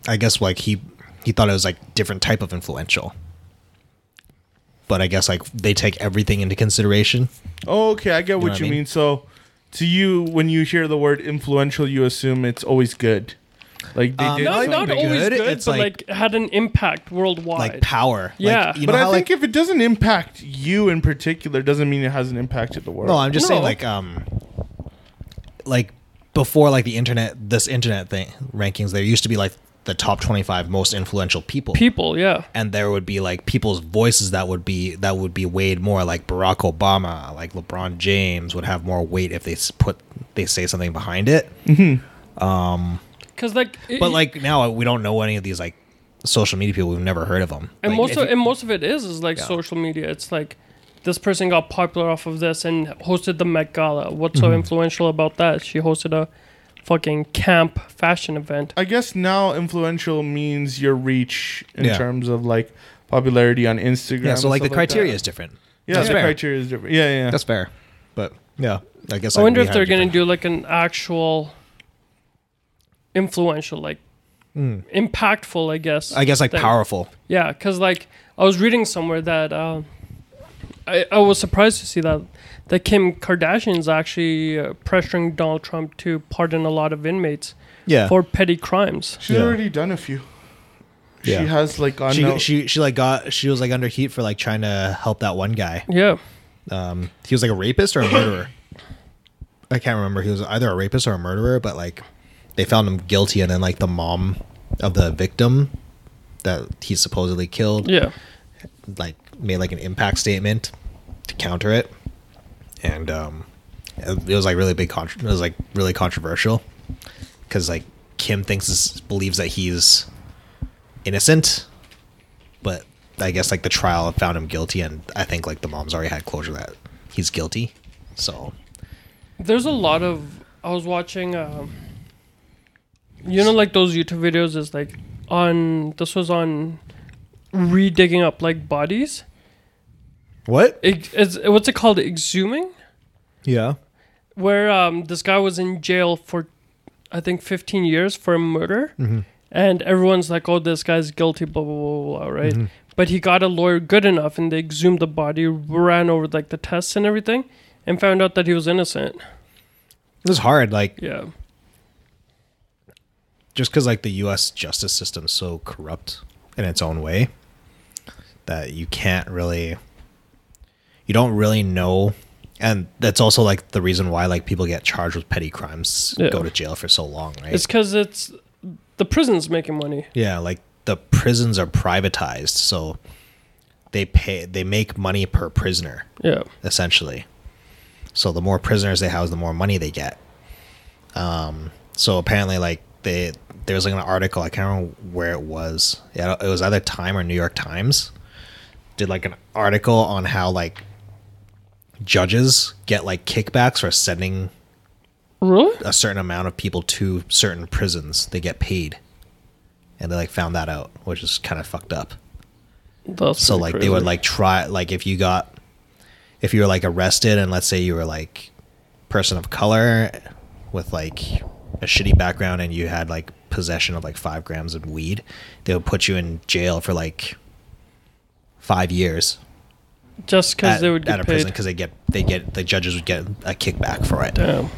[SPEAKER 2] I guess like he he thought it was like different type of influential. But I guess like they take everything into consideration.
[SPEAKER 3] Oh, okay, I get what
[SPEAKER 2] what I
[SPEAKER 3] you
[SPEAKER 2] mean?
[SPEAKER 3] mean. So, to you, when you hear the word influential, you assume it's always good. Like they
[SPEAKER 2] Um,
[SPEAKER 3] did
[SPEAKER 2] No,
[SPEAKER 5] Not,
[SPEAKER 2] It's
[SPEAKER 5] not
[SPEAKER 2] something
[SPEAKER 5] always
[SPEAKER 2] good.
[SPEAKER 5] good,
[SPEAKER 2] It's
[SPEAKER 5] but
[SPEAKER 2] like-
[SPEAKER 5] like, had an impact worldwide.
[SPEAKER 2] Like power.
[SPEAKER 5] Yeah.
[SPEAKER 2] Like, you know
[SPEAKER 3] but I
[SPEAKER 2] how, like,
[SPEAKER 3] think if it doesn't impact you in particular, doesn't mean it hasn't impacted the world.
[SPEAKER 2] No, I'm just saying
[SPEAKER 5] No.
[SPEAKER 2] like um like before like the internet this internet thing rankings there used to be like the top 25 most influential people.
[SPEAKER 5] People, yeah.
[SPEAKER 2] and there would be like people's voices that would be that would be weighed more like Barack Obama, like LeBron James would have more weight if they s- put they say something behind it.
[SPEAKER 5] Because like, it-
[SPEAKER 2] But like now we don't know any of these like social media people we've never heard of them.
[SPEAKER 5] and
[SPEAKER 2] Like,
[SPEAKER 5] most
[SPEAKER 2] if
[SPEAKER 5] of
[SPEAKER 2] you-
[SPEAKER 5] and most of it is is like social media. It's like this person got popular off of this and hosted the Met Gala. What's
[SPEAKER 2] Mm-hmm.
[SPEAKER 5] so influential about that? She hosted a fucking camp fashion event.
[SPEAKER 3] I guess now influential means your reach in
[SPEAKER 2] Yeah.
[SPEAKER 3] terms of like popularity on Instagram.
[SPEAKER 2] yeah, so
[SPEAKER 3] and
[SPEAKER 2] like the
[SPEAKER 3] stuff
[SPEAKER 2] criteria
[SPEAKER 3] that.
[SPEAKER 2] is different.
[SPEAKER 3] yeah,
[SPEAKER 2] that's
[SPEAKER 3] the
[SPEAKER 2] fair.
[SPEAKER 3] criteria is different. Yeah, yeah.
[SPEAKER 2] That's fair. But yeah, I guess
[SPEAKER 5] I
[SPEAKER 2] like,
[SPEAKER 5] wonder
[SPEAKER 2] we
[SPEAKER 5] if
[SPEAKER 2] have
[SPEAKER 5] they're gonna
[SPEAKER 2] different-
[SPEAKER 5] do like an actual influential, like impactful. I guess.
[SPEAKER 2] Hmm. I guess like
[SPEAKER 5] thing.
[SPEAKER 2] powerful.
[SPEAKER 5] Yeah, because like I was reading somewhere that um, I I was surprised to see that that Kim Kardashian's actually uh, pressuring Donald Trump to pardon a lot of inmates
[SPEAKER 2] Yeah.
[SPEAKER 5] for petty crimes.
[SPEAKER 3] She's
[SPEAKER 2] Yeah.
[SPEAKER 3] already done a few.
[SPEAKER 2] Yeah.
[SPEAKER 3] She has like gone
[SPEAKER 2] she,
[SPEAKER 3] out-
[SPEAKER 2] she she like got she was like under heat for like trying to help that one guy.
[SPEAKER 5] Yeah,
[SPEAKER 2] Um, he was like a rapist or a murderer. I can't remember. He was either a rapist or a murderer, but like they found him guilty, and then like the mom of the victim that he supposedly killed,
[SPEAKER 5] yeah.
[SPEAKER 2] like made like an impact statement to counter it, and um, it was like really big. Contr- it was like really controversial because like Kim thinks this believes that he's innocent, but I guess like the trial found him guilty, and I think like the mom's already had closure that he's guilty. So
[SPEAKER 5] There's a lot of I was watching. Um, you know, like those YouTube videos is like on. This was on redigging up like bodies.
[SPEAKER 2] what?
[SPEAKER 5] It, it's, what's it called? Exhuming.
[SPEAKER 2] Yeah.
[SPEAKER 5] where um, this guy was in jail for I think 15 years for a murder, and everyone's like, "Oh, this guy's guilty," blah blah blah blah, blah right? But he got a lawyer good enough, and they exhumed the body, ran over like the tests and everything, and found out that he was innocent.
[SPEAKER 2] It was hard, like
[SPEAKER 5] Yeah,
[SPEAKER 2] just because like the U.S. justice system's so corrupt in its own way that you can't really, you don't really know, and that's also like the reason why like people get charged with petty crimes
[SPEAKER 5] Yeah.
[SPEAKER 2] go to jail for so long, right?
[SPEAKER 5] it's because it's the prison's making money.
[SPEAKER 2] Yeah, like the prisons are privatized, so they pay they make money per prisoner
[SPEAKER 5] Yeah,
[SPEAKER 2] essentially. So the more prisoners they house, the more money they get. Um, so apparently, like they there was like an article I can't remember where it was. Yeah, it was either Time or New York Times did like an article on how like judges get like kickbacks for sending
[SPEAKER 5] really?
[SPEAKER 2] a certain amount of people to certain prisons. They get paid and they like found that out, which is kind of fucked up.
[SPEAKER 5] That's
[SPEAKER 2] So
[SPEAKER 5] pretty
[SPEAKER 2] like they
[SPEAKER 5] crazy.
[SPEAKER 2] would like try like if you got if you were like arrested and let's say you were like person of color with like a shitty background and you had like possession of like five grams of weed, they would put you in jail for like five years
[SPEAKER 5] just because
[SPEAKER 2] at,
[SPEAKER 5] they would
[SPEAKER 2] at
[SPEAKER 5] get
[SPEAKER 2] a
[SPEAKER 5] paid.
[SPEAKER 2] prison because they get they get the judges would get a kickback for it.
[SPEAKER 5] Damn.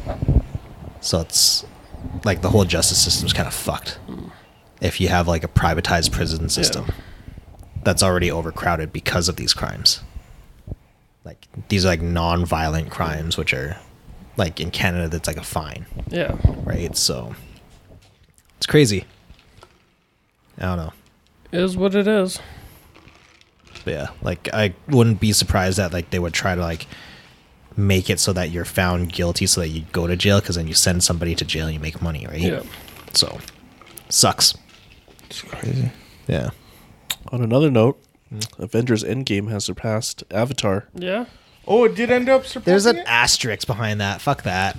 [SPEAKER 2] So it's like the whole justice system's kind of fucked. If you have like a privatized prison system that's already overcrowded because of these crimes. Like these are like non-violent crimes which are like in Canada that's like a fine,
[SPEAKER 5] Yeah.
[SPEAKER 2] right? So it's crazy. I don't know.
[SPEAKER 5] Is what it is.
[SPEAKER 2] But yeah, like I wouldn't be surprised that like they would try to like make it so that you're found guilty so that you go to jail because then you send somebody to jail and you make money, right?
[SPEAKER 5] Yeah.
[SPEAKER 2] So sucks.
[SPEAKER 3] It's crazy.
[SPEAKER 2] Yeah.
[SPEAKER 4] On another note, Avengers Endgame has surpassed Avatar.
[SPEAKER 5] Yeah.
[SPEAKER 3] Oh, it did end up surprising.
[SPEAKER 2] There's an
[SPEAKER 3] it?
[SPEAKER 2] asterisk behind that. Fuck that.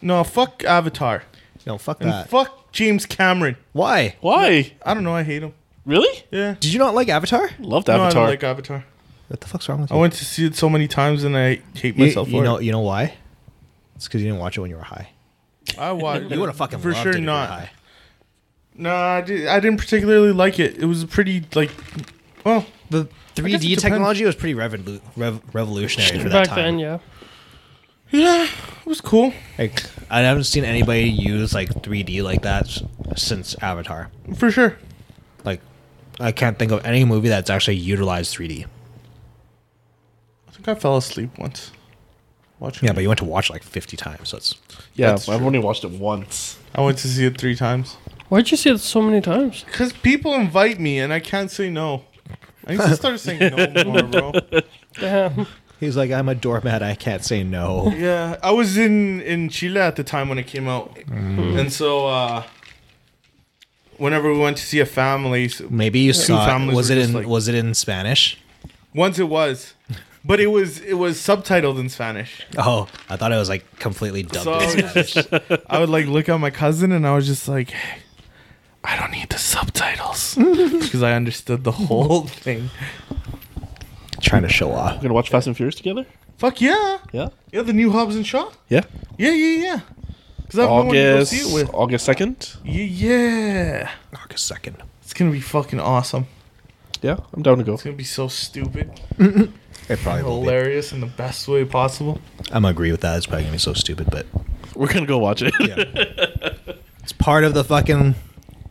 [SPEAKER 3] no. Fuck Avatar.
[SPEAKER 2] No, fuck
[SPEAKER 3] And
[SPEAKER 2] that.
[SPEAKER 3] fuck James Cameron.
[SPEAKER 2] Why?
[SPEAKER 4] Why?
[SPEAKER 3] I don't know. I hate him.
[SPEAKER 4] Really?
[SPEAKER 3] Yeah.
[SPEAKER 2] Did you not like Avatar?
[SPEAKER 4] Loved
[SPEAKER 3] No, I
[SPEAKER 4] Avatar.
[SPEAKER 3] don't like Avatar.
[SPEAKER 2] What the fuck's wrong with
[SPEAKER 3] I
[SPEAKER 2] you?
[SPEAKER 3] went to see it so many times and I hate
[SPEAKER 2] you,
[SPEAKER 3] myself
[SPEAKER 2] you
[SPEAKER 3] for
[SPEAKER 2] know,
[SPEAKER 3] it.
[SPEAKER 2] you know why? It's because you didn't watch it when you were high.
[SPEAKER 3] I watched.
[SPEAKER 2] You would have fucking
[SPEAKER 3] for
[SPEAKER 2] loved
[SPEAKER 3] sure
[SPEAKER 2] it if you were
[SPEAKER 3] not.
[SPEAKER 2] high.
[SPEAKER 3] No, I, did, I didn't particularly like it. It was pretty like, well,
[SPEAKER 2] The
[SPEAKER 3] guess it
[SPEAKER 2] 3D
[SPEAKER 3] depends.
[SPEAKER 2] technology was pretty revolu- rev- revolutionary for that
[SPEAKER 5] Back
[SPEAKER 2] time.
[SPEAKER 5] then, yeah.
[SPEAKER 3] yeah, it was cool.
[SPEAKER 2] Like, I haven't seen anybody use like 3D like that s- since Avatar.
[SPEAKER 3] For sure.
[SPEAKER 2] Like, I can't think of any movie that's actually utilized 3D.
[SPEAKER 3] I think I fell asleep once. Watching
[SPEAKER 2] Yeah,
[SPEAKER 3] it.
[SPEAKER 2] but you went to watch like 50 times, so it's
[SPEAKER 4] yeah,
[SPEAKER 3] That's
[SPEAKER 4] I've
[SPEAKER 3] true.
[SPEAKER 4] only watched it once.
[SPEAKER 3] I went to see it three times.
[SPEAKER 5] Why'd you say it so many times?
[SPEAKER 3] Because people invite me and I can't say no. I need to start saying no more, bro.
[SPEAKER 5] Damn.
[SPEAKER 2] He's like, I'm a doormat. I can't say no.
[SPEAKER 3] Yeah, I was in in Chile at the time when it came out, and so uh whenever we went to see a family, s-
[SPEAKER 2] Maybe you saw. It.
[SPEAKER 3] families
[SPEAKER 2] Was
[SPEAKER 3] were
[SPEAKER 2] it
[SPEAKER 3] just
[SPEAKER 2] in?
[SPEAKER 3] like-
[SPEAKER 2] was it in Spanish?
[SPEAKER 3] once it was, but it was it was subtitled in Spanish.
[SPEAKER 2] Oh, I thought it was like completely dubbed.
[SPEAKER 3] So
[SPEAKER 2] in
[SPEAKER 3] I,
[SPEAKER 2] Spanish.
[SPEAKER 3] was just- I would like look at my cousin and I was just like, hey, I don't need the subtitles because I understood the whole thing.
[SPEAKER 2] Trying to show off.
[SPEAKER 4] We're gonna watch Fast and Furious together.
[SPEAKER 3] Fuck yeah,
[SPEAKER 4] Yeah.
[SPEAKER 3] yeah, the new Hobbs and Shaw.
[SPEAKER 4] Yeah.
[SPEAKER 3] Yeah, yeah, yeah. Because I've no one to go
[SPEAKER 4] August
[SPEAKER 3] see it with.
[SPEAKER 4] August second.
[SPEAKER 3] Yeah, yeah,
[SPEAKER 2] August second.
[SPEAKER 3] it's gonna be fucking awesome.
[SPEAKER 4] Yeah, I'm down to go.
[SPEAKER 3] It's gonna be so stupid.
[SPEAKER 2] It probably will be.
[SPEAKER 3] hilarious in the best way possible.
[SPEAKER 2] I'm gonna agree with that. It's probably gonna be so stupid, but
[SPEAKER 4] We're gonna go watch it.
[SPEAKER 2] it's part of the fucking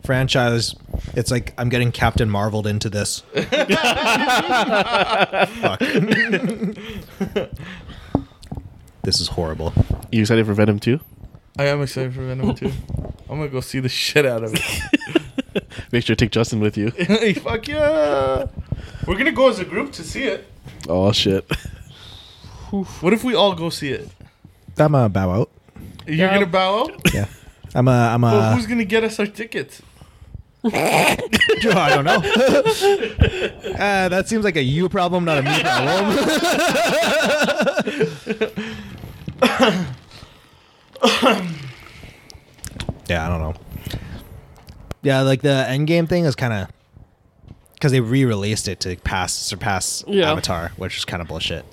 [SPEAKER 2] franchise. It's like I'm getting Captain Marveled into this. Fuck. this is horrible.
[SPEAKER 4] you excited for Venom too?
[SPEAKER 3] I am excited for Venom 2. I'm gonna go see the shit out of it.
[SPEAKER 4] Make sure to take Justin with you.
[SPEAKER 3] Hey, fuck yeah! We're gonna go as a group to see it.
[SPEAKER 4] oh shit.
[SPEAKER 3] What if we all go see it?
[SPEAKER 2] I'm a bow out.
[SPEAKER 3] You're
[SPEAKER 5] Yeah.
[SPEAKER 3] gonna bow out?
[SPEAKER 2] Yeah. I'm a. I'm a.
[SPEAKER 3] well, who's gonna get us our tickets?
[SPEAKER 2] I don't know. uh, that seems like a you problem, not a me problem. yeah, I don't know. Yeah, like the Endgame thing is kind of because they re-released it to pass surpass
[SPEAKER 5] Yeah.
[SPEAKER 2] Avatar, which is kind of bullshit.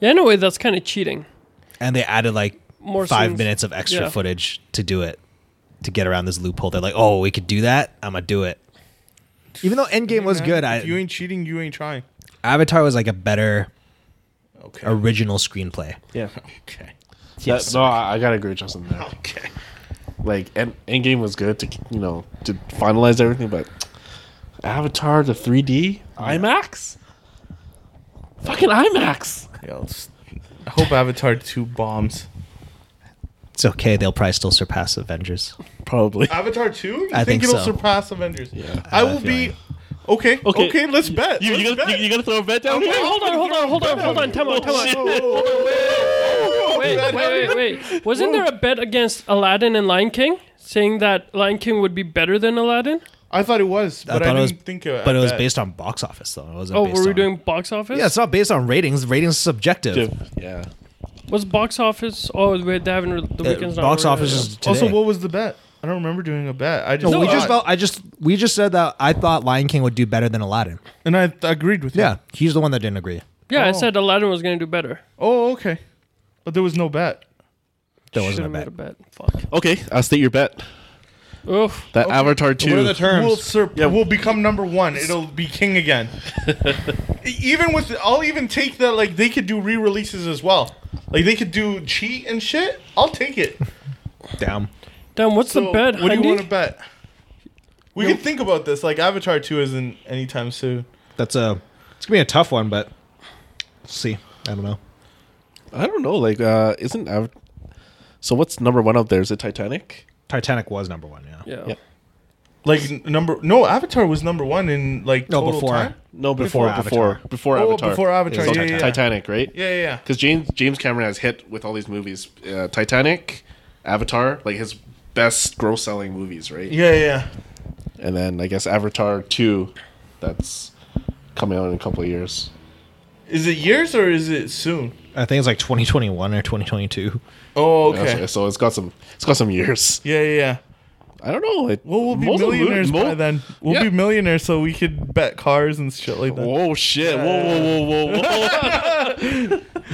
[SPEAKER 5] Yeah, in a way, that's kind of cheating.
[SPEAKER 2] And they added like
[SPEAKER 5] More
[SPEAKER 2] five
[SPEAKER 5] scenes.
[SPEAKER 2] minutes of extra
[SPEAKER 5] Yeah.
[SPEAKER 2] footage to do it to get around this loophole. They're like, "Oh, we could do that. I'm gonna do it." Even though Endgame was
[SPEAKER 5] Mm-hmm.
[SPEAKER 3] Man,
[SPEAKER 2] good,
[SPEAKER 3] If
[SPEAKER 2] I
[SPEAKER 3] you ain't cheating, you ain't trying.
[SPEAKER 2] Avatar was like a better
[SPEAKER 3] Okay.
[SPEAKER 2] original screenplay.
[SPEAKER 4] Yeah.
[SPEAKER 3] okay.
[SPEAKER 4] Yes. no, I, I gotta agree with Justin there.
[SPEAKER 3] Okay.
[SPEAKER 4] Like, end, Endgame was good to you know to finalize everything, but Avatar the 3D IMAX, fucking IMAX.
[SPEAKER 3] Yeah, let's- I hope Avatar 2 bombs.
[SPEAKER 2] It's okay; they'll probably still surpass Avengers.
[SPEAKER 4] Probably.
[SPEAKER 3] Avatar 2? You
[SPEAKER 2] I think
[SPEAKER 3] it'll
[SPEAKER 2] so.
[SPEAKER 3] surpass Avengers?
[SPEAKER 4] Yeah.
[SPEAKER 2] I
[SPEAKER 3] I,
[SPEAKER 2] have a
[SPEAKER 3] will be. Okay, okay,
[SPEAKER 4] Okay.
[SPEAKER 3] let's bet.
[SPEAKER 4] You, you,
[SPEAKER 3] Let's
[SPEAKER 4] gonna,
[SPEAKER 3] bet.
[SPEAKER 4] you, you gonna throw a bet down
[SPEAKER 5] Wait,
[SPEAKER 4] here?
[SPEAKER 5] hold on, hold on, hold on, hold on. Time out, time out.
[SPEAKER 4] Oh,
[SPEAKER 5] Wait, wait, wait, wait. Wasn't there a bet against Aladdin and Lion King, saying that Lion King would be better than Aladdin?
[SPEAKER 3] I thought it was, but I,
[SPEAKER 2] thought
[SPEAKER 3] didn't
[SPEAKER 2] it was-
[SPEAKER 3] think of
[SPEAKER 2] but it was
[SPEAKER 3] that.
[SPEAKER 2] based on box office, though. It wasn't
[SPEAKER 5] Oh,
[SPEAKER 2] based
[SPEAKER 5] were we
[SPEAKER 2] on-
[SPEAKER 5] doing box office?
[SPEAKER 2] Yeah, it's not based on ratings. Ratings is subjective.
[SPEAKER 4] Yeah.
[SPEAKER 5] Was box office? Oh, wait, they haven't. Re- the
[SPEAKER 2] Uh,
[SPEAKER 5] weekend's not
[SPEAKER 2] box
[SPEAKER 5] over yet,
[SPEAKER 2] office
[SPEAKER 5] yeah.
[SPEAKER 2] is today.
[SPEAKER 3] Also, what was the bet? I don't remember doing a bet. I just
[SPEAKER 2] No, we
[SPEAKER 3] thought-
[SPEAKER 2] just felt, I just we just said that I thought Lion King would do better than Aladdin.
[SPEAKER 3] and I th- agreed with you.
[SPEAKER 2] Yeah, he's the one that didn't agree.
[SPEAKER 5] Yeah, I
[SPEAKER 3] Oh.
[SPEAKER 5] said Aladdin was gonna do better.
[SPEAKER 3] Oh, okay. But there was no bet.
[SPEAKER 2] There wasn't a
[SPEAKER 5] Should've made
[SPEAKER 2] bet.
[SPEAKER 5] a bet. Fuck.
[SPEAKER 4] Okay, I'll state your bet.
[SPEAKER 5] Oof.
[SPEAKER 4] That Avatar two.
[SPEAKER 3] We'll, sur-
[SPEAKER 4] Yeah.
[SPEAKER 3] we'll become number one. It'll be king again. E-, even with, I'll even take that. Like they could do re-releases as well. Like they could do cheat and shit. I'll take it.
[SPEAKER 2] Damn.
[SPEAKER 5] Damn, what's
[SPEAKER 3] So,
[SPEAKER 5] the bet,
[SPEAKER 3] What do you
[SPEAKER 5] Heidi?
[SPEAKER 3] want to bet? We can think about this. Like Avatar Two isn't anytime soon.
[SPEAKER 2] That's a. It's gonna be a tough one, but we'll see. I don't know.
[SPEAKER 4] I don't know. Like, uh, isn't Av- so? What's number one up there? Is it Titanic?
[SPEAKER 2] Titanic was number one. Yeah.
[SPEAKER 5] Yeah.
[SPEAKER 4] Yeah.
[SPEAKER 3] Like n- number no, Avatar was number one in like
[SPEAKER 2] No,
[SPEAKER 3] total
[SPEAKER 2] before.
[SPEAKER 3] time.
[SPEAKER 4] No, before
[SPEAKER 2] Avatar.
[SPEAKER 4] before before, before
[SPEAKER 3] Oh,
[SPEAKER 4] Avatar.
[SPEAKER 3] before Avatar,
[SPEAKER 4] So
[SPEAKER 3] yeah,
[SPEAKER 4] Ti-
[SPEAKER 3] yeah.
[SPEAKER 4] Titanic, right?
[SPEAKER 3] Yeah, yeah, yeah.
[SPEAKER 4] Because James James Cameron has hit with all these movies, uh, Titanic, Avatar, like his best gross selling movies, right?
[SPEAKER 3] Yeah, yeah, yeah.
[SPEAKER 4] And then I guess Avatar two, that's coming out in a couple of years.
[SPEAKER 3] Is it years or is it soon?
[SPEAKER 2] I think it's like 2021 or 2022.
[SPEAKER 3] Oh,
[SPEAKER 4] Yeah,
[SPEAKER 3] okay.
[SPEAKER 4] so- so it's got some it's got some years.
[SPEAKER 3] Yeah, yeah, yeah.
[SPEAKER 4] I don't know. It,
[SPEAKER 3] Well, we'll be
[SPEAKER 4] most of the mo-
[SPEAKER 3] millionaires
[SPEAKER 4] mo-
[SPEAKER 3] by then. We'll
[SPEAKER 4] Yeah.
[SPEAKER 3] be millionaires, so we could bet cars and shit like that.
[SPEAKER 4] Whoa, shit! Whoa, whoa, whoa, whoa, whoa!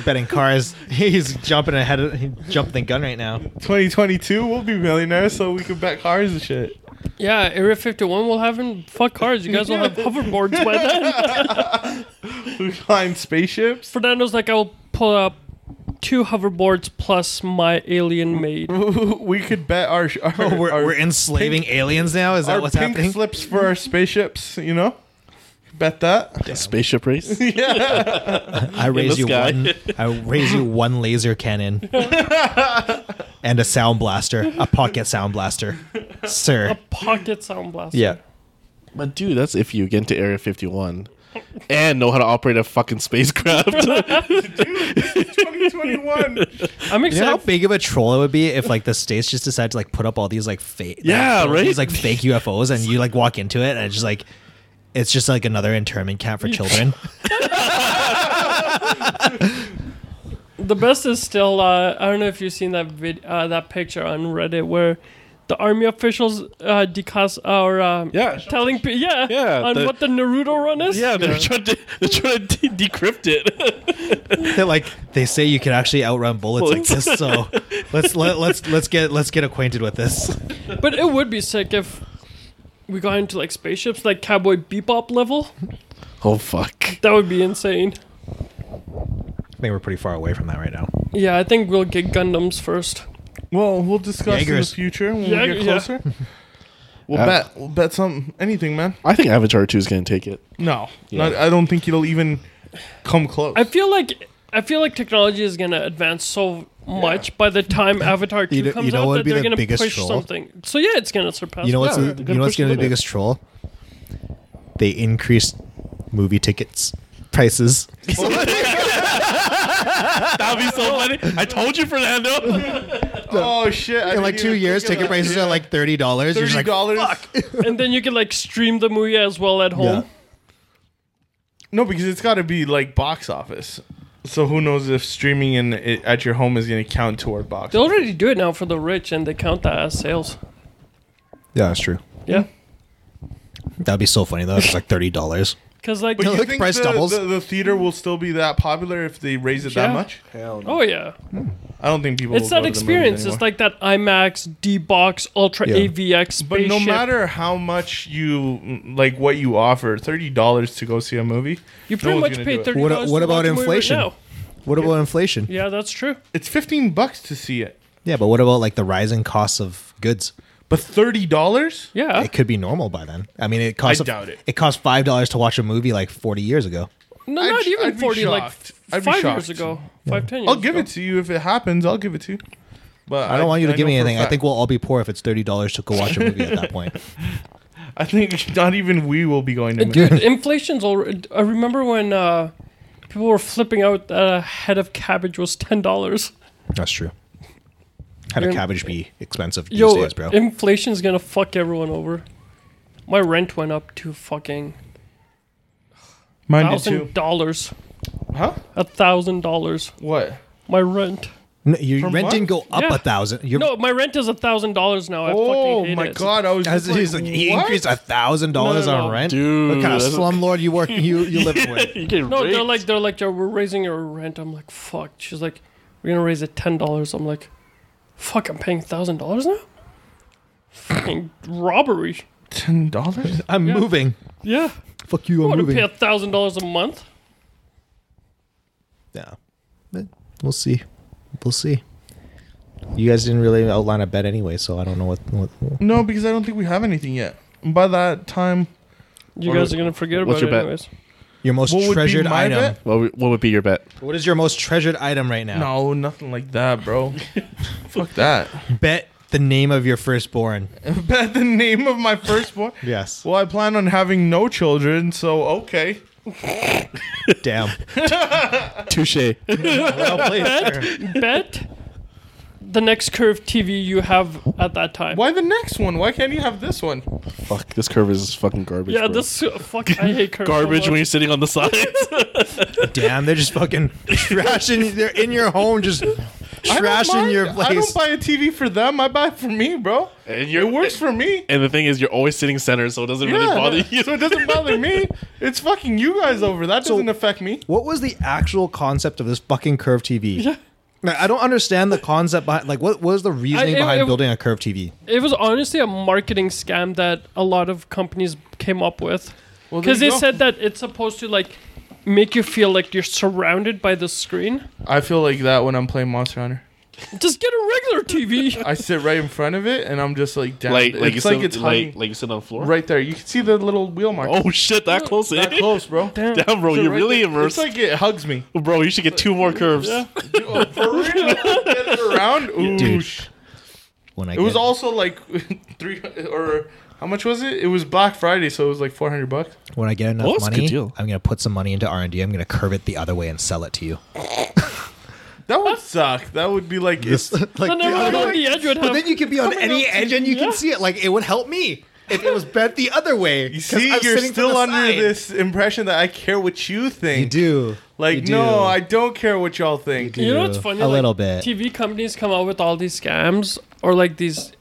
[SPEAKER 2] Betting cars. He's jumping ahead. Of, he's jumping the gun right now.
[SPEAKER 3] 2022, we'll be millionaires, so we could bet cars and shit.
[SPEAKER 5] Yeah, Area 51 will have him. Fuck cars. You guys will have hoverboards by then.
[SPEAKER 3] We climb spaceships.
[SPEAKER 5] Fernando's like, I'll pull up two hoverboards plus my alien maid.
[SPEAKER 3] We could bet our our,
[SPEAKER 2] we're,
[SPEAKER 3] our,
[SPEAKER 2] we're enslaving aliens now. Is that
[SPEAKER 3] our
[SPEAKER 2] what's
[SPEAKER 3] pink
[SPEAKER 2] happening?
[SPEAKER 3] slips for our spaceships. You know, bet that.
[SPEAKER 4] Spaceship race.
[SPEAKER 2] I raise
[SPEAKER 4] the
[SPEAKER 2] you
[SPEAKER 4] sky.
[SPEAKER 2] one. I raise you one laser cannon and a sound blaster, a pocket sound blaster, sir.
[SPEAKER 5] Pocket sound blaster.
[SPEAKER 2] Yeah.
[SPEAKER 4] But dude, that's if you get into Area 51 and know how to operate a fucking spacecraft.
[SPEAKER 3] 2021.
[SPEAKER 5] I'm
[SPEAKER 2] You know
[SPEAKER 5] excited.
[SPEAKER 2] how big of a troll it would be if like the states just decide to like put up all these like fake
[SPEAKER 4] Yeah,
[SPEAKER 2] like, all
[SPEAKER 4] right?
[SPEAKER 2] these like fake UFOs and you like walk into it and it's just like it's just like another internment camp for children.
[SPEAKER 5] the best is still, uh, I don't know if you've seen that vid- uh, that picture on Reddit where the army officials uh, decast are um,
[SPEAKER 4] Yeah.
[SPEAKER 5] telling people yeah,
[SPEAKER 4] Yeah,
[SPEAKER 5] on
[SPEAKER 4] the-
[SPEAKER 5] what the Naruto run is.
[SPEAKER 4] yeah, they're trying to they're trying to de- decrypt it.
[SPEAKER 2] They're like they say you can actually outrun bullets like this, so let's let, let's let's get let's get acquainted with this.
[SPEAKER 5] But it would be sick if we got into like spaceships, like Cowboy Bebop level.
[SPEAKER 4] oh fuck.
[SPEAKER 5] That would be insane.
[SPEAKER 2] I think we're pretty far away from that right now.
[SPEAKER 5] Yeah, I think we'll get Gundams first.
[SPEAKER 3] Well, we'll discuss in the
[SPEAKER 2] Jaegers.
[SPEAKER 3] future when
[SPEAKER 5] Yeah,
[SPEAKER 3] we get
[SPEAKER 5] yeah.
[SPEAKER 3] closer. We'll
[SPEAKER 4] Uh,
[SPEAKER 3] bet. We'll bet something. Anything, man.
[SPEAKER 4] I think Avatar 2 is going to take it.
[SPEAKER 3] No, not, I don't think it'll even come close.
[SPEAKER 5] I feel like I feel like technology is gonna advance so much by the time Avatar Two
[SPEAKER 2] You know-
[SPEAKER 5] comes
[SPEAKER 2] you know what
[SPEAKER 5] out
[SPEAKER 2] would
[SPEAKER 5] that
[SPEAKER 2] be
[SPEAKER 5] they're
[SPEAKER 2] the
[SPEAKER 5] gonna
[SPEAKER 2] biggest
[SPEAKER 5] push
[SPEAKER 2] troll?
[SPEAKER 5] something. So yeah, it's gonna surpass.
[SPEAKER 2] You know what's
[SPEAKER 4] Yeah,
[SPEAKER 2] the,
[SPEAKER 4] they're
[SPEAKER 2] you know what's
[SPEAKER 4] pushing
[SPEAKER 2] gonna be the
[SPEAKER 4] it.
[SPEAKER 2] biggest troll? They increased movie tickets prices.
[SPEAKER 4] That'd be so funny. I told you, Fernando.
[SPEAKER 3] oh shit!
[SPEAKER 2] In
[SPEAKER 3] I didn't
[SPEAKER 2] like two
[SPEAKER 3] even
[SPEAKER 2] years,
[SPEAKER 3] think of
[SPEAKER 2] ticket
[SPEAKER 3] that.
[SPEAKER 2] prices are like thirty dollars. You're just
[SPEAKER 3] thirty
[SPEAKER 2] like,
[SPEAKER 3] dollars.
[SPEAKER 5] and then you can like stream the movie as well at
[SPEAKER 2] yeah.
[SPEAKER 5] home.
[SPEAKER 3] No, because it's got to be like box office. So who knows if streaming in it, at your home is going to count toward box?
[SPEAKER 5] They already do it now for the rich, and they count that as sales.
[SPEAKER 2] yeah, that's true.
[SPEAKER 5] Yeah,
[SPEAKER 2] That'd be so funny though. It's like thirty dollars.
[SPEAKER 5] because like oh,
[SPEAKER 3] But
[SPEAKER 2] No,
[SPEAKER 3] you
[SPEAKER 2] look,
[SPEAKER 3] think
[SPEAKER 2] price
[SPEAKER 3] the,
[SPEAKER 2] doubles.
[SPEAKER 3] The, the theater will still be that popular if they raise it
[SPEAKER 5] Yeah.
[SPEAKER 3] that much?
[SPEAKER 5] oh yeah,
[SPEAKER 3] I don't think people.
[SPEAKER 5] it's
[SPEAKER 3] will go to
[SPEAKER 5] that
[SPEAKER 3] the movies
[SPEAKER 5] experience. It's
[SPEAKER 3] anymore.
[SPEAKER 5] like that IMAX, D box, Ultra
[SPEAKER 2] Yeah.
[SPEAKER 5] AVX spaceship.
[SPEAKER 3] But no matter how much you mm, like, what you offer, thirty dollars to go see a movie. no
[SPEAKER 5] you pretty
[SPEAKER 3] one's
[SPEAKER 5] much
[SPEAKER 3] gonna
[SPEAKER 5] pay
[SPEAKER 3] do it.
[SPEAKER 5] thirty.
[SPEAKER 2] What-
[SPEAKER 5] dollars
[SPEAKER 2] what
[SPEAKER 5] to
[SPEAKER 2] about
[SPEAKER 5] watch a movie right
[SPEAKER 2] inflation?
[SPEAKER 5] now.
[SPEAKER 2] What about inflation?
[SPEAKER 5] Yeah, that's true.
[SPEAKER 3] It's fifteen bucks to see it,
[SPEAKER 2] Yeah, but what about like the rising costs of goods?
[SPEAKER 3] but thirty dollars.
[SPEAKER 5] Yeah,
[SPEAKER 2] It could be normal by then. I mean, it costs.
[SPEAKER 3] doubt it.
[SPEAKER 2] It cost five dollars to watch a movie like forty years ago.
[SPEAKER 5] no,
[SPEAKER 3] I'd-
[SPEAKER 5] not even
[SPEAKER 3] I'd be
[SPEAKER 5] forty. Like
[SPEAKER 3] shocked. I'd be
[SPEAKER 5] five years
[SPEAKER 3] shocked.
[SPEAKER 5] ago, five ten years.
[SPEAKER 3] I'll give
[SPEAKER 5] ago.
[SPEAKER 3] it to you if it happens. I'll give it to you. But
[SPEAKER 2] I don't want you to give
[SPEAKER 3] know
[SPEAKER 2] me
[SPEAKER 3] for a
[SPEAKER 2] anything. I
[SPEAKER 3] fact-
[SPEAKER 2] think we'll all be poor if it's thirty dollars to go watch a movie at that point.
[SPEAKER 3] I think not even we will be going to.
[SPEAKER 5] Dude, inflation's already. I remember when uh, people were flipping out that a head of cabbage was ten dollars.
[SPEAKER 2] That's true. How
[SPEAKER 5] You're-
[SPEAKER 2] do cabbage be expensive these
[SPEAKER 5] Yo,
[SPEAKER 2] days, bro?
[SPEAKER 5] inflation's gonna fuck everyone over. My rent went up to fucking
[SPEAKER 3] Mine did too.
[SPEAKER 5] thousand dollars.
[SPEAKER 3] Huh?
[SPEAKER 5] A thousand dollars.
[SPEAKER 3] What?
[SPEAKER 5] My rent.
[SPEAKER 2] No, your
[SPEAKER 3] Per
[SPEAKER 2] rent didn't go
[SPEAKER 3] month?
[SPEAKER 2] up
[SPEAKER 5] Yeah.
[SPEAKER 2] a thousand. Your,
[SPEAKER 5] No, my rent is a thousand dollars now. I fucking
[SPEAKER 3] oh
[SPEAKER 5] hate
[SPEAKER 3] my
[SPEAKER 5] it.
[SPEAKER 3] god, I was
[SPEAKER 2] As
[SPEAKER 3] just
[SPEAKER 2] he's
[SPEAKER 3] like,
[SPEAKER 2] like, he increased a thousand dollars
[SPEAKER 5] No, no,
[SPEAKER 2] on
[SPEAKER 5] no.
[SPEAKER 2] rent.
[SPEAKER 4] Dude,
[SPEAKER 2] what kind of
[SPEAKER 4] that's-
[SPEAKER 2] slumlord you work you you live with?
[SPEAKER 4] you get
[SPEAKER 5] No,
[SPEAKER 4] raped.
[SPEAKER 5] they're like they're like "Yeah, we're raising your rent. I'm like fuck. She's like we're gonna raise it ten dollars. I'm like fuck. I'm paying thousand dollars now. Fucking robbery.
[SPEAKER 3] ten dollars.
[SPEAKER 2] I'm
[SPEAKER 5] Yeah.
[SPEAKER 2] moving.
[SPEAKER 5] Yeah,
[SPEAKER 2] Fuck you,
[SPEAKER 5] I
[SPEAKER 2] I'm
[SPEAKER 5] want to
[SPEAKER 2] moving.
[SPEAKER 5] pay thousand dollars a month.
[SPEAKER 2] yeah, But we'll see. We'll see. You guys didn't really outline a bet anyway, so I don't know what. what
[SPEAKER 3] No, because I don't think we have anything yet. And By that time,
[SPEAKER 5] You
[SPEAKER 4] What-
[SPEAKER 5] guys are gonna forget
[SPEAKER 4] what's
[SPEAKER 5] about
[SPEAKER 4] your
[SPEAKER 5] it
[SPEAKER 4] bet?
[SPEAKER 5] anyways.
[SPEAKER 2] your most
[SPEAKER 3] What would be
[SPEAKER 2] treasured
[SPEAKER 3] my
[SPEAKER 2] item.
[SPEAKER 3] bet?
[SPEAKER 4] what, would- what would be your bet?
[SPEAKER 2] What is your most treasured item right now?
[SPEAKER 3] no, nothing like that, bro. Fuck that.
[SPEAKER 2] Bet the name of your firstborn.
[SPEAKER 3] Bet the name of my firstborn.
[SPEAKER 2] Yes.
[SPEAKER 3] Well, I plan on having no children, so okay.
[SPEAKER 2] Damn.
[SPEAKER 4] Touche.
[SPEAKER 2] Well played, sir.
[SPEAKER 5] Bet the next curve TV you have at that time.
[SPEAKER 3] Why the next one? Why can't you have this one?
[SPEAKER 4] Fuck, this curve is fucking garbage.
[SPEAKER 5] Yeah,
[SPEAKER 4] bro.
[SPEAKER 5] this fuck. I hate curve. so
[SPEAKER 4] garbage
[SPEAKER 5] much.
[SPEAKER 4] when you're sitting on the sides.
[SPEAKER 2] Damn, they're just fucking trashing. They're in your home, just
[SPEAKER 3] I don't
[SPEAKER 2] trashing
[SPEAKER 3] mind-
[SPEAKER 2] your place.
[SPEAKER 3] I don't buy a TV for them. I buy it for me, bro.
[SPEAKER 4] And
[SPEAKER 3] It
[SPEAKER 4] you're-
[SPEAKER 3] works for me.
[SPEAKER 4] and the thing is, you're always sitting center, so it doesn't really
[SPEAKER 3] Yeah,
[SPEAKER 4] bother you.
[SPEAKER 3] so it doesn't bother me. It's fucking you guys over. That
[SPEAKER 2] So-
[SPEAKER 3] doesn't affect me.
[SPEAKER 2] What was the actual concept of this fucking curved TV? Like, I don't understand the concept behind. Like, what was the reasoning
[SPEAKER 5] I- it-
[SPEAKER 2] behind
[SPEAKER 5] it-
[SPEAKER 2] building a curved TV?
[SPEAKER 5] It was honestly a marketing scam that a lot of companies came up with.
[SPEAKER 3] Well, there
[SPEAKER 5] Because
[SPEAKER 3] you
[SPEAKER 5] they
[SPEAKER 3] go.
[SPEAKER 5] said that it's supposed to like make you feel like you're surrounded by the screen.
[SPEAKER 3] I feel like that when I'm playing Monster Hunter.
[SPEAKER 5] Just get a regular TV.
[SPEAKER 3] I sit right in front of it and I'm just like down.
[SPEAKER 4] Like, like, you
[SPEAKER 3] it's like
[SPEAKER 4] sit,
[SPEAKER 3] it's
[SPEAKER 4] like,
[SPEAKER 3] hiding
[SPEAKER 4] like you sit on the floor.
[SPEAKER 3] right there. You can see the little wheel mark.
[SPEAKER 4] Oh shit, that close in.
[SPEAKER 3] that close, bro.
[SPEAKER 5] Damn.
[SPEAKER 4] Damn, bro,
[SPEAKER 3] Sit
[SPEAKER 4] you're
[SPEAKER 3] right
[SPEAKER 4] really
[SPEAKER 3] there.
[SPEAKER 4] immersed.
[SPEAKER 3] It's like it hugs me.
[SPEAKER 4] bro, you should get two more curves.
[SPEAKER 3] Oh, for real? Get it around. Ooh,
[SPEAKER 2] Dude.
[SPEAKER 3] sh-
[SPEAKER 2] When I
[SPEAKER 3] It was also like three or how much was it? It was Black Friday, so it was like four hundred bucks.
[SPEAKER 2] when I get enough
[SPEAKER 4] Oh, that's a good
[SPEAKER 2] money,
[SPEAKER 4] deal.
[SPEAKER 2] I'm gonna put some money into R and D. I'm gonna curve it the other way and sell it to you.
[SPEAKER 3] That would suck. That would be like
[SPEAKER 2] This,
[SPEAKER 3] it's,
[SPEAKER 2] like
[SPEAKER 5] and
[SPEAKER 2] the
[SPEAKER 5] everyone
[SPEAKER 2] other
[SPEAKER 5] on
[SPEAKER 2] way.
[SPEAKER 5] the edge would
[SPEAKER 2] But
[SPEAKER 5] have.
[SPEAKER 2] then you could be on
[SPEAKER 5] coming
[SPEAKER 2] any
[SPEAKER 5] up-
[SPEAKER 2] edge and you
[SPEAKER 5] Yeah.
[SPEAKER 2] can see it. Like it would help me if it was bent the other way.
[SPEAKER 3] you see, you're still under this impression that I care what you
[SPEAKER 2] You
[SPEAKER 3] think.
[SPEAKER 2] do.
[SPEAKER 3] Like,
[SPEAKER 2] You do.
[SPEAKER 3] no, I don't care what y'all think.
[SPEAKER 5] You know
[SPEAKER 2] Yeah,
[SPEAKER 5] what's funny?
[SPEAKER 2] a
[SPEAKER 5] Like,
[SPEAKER 2] little bit.
[SPEAKER 5] TV companies come out with all these scams or like these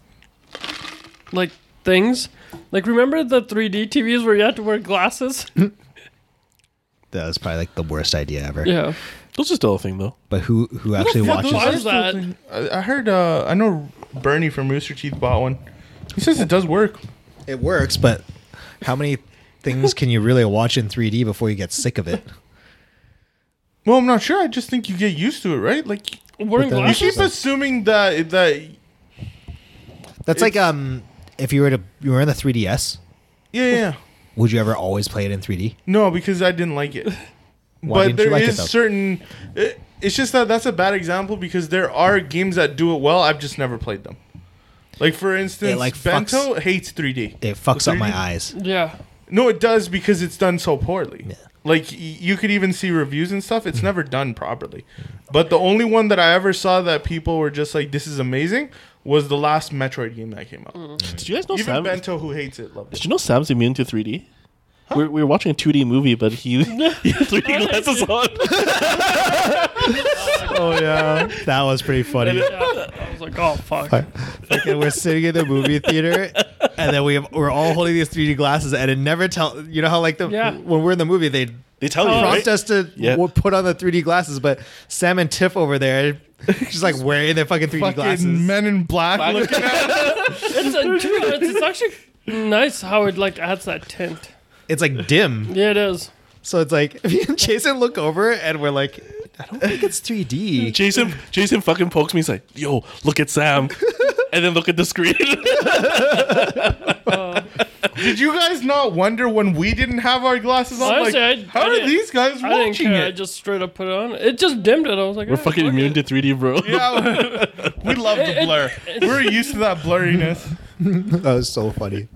[SPEAKER 5] like things. Like remember the 3D TVs where you had to wear glasses?
[SPEAKER 2] That was probably like the worst idea ever.
[SPEAKER 5] yeah.
[SPEAKER 4] Those are still a thing, though.
[SPEAKER 2] But who who actually watches?
[SPEAKER 5] Why
[SPEAKER 2] it?
[SPEAKER 5] is that?
[SPEAKER 3] I, I heard. uh I know Bernie from Rooster Teeth bought one. He says it does work.
[SPEAKER 2] It works, but how many things can you really watch in 3D before you get sick of it?
[SPEAKER 3] Well, I'm not sure. I just think you get used to it, right? Like
[SPEAKER 5] Wearing
[SPEAKER 2] then you
[SPEAKER 3] you
[SPEAKER 5] glasses?
[SPEAKER 3] keep assuming that that
[SPEAKER 2] That's like um, if you were to you were in the 3DS,
[SPEAKER 3] yeah yeah.
[SPEAKER 2] would you ever always play it in 3D?
[SPEAKER 3] No, because I didn't like it.
[SPEAKER 2] Why
[SPEAKER 3] but
[SPEAKER 2] didn't you
[SPEAKER 3] there
[SPEAKER 2] like it,
[SPEAKER 3] is
[SPEAKER 2] though?
[SPEAKER 3] certain. It, it's just that that's a bad example because there are games that do it well. I've just never played them. Like for instance,
[SPEAKER 2] like, fucks-
[SPEAKER 3] Bento hates 3D.
[SPEAKER 2] It fucks up my
[SPEAKER 3] 3D?
[SPEAKER 2] eyes.
[SPEAKER 5] Yeah.
[SPEAKER 3] No, it does because it's done so poorly.
[SPEAKER 2] Yeah.
[SPEAKER 3] Like y- you could even see reviews and stuff. It's never done properly. But the only one that I ever saw that people were just like, "This is amazing," was the last Metroid game that came out.
[SPEAKER 5] Mm-hmm.
[SPEAKER 4] Did you guys know
[SPEAKER 3] Even
[SPEAKER 4] Sam?
[SPEAKER 3] Bento, who hates it, loved it.
[SPEAKER 4] Did you know Sam's immune to 3D? We're, we were watching a 2D movie, but he, he had 3D glasses on.
[SPEAKER 2] Oh yeah, that was pretty funny.
[SPEAKER 5] yeah. I was like, oh fuck.
[SPEAKER 2] and we're sitting in the movie theater, and then we have, we're all holding these 3D glasses, and it never tell. You know how like the
[SPEAKER 5] Yeah.
[SPEAKER 2] when we're in the movie they
[SPEAKER 4] They tell
[SPEAKER 3] Oh.
[SPEAKER 4] you,
[SPEAKER 2] prompt
[SPEAKER 4] right?
[SPEAKER 2] us to
[SPEAKER 4] Yeah.
[SPEAKER 2] w- put on the 3D glasses, but Sam and Tiff over there, she's like wearing their fucking 3D
[SPEAKER 3] Fucking
[SPEAKER 2] glasses.
[SPEAKER 3] Men in Black. looking at
[SPEAKER 5] It's, a, dude, it's, it's actually nice how it like adds that tint.
[SPEAKER 2] It's like dim.
[SPEAKER 5] Yeah, it is.
[SPEAKER 2] So it's like me and Jason look over and we're like, I don't think it's 3D.
[SPEAKER 4] Jason, Jason fucking pokes me. He's like, "Yo, look at Sam," and then look at the screen.
[SPEAKER 3] Did you guys not wonder when we didn't have our glasses on?
[SPEAKER 5] Honestly,
[SPEAKER 3] like,
[SPEAKER 5] I-
[SPEAKER 3] how
[SPEAKER 5] I
[SPEAKER 3] are
[SPEAKER 5] didn't-
[SPEAKER 3] these guys
[SPEAKER 5] I didn't
[SPEAKER 3] watching
[SPEAKER 5] care. I
[SPEAKER 3] it?
[SPEAKER 5] just straight up put it on. It just dimmed it. I was like,
[SPEAKER 4] We're fucking immune to 3D, bro.
[SPEAKER 3] Yeah, we love the blur. We're used to that blurriness.
[SPEAKER 2] That was so funny.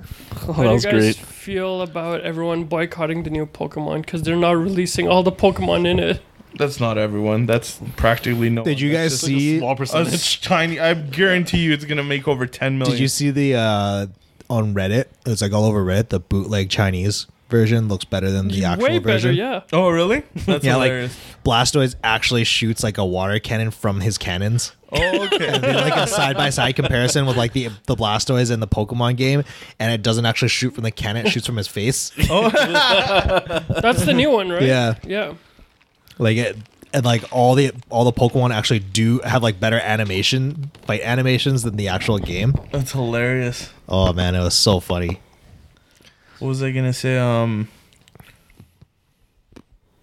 [SPEAKER 4] Oh,
[SPEAKER 5] How
[SPEAKER 4] that
[SPEAKER 5] do you
[SPEAKER 4] was
[SPEAKER 5] guys
[SPEAKER 4] great.
[SPEAKER 5] feel about everyone boycotting the new Pokemon because they're not releasing all the Pokemon in it?
[SPEAKER 3] That's not everyone. That's practically no.
[SPEAKER 2] Did you guys see?
[SPEAKER 4] Small
[SPEAKER 3] A
[SPEAKER 4] percentage.
[SPEAKER 3] Oh, tiny. I guarantee you, it's gonna make over ten million.
[SPEAKER 2] Did you see the uh, on Reddit? It was like all over Reddit. The bootleg Chinese version looks better than the actual
[SPEAKER 5] Way better,
[SPEAKER 2] version.
[SPEAKER 5] yeah.
[SPEAKER 3] Oh, really? That's
[SPEAKER 2] Yeah, like
[SPEAKER 3] hilarious.
[SPEAKER 2] Blastoise actually shoots like a water cannon from his cannons.
[SPEAKER 3] Oh, okay.
[SPEAKER 2] They did, like a side by side comparison with like the the Blastoise in the Pokemon game, and it doesn't actually shoot from the cannon; it shoots from his face.
[SPEAKER 5] That's the new one, right?
[SPEAKER 2] Yeah.
[SPEAKER 5] Yeah.
[SPEAKER 2] Like it, and like all the all the Pokemon actually do have like better animation fight animations than the actual game.
[SPEAKER 3] That's hilarious.
[SPEAKER 2] Oh man, it was so funny.
[SPEAKER 3] What was I gonna say? Um,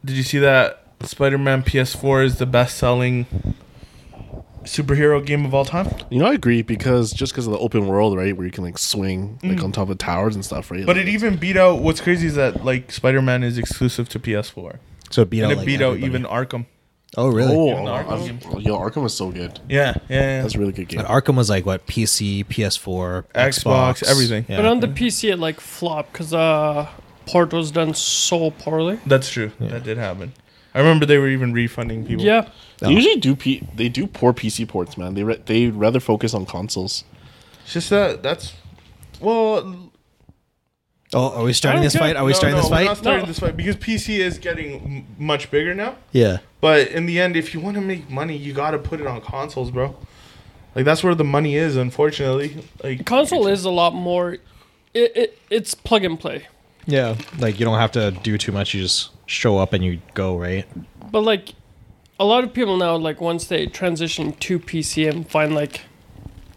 [SPEAKER 3] did you see that Spider-Man PS4 is the best-selling superhero game of all time?
[SPEAKER 4] You know, I agree because just because of the open world, right, where you can like swing like on top of towers and stuff, right?
[SPEAKER 3] Mm. But
[SPEAKER 4] Like,
[SPEAKER 3] it even beat out. What's crazy is that like Spider-Man is exclusive to PS4,
[SPEAKER 2] So it beat
[SPEAKER 3] and
[SPEAKER 2] out
[SPEAKER 3] it
[SPEAKER 2] like,
[SPEAKER 3] beat out
[SPEAKER 2] everybody.
[SPEAKER 3] even Arkham.
[SPEAKER 2] Oh really?
[SPEAKER 4] oh,
[SPEAKER 3] even the Arkham
[SPEAKER 4] Arkham- yo, Arkham was so good.
[SPEAKER 3] Yeah, yeah. yeah.
[SPEAKER 4] That's a really good game.
[SPEAKER 2] But Arkham was like what PC, PS4,
[SPEAKER 3] Xbox,
[SPEAKER 2] Xbox,
[SPEAKER 3] everything.
[SPEAKER 2] Yeah.
[SPEAKER 5] But on the PC, it like flopped because uh, port was done so poorly.
[SPEAKER 3] That's true. That did happen. I remember they were even refunding people.
[SPEAKER 5] Yeah.
[SPEAKER 2] Oh.
[SPEAKER 4] They usually do. P- they do poor PC ports, man. They re- they rather focus on consoles.
[SPEAKER 3] It's just that that's well.
[SPEAKER 2] oh, are we starting
[SPEAKER 5] I don't
[SPEAKER 2] this fight?
[SPEAKER 5] care.
[SPEAKER 2] Are we
[SPEAKER 3] no,
[SPEAKER 2] starting
[SPEAKER 3] no,
[SPEAKER 2] this
[SPEAKER 3] we're
[SPEAKER 2] fight?
[SPEAKER 3] Not starting
[SPEAKER 5] No.
[SPEAKER 3] this fight because PC is getting m- much bigger now.
[SPEAKER 2] Yeah.
[SPEAKER 3] But in the end, if you want to make money, you got to put it on consoles, bro. Like that's where the money is, unfortunately. Like
[SPEAKER 5] Console is a lot more. It, it it's plug and play.
[SPEAKER 2] Yeah. Like you don't have to do too much. You just show up and you go, right?
[SPEAKER 5] But like, a lot of people now, like once they transition to PC and find like,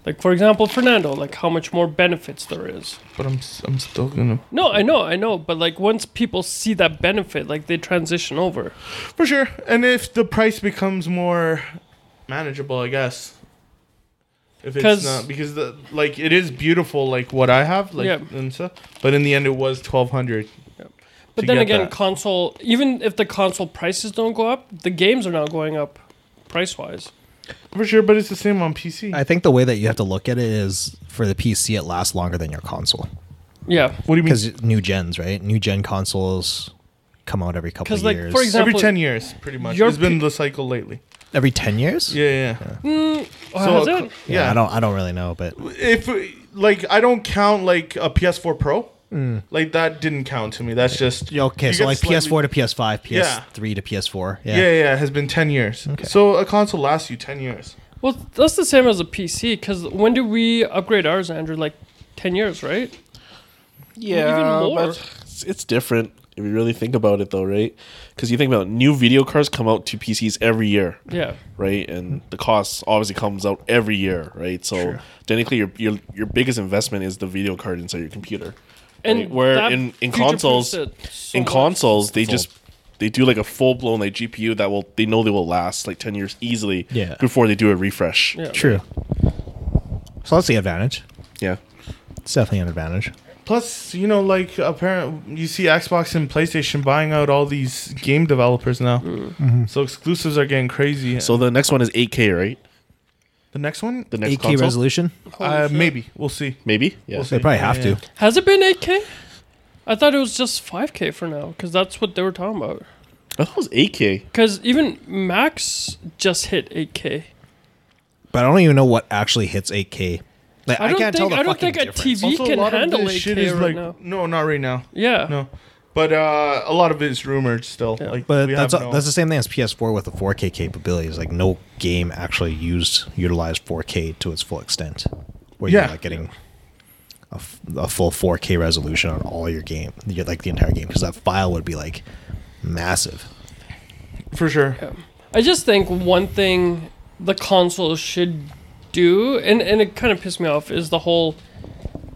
[SPEAKER 5] like for example, Fernando, like how much more benefits there is.
[SPEAKER 3] but I'm s- I'm still gonna
[SPEAKER 5] No, I know, I know. But like once people see that benefit, like they transition over.
[SPEAKER 3] for sure. And if the price becomes more manageable, I guess. If it's
[SPEAKER 5] 'Cause-
[SPEAKER 3] not because the like it is beautiful, like what I have, like
[SPEAKER 5] Yeah.
[SPEAKER 3] and stuff. But in the end, it was twelve hundred.
[SPEAKER 5] But
[SPEAKER 3] to
[SPEAKER 5] then
[SPEAKER 3] get
[SPEAKER 5] again,
[SPEAKER 3] that.
[SPEAKER 5] console. Even if the console prices don't go up, the games are not going up, price wise.
[SPEAKER 3] For sure, but it's the same on PC.
[SPEAKER 2] I think the way that you have to look at it is for the PC, it lasts longer than your console
[SPEAKER 5] Yeah.
[SPEAKER 3] what do you mean?
[SPEAKER 2] because new gens, right? New gen consoles come out every couple
[SPEAKER 5] 'Cause,
[SPEAKER 2] of
[SPEAKER 5] like,
[SPEAKER 2] years.
[SPEAKER 5] for example-
[SPEAKER 3] Every ten years, pretty much.
[SPEAKER 5] Your
[SPEAKER 3] It's been
[SPEAKER 5] pi-
[SPEAKER 3] the cycle lately.
[SPEAKER 2] every ten years.
[SPEAKER 3] Yeah, yeah. yeah.
[SPEAKER 5] Oh,
[SPEAKER 3] So
[SPEAKER 5] has
[SPEAKER 3] a co-
[SPEAKER 5] it?
[SPEAKER 2] Yeah,
[SPEAKER 3] yeah.
[SPEAKER 2] I don't. I don't really know, but
[SPEAKER 3] if like I don't count like a PS4 Pro, like that didn't count to me. That's just
[SPEAKER 2] Mm. Yeah, okay.
[SPEAKER 3] you
[SPEAKER 2] so
[SPEAKER 3] get
[SPEAKER 2] like
[SPEAKER 3] slightly-
[SPEAKER 2] PS4 to PS5, PS3
[SPEAKER 3] Yeah.
[SPEAKER 2] to PS4.
[SPEAKER 3] Yeah.
[SPEAKER 2] Yeah.
[SPEAKER 3] yeah, It has been ten years. So a console lasts you ten years.
[SPEAKER 5] Well, that's the same as a PC. Because when did we upgrade ours, Andrew? Like ten years, right?
[SPEAKER 4] Yeah,
[SPEAKER 5] even more.
[SPEAKER 4] but it's, it's different if you really think about it, though, right? Because you think about it, new video cards come out to PCs every year,
[SPEAKER 5] Yeah.
[SPEAKER 4] right? And
[SPEAKER 5] Hmm.
[SPEAKER 4] the cost obviously comes out every year, right? So technically, your your your biggest investment is the video card inside your computer.
[SPEAKER 5] And
[SPEAKER 4] right? where
[SPEAKER 5] that
[SPEAKER 4] in in
[SPEAKER 5] future-proofs
[SPEAKER 4] consoles,
[SPEAKER 5] it so
[SPEAKER 4] in
[SPEAKER 5] much.
[SPEAKER 4] consoles they just they do like a full blown like GPU that will they know they will last like ten years easily
[SPEAKER 2] Yeah.
[SPEAKER 4] before they do a refresh.
[SPEAKER 5] Yeah.
[SPEAKER 2] True. So that's the advantage.
[SPEAKER 4] yeah.
[SPEAKER 2] It's definitely an advantage.
[SPEAKER 3] Plus, you know, like apparent you see Xbox and PlayStation buying out all these game developers now.
[SPEAKER 5] Mm.
[SPEAKER 2] Mm-hmm.
[SPEAKER 3] So exclusives are getting crazy.
[SPEAKER 4] So the next one is 8K, right?
[SPEAKER 3] the next one,
[SPEAKER 4] The next
[SPEAKER 2] 8K
[SPEAKER 4] console,
[SPEAKER 2] resolution.
[SPEAKER 5] Holy
[SPEAKER 3] uh,
[SPEAKER 5] shit.
[SPEAKER 3] maybe we'll see.
[SPEAKER 4] maybe. Yeah.
[SPEAKER 3] We'll
[SPEAKER 2] They
[SPEAKER 3] see.
[SPEAKER 2] probably have
[SPEAKER 3] Yeah,
[SPEAKER 2] to.
[SPEAKER 5] Has it been 8K? I thought it was just 5K for now, because that's what they were talking about.
[SPEAKER 4] I thought it was 8K.
[SPEAKER 5] Because even Max just hit 8K.
[SPEAKER 2] But I don't even know what actually hits 8K. Like
[SPEAKER 5] I
[SPEAKER 2] I,
[SPEAKER 5] don't
[SPEAKER 2] can't tell
[SPEAKER 5] think
[SPEAKER 2] the
[SPEAKER 5] I don't
[SPEAKER 2] fucking
[SPEAKER 5] think a
[SPEAKER 2] difference.
[SPEAKER 5] TV can handle 8K right
[SPEAKER 3] like
[SPEAKER 5] now.
[SPEAKER 3] no, not right now.
[SPEAKER 5] Yeah.
[SPEAKER 3] No, but uh, a lot of it is rumored still.
[SPEAKER 5] Yeah.
[SPEAKER 3] Like,
[SPEAKER 2] But
[SPEAKER 3] we
[SPEAKER 2] that's
[SPEAKER 3] have no-
[SPEAKER 2] that's the same thing as PS4 with the 4K capabilities. Like no game actually used utilized 4K to its full extent, where
[SPEAKER 3] Yeah.
[SPEAKER 2] you're like getting a, f- a full 4K resolution on all your game, you get like the entire game, because that file would be like massive.
[SPEAKER 3] for sure.
[SPEAKER 5] I just think one thing the console should do, and, and it kind of pissed me off, is the whole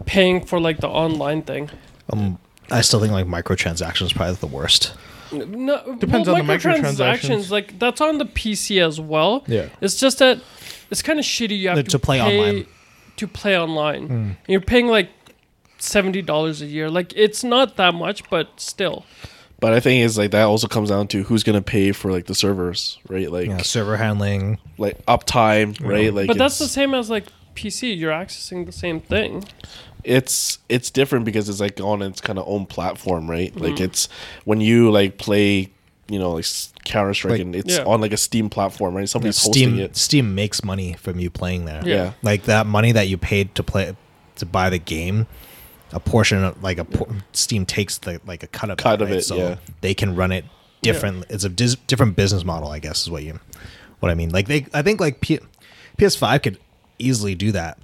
[SPEAKER 5] paying for like the online thing.
[SPEAKER 2] Um, I still think like microtransactions is probably the worst.
[SPEAKER 5] No,
[SPEAKER 3] Depends
[SPEAKER 5] well,
[SPEAKER 3] on the microtransactions.
[SPEAKER 5] Like that's on the PC as well.
[SPEAKER 2] Yeah.
[SPEAKER 5] it's just that it's kind of shitty. You have
[SPEAKER 2] Uh,
[SPEAKER 5] to,
[SPEAKER 2] to play
[SPEAKER 5] pay
[SPEAKER 2] online.
[SPEAKER 5] To play online,
[SPEAKER 3] Hmm.
[SPEAKER 5] and you're paying like seventy dollars a year. Like it's not that much, but still.
[SPEAKER 4] But I think is like that also comes down to who's gonna pay for like the servers, right? Like
[SPEAKER 2] Yeah, server handling.
[SPEAKER 4] like uptime, right? Like
[SPEAKER 5] But that's the
[SPEAKER 4] it's,
[SPEAKER 5] same as like PC. You're accessing the same thing.
[SPEAKER 4] it's it's different because it's like on its kind of own platform, right? Like
[SPEAKER 5] Mm-hmm.
[SPEAKER 4] it's when you like play, you know, like Counter Strike
[SPEAKER 2] Like-
[SPEAKER 4] and it's
[SPEAKER 5] Yeah.
[SPEAKER 4] on like a Steam platform, right? Somebody's hosting
[SPEAKER 2] Steam
[SPEAKER 4] it.
[SPEAKER 2] Steam makes money from you playing there.
[SPEAKER 5] Yeah.
[SPEAKER 4] yeah.
[SPEAKER 2] like that money that you paid to play to buy the game a portion of like a por- steam takes the like a cut of
[SPEAKER 4] Cut
[SPEAKER 2] that,
[SPEAKER 4] of
[SPEAKER 2] right?
[SPEAKER 4] it, yeah.
[SPEAKER 2] they can run it different it's a dis- different business model i guess is what you what i mean like they i think like P- PS5 could easily do that.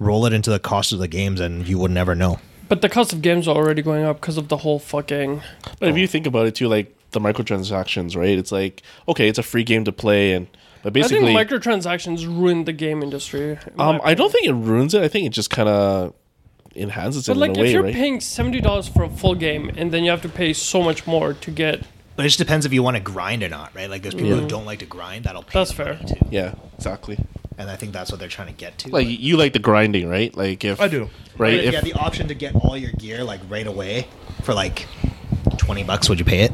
[SPEAKER 2] Roll it into the cost of the games, and you would never know.
[SPEAKER 5] But the cost of games are already going up because of the whole fucking.
[SPEAKER 4] But
[SPEAKER 5] Oh.
[SPEAKER 4] if you think about it too, like the microtransactions, right? It's like okay, it's a free game to play, and but basically,
[SPEAKER 5] I think microtransactions ruined the game industry. in my
[SPEAKER 4] um, I
[SPEAKER 5] opinion.
[SPEAKER 4] don't think it ruins it. I think it just kind of enhances it
[SPEAKER 5] But like,
[SPEAKER 4] in a
[SPEAKER 5] if
[SPEAKER 4] way,
[SPEAKER 5] you're
[SPEAKER 4] right?
[SPEAKER 5] paying seventy dollars for a full game and then you have to pay so much more to get,
[SPEAKER 2] But it just depends if you want to grind or not, right? Like there's people who don't like to grind. That'll pay
[SPEAKER 5] That's
[SPEAKER 2] the money
[SPEAKER 5] fair.
[SPEAKER 2] too.
[SPEAKER 4] yeah, exactly.
[SPEAKER 2] and I think that's what they're trying to get to.
[SPEAKER 4] Like you like the grinding, right? Like if
[SPEAKER 3] I do.
[SPEAKER 4] right?
[SPEAKER 2] if you
[SPEAKER 4] If
[SPEAKER 2] had the option to get all your gear like right away for like twenty bucks, would you pay it?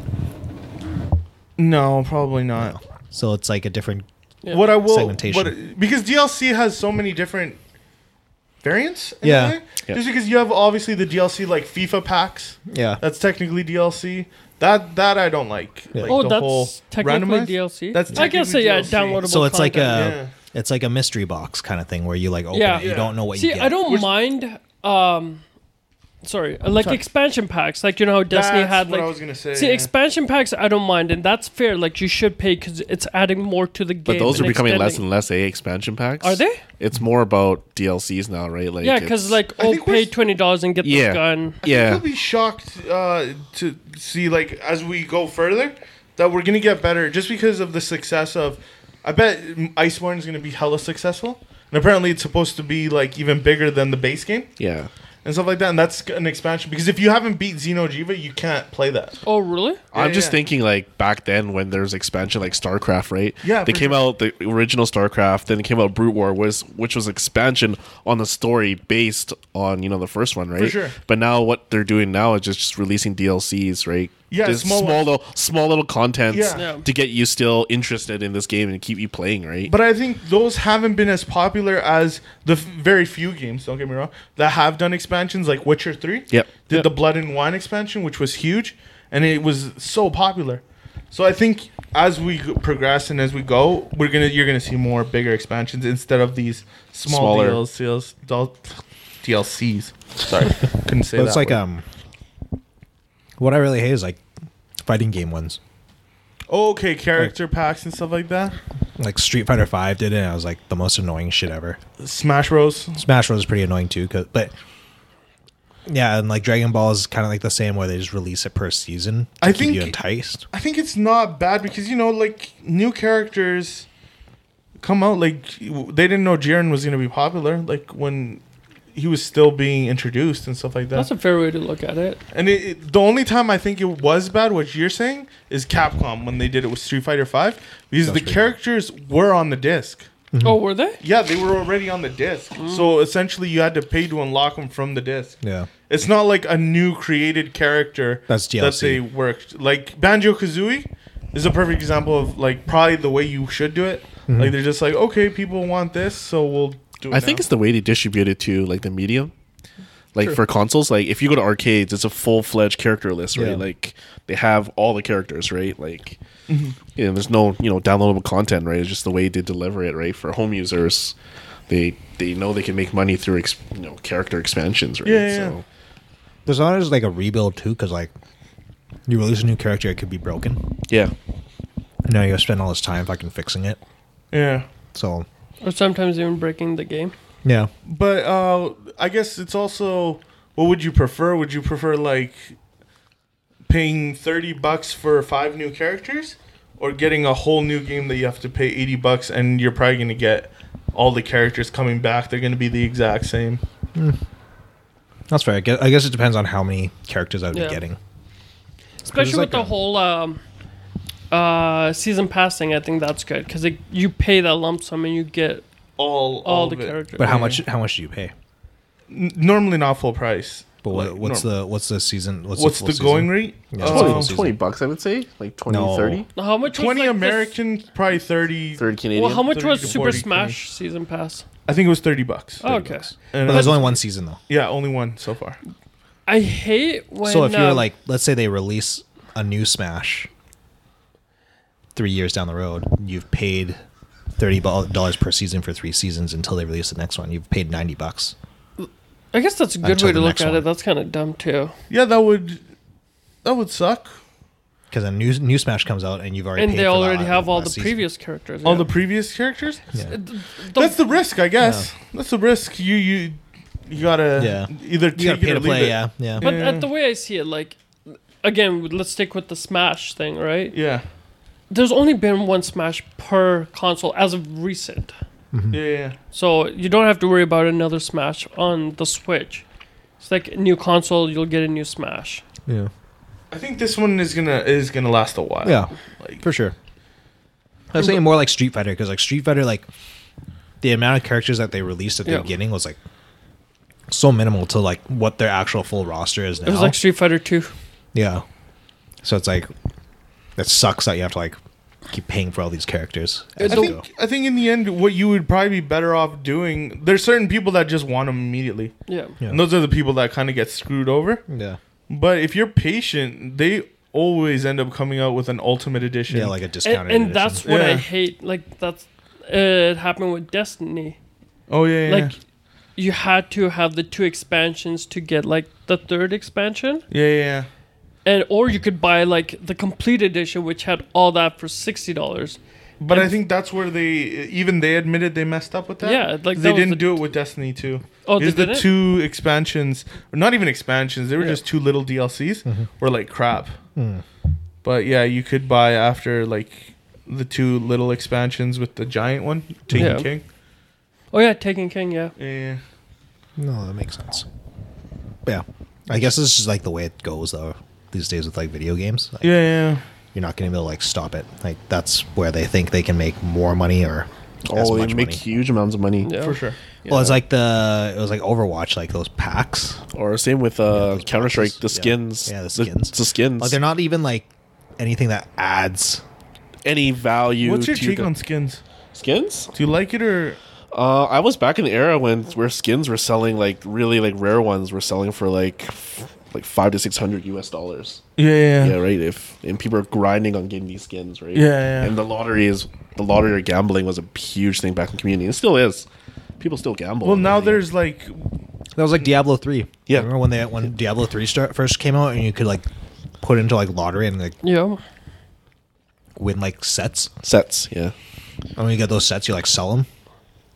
[SPEAKER 3] No, probably not.
[SPEAKER 2] So it's like a different.
[SPEAKER 5] Yeah.
[SPEAKER 3] What I will,
[SPEAKER 2] Segmentation.
[SPEAKER 3] what, because DLC has so many different variants. in
[SPEAKER 2] Yeah.
[SPEAKER 3] a way.
[SPEAKER 4] Yeah.
[SPEAKER 3] Just because you have obviously the DLC like FIFA packs.
[SPEAKER 2] Yeah.
[SPEAKER 3] That's technically DLC. That that I don't like. like
[SPEAKER 5] oh,
[SPEAKER 3] the whole
[SPEAKER 5] that's technically
[SPEAKER 3] randomized-
[SPEAKER 5] DLC.
[SPEAKER 3] That's
[SPEAKER 5] I guess
[SPEAKER 3] technically
[SPEAKER 5] yeah,
[SPEAKER 3] DLC.
[SPEAKER 5] downloadable.
[SPEAKER 2] So it's like a
[SPEAKER 5] content.
[SPEAKER 3] Yeah.
[SPEAKER 2] it's like a mystery box kind of thing where you like open
[SPEAKER 5] Yeah.
[SPEAKER 2] it, you
[SPEAKER 5] Yeah.
[SPEAKER 2] don't know what you
[SPEAKER 5] See,
[SPEAKER 2] get.
[SPEAKER 5] I don't mind. Um, sorry, I like expansion packs. Like you know how Destiny
[SPEAKER 3] That's
[SPEAKER 5] had
[SPEAKER 3] what
[SPEAKER 5] like.
[SPEAKER 3] I was gonna say.
[SPEAKER 5] See,
[SPEAKER 3] yeah.
[SPEAKER 5] expansion packs I don't mind, and that's fair. Like you should pay because it's adding more to the game.
[SPEAKER 4] but those are
[SPEAKER 5] and
[SPEAKER 4] becoming less
[SPEAKER 5] extending-
[SPEAKER 4] and less a expansion packs.
[SPEAKER 5] Are they?
[SPEAKER 4] It's more about DLCs now, right? Like
[SPEAKER 5] Yeah,
[SPEAKER 4] it's-
[SPEAKER 5] because like
[SPEAKER 3] I
[SPEAKER 5] oh,
[SPEAKER 3] think we're
[SPEAKER 5] pay
[SPEAKER 3] s-
[SPEAKER 5] twenty dollars and get
[SPEAKER 4] Yeah.
[SPEAKER 5] this gun.
[SPEAKER 4] yeah,
[SPEAKER 3] You'll be shocked uh, to see, like, as we go further, that we're gonna get better just because of the success of. I bet Iceborne is gonna be hella successful, and apparently it's supposed to be like even bigger than the base game
[SPEAKER 4] yeah.
[SPEAKER 3] and stuff like that. And that's an expansion because if you haven't beat Xenojiva, you can't play that.
[SPEAKER 5] Oh, really?
[SPEAKER 4] I'm just
[SPEAKER 3] yeah.
[SPEAKER 4] thinking like back then when there's expansion like StarCraft, right?
[SPEAKER 3] Yeah,
[SPEAKER 4] They
[SPEAKER 3] for
[SPEAKER 4] came
[SPEAKER 3] sure.
[SPEAKER 4] out the original StarCraft, then it came out Brute War was which was expansion on the story based on, you know, the first one, right?
[SPEAKER 3] sure.
[SPEAKER 4] But now what they're doing now is just, just releasing DLCs, right?
[SPEAKER 3] Yeah,
[SPEAKER 4] Just
[SPEAKER 3] small
[SPEAKER 4] small,
[SPEAKER 3] ones.
[SPEAKER 4] little small little contents
[SPEAKER 3] Yeah.
[SPEAKER 5] Yeah.
[SPEAKER 4] to get you still interested in this game and keep you playing, right?
[SPEAKER 3] But I think those haven't been as popular as the f- very few games. Don't get me wrong, that have done expansions like Witcher Three.
[SPEAKER 4] Yep.
[SPEAKER 3] Did
[SPEAKER 4] Yep.
[SPEAKER 3] the Blood and Wine expansion, which was huge, and it was so popular. So I think as we g- progress and as we go, we're gonna you're gonna see more bigger expansions instead of these small
[SPEAKER 4] Smaller.
[SPEAKER 3] DLCs. del- DLCs. Sorry, couldn't say
[SPEAKER 2] But
[SPEAKER 3] that.
[SPEAKER 2] it's like
[SPEAKER 3] word.
[SPEAKER 2] um, what I really hate is like fighting game ones.
[SPEAKER 3] oh, okay character packs and stuff like that.
[SPEAKER 2] Like Street Fighter Five did it. And I was like the most annoying shit ever.
[SPEAKER 3] Smash Bros.
[SPEAKER 2] Smash Bros is pretty annoying too, 'cause- but yeah, and like Dragon Ball is kind of like the same where they just release it per season. To
[SPEAKER 3] I
[SPEAKER 2] keep
[SPEAKER 3] think-
[SPEAKER 2] you enticed.
[SPEAKER 3] I think it's not bad because you know, like new characters come out. Like they didn't know Jiren was going to be popular. Like when he was still being introduced and stuff like that.
[SPEAKER 5] That's a fair way to look at it.
[SPEAKER 3] and it, it- the only time I think it was bad, what you're saying, is Capcom when they did it with Street Fighter Five, because the characters were on the disc.
[SPEAKER 4] Mm-hmm.
[SPEAKER 5] Oh, were they?
[SPEAKER 3] Yeah, they were already on the disc. So essentially, you had to pay to unlock them from the disc.
[SPEAKER 2] Yeah.
[SPEAKER 3] It's not like a new created character
[SPEAKER 2] That's
[SPEAKER 3] that
[SPEAKER 2] DLC.
[SPEAKER 3] they worked. Like Banjo Kazooie is a perfect example of like probably the way you should do it. Like they're just like, okay, people want this, so we'll do it.
[SPEAKER 4] I think
[SPEAKER 3] now.
[SPEAKER 4] it's the way they distribute it to like the medium. Like for consoles, like if you go to arcades, it's a full fledged character list, right?
[SPEAKER 2] Yeah.
[SPEAKER 4] Like they have all the characters, right? Like
[SPEAKER 2] Mm-hmm.
[SPEAKER 4] you know, there's no you know downloadable content, right? It's just the way they deliver it, right? For home users, they they know they can make money through ex- you know character expansions, right?
[SPEAKER 3] Yeah, yeah, yeah.
[SPEAKER 2] There's always like a rebuild too, because like you release a new character, it could be broken.
[SPEAKER 4] yeah,
[SPEAKER 2] And now you gotta spend all this time fucking fixing it.
[SPEAKER 3] yeah.
[SPEAKER 2] So
[SPEAKER 5] Or sometimes even breaking the game.
[SPEAKER 2] yeah,
[SPEAKER 3] But uh, I guess it's also what would you prefer? Would you prefer like paying thirty bucks for five new characters, or getting a whole new game that you have to pay eighty bucks and you're probably gonna get all the characters coming back? They're gonna be the exact same.
[SPEAKER 2] that's fair. I guess, I guess it depends on how many characters I would
[SPEAKER 5] Yeah.
[SPEAKER 2] be getting.
[SPEAKER 5] Especially
[SPEAKER 2] like
[SPEAKER 5] with the
[SPEAKER 2] a-
[SPEAKER 5] whole um, uh, season passing, I think that's good because you pay that lump sum and you get
[SPEAKER 3] All all,
[SPEAKER 5] all
[SPEAKER 3] of
[SPEAKER 5] the
[SPEAKER 3] it.
[SPEAKER 5] characters.
[SPEAKER 2] But how much? How much do you pay?
[SPEAKER 3] N- normally not full price.
[SPEAKER 2] But what,
[SPEAKER 3] Like,
[SPEAKER 2] what's
[SPEAKER 3] norm-
[SPEAKER 2] the what's the season? What's,
[SPEAKER 3] what's
[SPEAKER 2] full
[SPEAKER 3] the
[SPEAKER 2] season?
[SPEAKER 3] going rate?
[SPEAKER 2] Yeah, it's full
[SPEAKER 3] Uh,
[SPEAKER 4] 20,
[SPEAKER 2] Oh, season.
[SPEAKER 4] 20 bucks, I would say, like 20,
[SPEAKER 2] No.
[SPEAKER 4] 30,
[SPEAKER 5] How much? was,
[SPEAKER 3] Twenty
[SPEAKER 5] like, the-
[SPEAKER 3] American, probably thirty.
[SPEAKER 4] 30 Canadian.
[SPEAKER 5] well, how much
[SPEAKER 3] 30
[SPEAKER 5] was
[SPEAKER 3] to
[SPEAKER 5] Super
[SPEAKER 3] 40,
[SPEAKER 5] Smash season pass?
[SPEAKER 3] I think it was thirty bucks.
[SPEAKER 5] Oh, okay.
[SPEAKER 3] And,
[SPEAKER 2] But there's only one season though.
[SPEAKER 3] yeah, only one so far.
[SPEAKER 5] I hate when.
[SPEAKER 2] so if you're
[SPEAKER 5] um,
[SPEAKER 2] like, let's say they release a new Smash three years down the road, you've paid thirty dollars per season for three seasons until they release the next one. You've paid ninety bucks.
[SPEAKER 5] I guess that's a good
[SPEAKER 2] Until
[SPEAKER 5] way to
[SPEAKER 2] the
[SPEAKER 5] look
[SPEAKER 2] next
[SPEAKER 5] at
[SPEAKER 2] one.
[SPEAKER 5] it. That's kind of dumb too.
[SPEAKER 3] Yeah, that would that would suck.
[SPEAKER 2] because a new new Smash comes out and you've already
[SPEAKER 5] and
[SPEAKER 2] paid
[SPEAKER 5] they
[SPEAKER 2] for that
[SPEAKER 5] already
[SPEAKER 2] island
[SPEAKER 5] have all the
[SPEAKER 2] last season.
[SPEAKER 5] previous characters.
[SPEAKER 3] All
[SPEAKER 5] yeah.
[SPEAKER 3] the previous characters.
[SPEAKER 2] Yeah.
[SPEAKER 3] That's the risk, I guess. That's the risk. You you you gotta
[SPEAKER 2] Yeah.
[SPEAKER 3] either
[SPEAKER 2] You gotta
[SPEAKER 3] take
[SPEAKER 2] pay
[SPEAKER 3] it or
[SPEAKER 2] to play,
[SPEAKER 3] leave it.
[SPEAKER 2] yeah, yeah.
[SPEAKER 5] But
[SPEAKER 3] Yeah.
[SPEAKER 5] at the way I see it, like again, let's stick with the Smash thing, right?
[SPEAKER 3] Yeah.
[SPEAKER 5] There's only been one Smash per console as of recent,
[SPEAKER 2] Mm-hmm.
[SPEAKER 3] Yeah, yeah,
[SPEAKER 5] so you don't have to worry about another Smash on the Switch. It's like a new console, you'll get a new Smash.
[SPEAKER 2] yeah,
[SPEAKER 3] I think this one is gonna is gonna last a while.
[SPEAKER 2] yeah,
[SPEAKER 3] Like
[SPEAKER 2] for sure. I was thinking more like Street Fighter because like Street Fighter, like the amount of characters that they released at the
[SPEAKER 5] Yeah.
[SPEAKER 2] beginning was like so minimal to like what their actual full roster is now.
[SPEAKER 5] It was like Street Fighter Two.
[SPEAKER 2] yeah, so it's like that sucks that you have to like keep paying for all these characters.
[SPEAKER 3] I
[SPEAKER 2] as you go.
[SPEAKER 3] think I think in the end what you would probably be better off doing there's certain people that just want them immediately.
[SPEAKER 5] Yeah.
[SPEAKER 2] Yeah.
[SPEAKER 3] And those are the people that kind of get screwed over.
[SPEAKER 2] yeah,
[SPEAKER 3] But if you're patient, they always end up coming out with an ultimate edition.
[SPEAKER 2] yeah, like a
[SPEAKER 5] And,
[SPEAKER 2] discounted.
[SPEAKER 5] and that's what I
[SPEAKER 3] Yeah.
[SPEAKER 5] hate. Like that's it happened with Destiny.
[SPEAKER 3] oh yeah, yeah,
[SPEAKER 5] Like you had to have the two expansions to get like the third expansion.
[SPEAKER 3] yeah, yeah, yeah.
[SPEAKER 5] and or you could buy like the complete edition which had all that for sixty dollars
[SPEAKER 3] But I think that's where they even they admitted they messed up with that.
[SPEAKER 5] Yeah, like, that
[SPEAKER 3] they
[SPEAKER 5] was
[SPEAKER 3] didn't
[SPEAKER 5] the-
[SPEAKER 3] do it with Destiny 2.
[SPEAKER 5] Oh, they
[SPEAKER 3] Is the
[SPEAKER 5] didn't?
[SPEAKER 3] two expansions, or not even expansions, they were
[SPEAKER 5] Yeah.
[SPEAKER 3] just two little DLCs
[SPEAKER 2] Mm-hmm.
[SPEAKER 3] were like crap.
[SPEAKER 2] Mm.
[SPEAKER 3] But yeah, you could buy after like the two little expansions with the giant one, Taken
[SPEAKER 5] Yeah.
[SPEAKER 3] King.
[SPEAKER 5] oh yeah taken king yeah
[SPEAKER 3] Yeah.
[SPEAKER 2] No, that makes sense. But yeah, I guess this is just like the way it goes though these days with like video games. Like,
[SPEAKER 3] Yeah, yeah.
[SPEAKER 2] You're not going to be able to like stop it. Like that's where they think they can make more money or as
[SPEAKER 4] Oh,
[SPEAKER 2] much
[SPEAKER 4] they make
[SPEAKER 2] money.
[SPEAKER 4] huge amounts of money.
[SPEAKER 5] yeah
[SPEAKER 3] For sure.
[SPEAKER 2] Well, it's like the it was like Overwatch, like those packs.
[SPEAKER 4] Or same with uh,
[SPEAKER 2] those
[SPEAKER 4] Counter Strike, the
[SPEAKER 2] boxes. Yeah.
[SPEAKER 4] skins.
[SPEAKER 2] Yeah, the skins.
[SPEAKER 4] The, skins.
[SPEAKER 2] Like they're not even like anything that adds.
[SPEAKER 4] any value.
[SPEAKER 3] What's your
[SPEAKER 4] to
[SPEAKER 3] take
[SPEAKER 4] gu-
[SPEAKER 3] on skins?
[SPEAKER 4] skins?
[SPEAKER 3] Do you like it or
[SPEAKER 4] Uh, I was back in the era when where skins were selling like really like rare ones were selling for like f- like five to six hundred US dollars.
[SPEAKER 3] Yeah, yeah.
[SPEAKER 4] Yeah, right. If and people are grinding on getting these skins, right?
[SPEAKER 3] Yeah, yeah.
[SPEAKER 4] And the lottery is the lottery or gambling was a huge thing back in community. It still is. People still gamble.
[SPEAKER 3] Well,
[SPEAKER 4] on
[SPEAKER 3] now
[SPEAKER 4] everything.
[SPEAKER 3] there's like
[SPEAKER 2] That was like Diablo three.
[SPEAKER 4] Yeah.
[SPEAKER 2] remember when they when Diablo three start, first came out and you could like put into like lottery and like
[SPEAKER 5] yeah
[SPEAKER 2] win like sets.
[SPEAKER 4] sets. Yeah,
[SPEAKER 2] And when you get those sets, you like sell them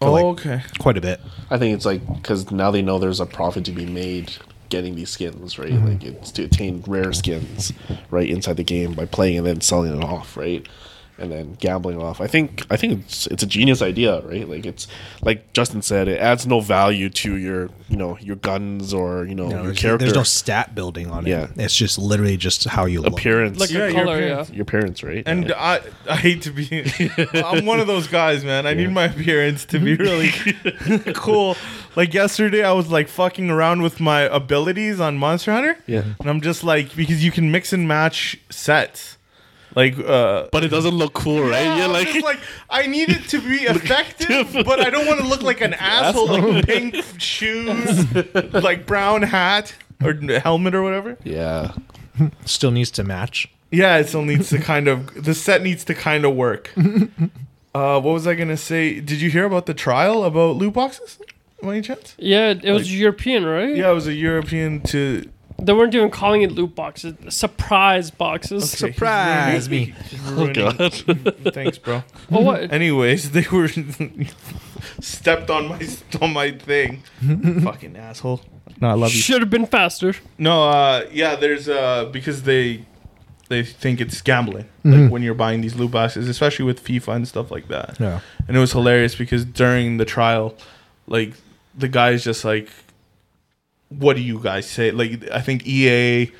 [SPEAKER 3] Oh,
[SPEAKER 2] like-
[SPEAKER 3] okay.
[SPEAKER 2] quite a bit.
[SPEAKER 4] I think it's like because now they know there's a profit to be made getting these skins, right? Like it's to attain rare skins, right, inside the game by playing and then selling it off, right, and then gambling off. I think I think it's it's a genius idea, right? Like it's like Justin said, it adds no value to your you know your guns or you know your
[SPEAKER 2] there's,
[SPEAKER 4] character
[SPEAKER 2] there's no stat building on it.
[SPEAKER 4] Yeah.
[SPEAKER 2] It's just literally just how you look.
[SPEAKER 4] appearance,
[SPEAKER 5] like
[SPEAKER 3] Yeah,
[SPEAKER 5] a
[SPEAKER 3] your
[SPEAKER 5] color yeah
[SPEAKER 3] parents.
[SPEAKER 4] your parents, right?
[SPEAKER 3] And
[SPEAKER 4] Yeah.
[SPEAKER 3] I, I hate to be. I'm one of those guys, man. I need my appearance to be really cool. Like yesterday, I was like fucking around with my abilities on Monster Hunter,
[SPEAKER 4] yeah.
[SPEAKER 3] and I'm just like because you can mix and match sets, like. uh
[SPEAKER 4] But it doesn't look cool, right?
[SPEAKER 3] yeah,
[SPEAKER 4] Yeah,
[SPEAKER 3] I'm
[SPEAKER 4] like,
[SPEAKER 3] just like I need it to be effective, but I don't want to look like an asshole, like pink shoes, like brown hat or helmet or whatever.
[SPEAKER 4] yeah,
[SPEAKER 2] Still needs to match.
[SPEAKER 3] Yeah, it still needs to kind of the set needs to kind of work. uh, what was I gonna say? Did you hear about the trial about loot boxes? By any chance?
[SPEAKER 5] yeah it was European right
[SPEAKER 3] Yeah, it was a European to
[SPEAKER 5] they weren't even calling it loot boxes surprise boxes
[SPEAKER 2] Surprise me.
[SPEAKER 4] oh god.
[SPEAKER 3] Thanks, bro.
[SPEAKER 5] oh what
[SPEAKER 3] Anyways, they were stepped on my on my thing. Fucking asshole. No, I love you.
[SPEAKER 5] should have been faster
[SPEAKER 3] No, uh, yeah, there's uh, because they they think it's gambling like when you're buying these loot boxes, especially with FIFA and stuff like that.
[SPEAKER 2] Yeah.
[SPEAKER 3] and it was hilarious because during the trial, like the guy's just like, "What do you guys say?" Like I think EA,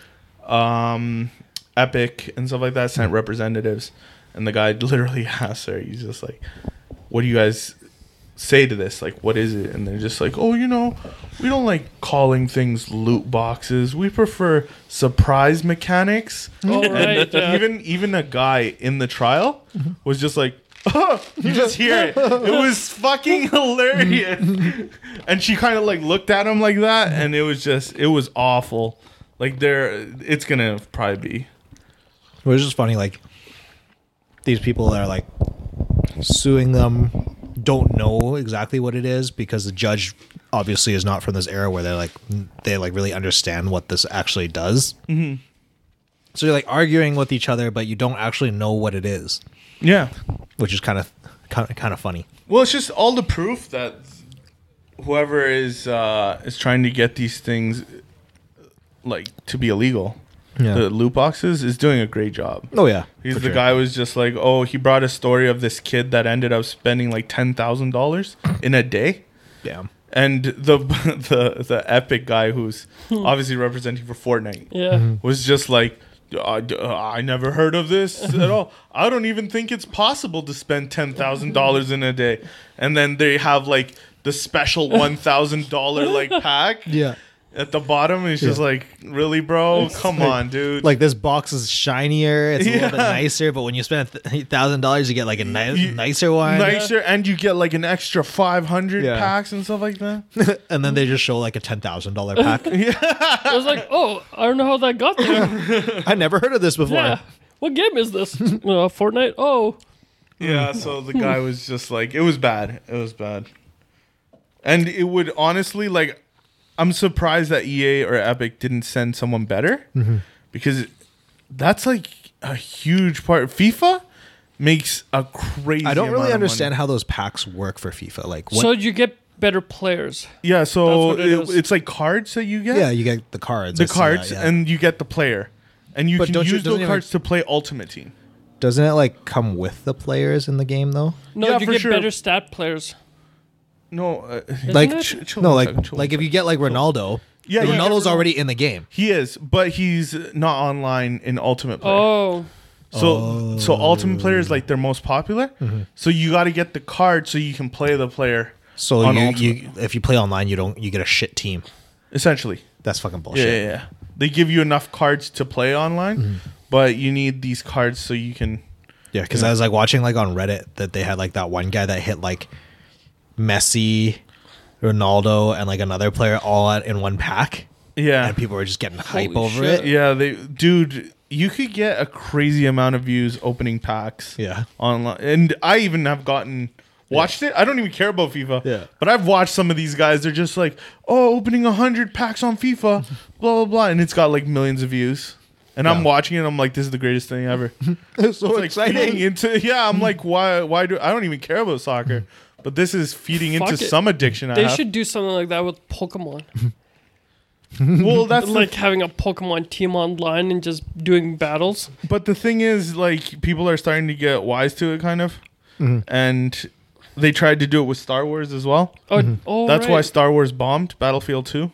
[SPEAKER 3] um, Epic, and stuff like that sent representatives, and the guy literally asked her, he's just like, "What do you guys say to this? Like, what is it?" And they're just like, "Oh, you know, we don't like calling things loot boxes. We prefer surprise mechanics."
[SPEAKER 5] oh right
[SPEAKER 3] And
[SPEAKER 5] yeah. Mm-hmm.
[SPEAKER 3] even even a guy in the trial was just like, "Oh," you just hear it. It was fucking hilarious. and she kind of like looked at him like that, and it was just it was awful. Like there, it's gonna probably be.
[SPEAKER 2] It was just funny, like these people that are like suing them don't know exactly what it is because the judge obviously is not from this era where they're like they like really understand what this actually does. Mm-hmm. So you're like arguing with each other, but you don't actually know what it is,
[SPEAKER 3] Yeah.
[SPEAKER 2] which is kind of kind of, kind of funny.
[SPEAKER 3] Well, it's just all the proof that whoever is uh, is trying to get these things like to be illegal,
[SPEAKER 2] Yeah.
[SPEAKER 3] the loot boxes, is doing a great job.
[SPEAKER 2] Oh yeah,
[SPEAKER 3] Uh, He's
[SPEAKER 2] for
[SPEAKER 3] the
[SPEAKER 2] sure.
[SPEAKER 3] guy was just like, oh, he brought a story of this kid that ended up spending like ten thousand dollars in a day,
[SPEAKER 2] Damn.
[SPEAKER 3] and the the the epic guy who's obviously representing for Fortnite
[SPEAKER 5] Yeah.
[SPEAKER 3] was just like I, I never heard of this at all. I don't even think it's possible to spend ten thousand dollars in a day. And then they have like the special one thousand dollar like pack
[SPEAKER 2] Yeah.
[SPEAKER 3] at the bottom. And it's just like, really, bro? Come on, dude.
[SPEAKER 2] Like this box is shinier, it's a little bit
[SPEAKER 3] Yeah.
[SPEAKER 2] nicer, but when you spend thousand dollars, you get like a ni-
[SPEAKER 3] You-
[SPEAKER 2] nicer one.
[SPEAKER 3] nicer, and you get like an extra five hundred
[SPEAKER 2] Yeah.
[SPEAKER 3] packs and stuff like that.
[SPEAKER 2] and then they just show like a ten thousand dollar pack.
[SPEAKER 5] I was like, oh, I don't know how that got there.
[SPEAKER 2] I never heard of this before.
[SPEAKER 5] yeah. What game is this? Uh, Fortnite? Oh.
[SPEAKER 3] Yeah, so the guy was just like, it was bad. It was bad. And it would honestly, like, I'm surprised that EA or Epic didn't send someone better because that's like a huge part. FIFA makes a crazy.
[SPEAKER 2] I don't really
[SPEAKER 3] amount of
[SPEAKER 2] understand
[SPEAKER 3] money.
[SPEAKER 2] how those packs work for FIFA. Like what?
[SPEAKER 5] So you get better players.
[SPEAKER 3] Yeah, so
[SPEAKER 5] That's what it
[SPEAKER 3] it-
[SPEAKER 5] is.
[SPEAKER 3] it's like cards that you get.
[SPEAKER 2] yeah, you get the cards. I
[SPEAKER 3] the
[SPEAKER 2] see
[SPEAKER 3] cards,
[SPEAKER 2] that, yeah.
[SPEAKER 3] and you get the player, and you
[SPEAKER 2] But
[SPEAKER 3] can
[SPEAKER 2] don't you-
[SPEAKER 3] use
[SPEAKER 2] doesn't
[SPEAKER 3] those
[SPEAKER 2] it, like-
[SPEAKER 3] cards to play Ultimate Team.
[SPEAKER 2] doesn't it like come with the players in the game though?
[SPEAKER 5] No,
[SPEAKER 3] Yeah,
[SPEAKER 5] you
[SPEAKER 3] for
[SPEAKER 5] get
[SPEAKER 3] sure.
[SPEAKER 5] better stat players.
[SPEAKER 3] No, uh,
[SPEAKER 2] Like
[SPEAKER 5] it?
[SPEAKER 2] ch-
[SPEAKER 3] Chill
[SPEAKER 2] no,
[SPEAKER 3] one
[SPEAKER 2] like
[SPEAKER 3] second, chill
[SPEAKER 2] like
[SPEAKER 3] one
[SPEAKER 2] if you get like Ronaldo,
[SPEAKER 3] Yeah,
[SPEAKER 2] yeah,
[SPEAKER 3] you get
[SPEAKER 2] Ronaldo's
[SPEAKER 3] Ronaldo.
[SPEAKER 2] already in the game.
[SPEAKER 3] he is, but he's not online in Ultimate. Player.
[SPEAKER 5] Oh.
[SPEAKER 3] So so ultimate player is like their most popular.
[SPEAKER 2] Mm-hmm.
[SPEAKER 3] So you got to get the card so you can play the player.
[SPEAKER 2] So
[SPEAKER 3] on
[SPEAKER 2] you,
[SPEAKER 3] Ultimate,
[SPEAKER 2] you if you play online, you don't you get a shit team.
[SPEAKER 3] essentially.
[SPEAKER 2] That's fucking
[SPEAKER 3] Yeah,
[SPEAKER 2] bullshit.
[SPEAKER 3] yeah, yeah. They give you enough cards to play online,
[SPEAKER 2] Mm-hmm.
[SPEAKER 3] but you need these cards so you can.
[SPEAKER 2] Yeah, because I was like watching like on Reddit that they had like that one guy that hit like Messi, Ronaldo, and like another player all at, in one pack,
[SPEAKER 3] Yeah,
[SPEAKER 2] and people were just getting hype
[SPEAKER 5] Holy
[SPEAKER 2] over
[SPEAKER 5] shit.
[SPEAKER 2] it.
[SPEAKER 3] yeah. They dude, you could get a crazy amount of views opening packs.
[SPEAKER 2] Yeah.
[SPEAKER 3] online, and I even have gotten. Watched it. I don't even care about FIFA.
[SPEAKER 2] Yeah.
[SPEAKER 3] But I've watched some of these guys. They're just like, oh, opening hundred packs on FIFA, blah blah blah, and it's got like millions of views. And I'm watching it. I'm like, this is the greatest thing ever.
[SPEAKER 2] It's so
[SPEAKER 3] It's like feeding into yeah i'm like why why do i don't even care about soccer but this is feeding
[SPEAKER 5] Fuck
[SPEAKER 3] into
[SPEAKER 5] it.
[SPEAKER 3] some addiction I
[SPEAKER 5] They
[SPEAKER 3] have.
[SPEAKER 5] should do something like that with Pokemon.
[SPEAKER 3] well that's
[SPEAKER 5] like
[SPEAKER 3] like
[SPEAKER 5] having a Pokemon team online and just doing battles.
[SPEAKER 3] but the thing is like people are starting to get wise to it kind of and they tried to do it with star wars as well
[SPEAKER 5] Oh, oh
[SPEAKER 3] Mm-hmm. that's
[SPEAKER 5] right.
[SPEAKER 3] why star wars bombed battlefield 2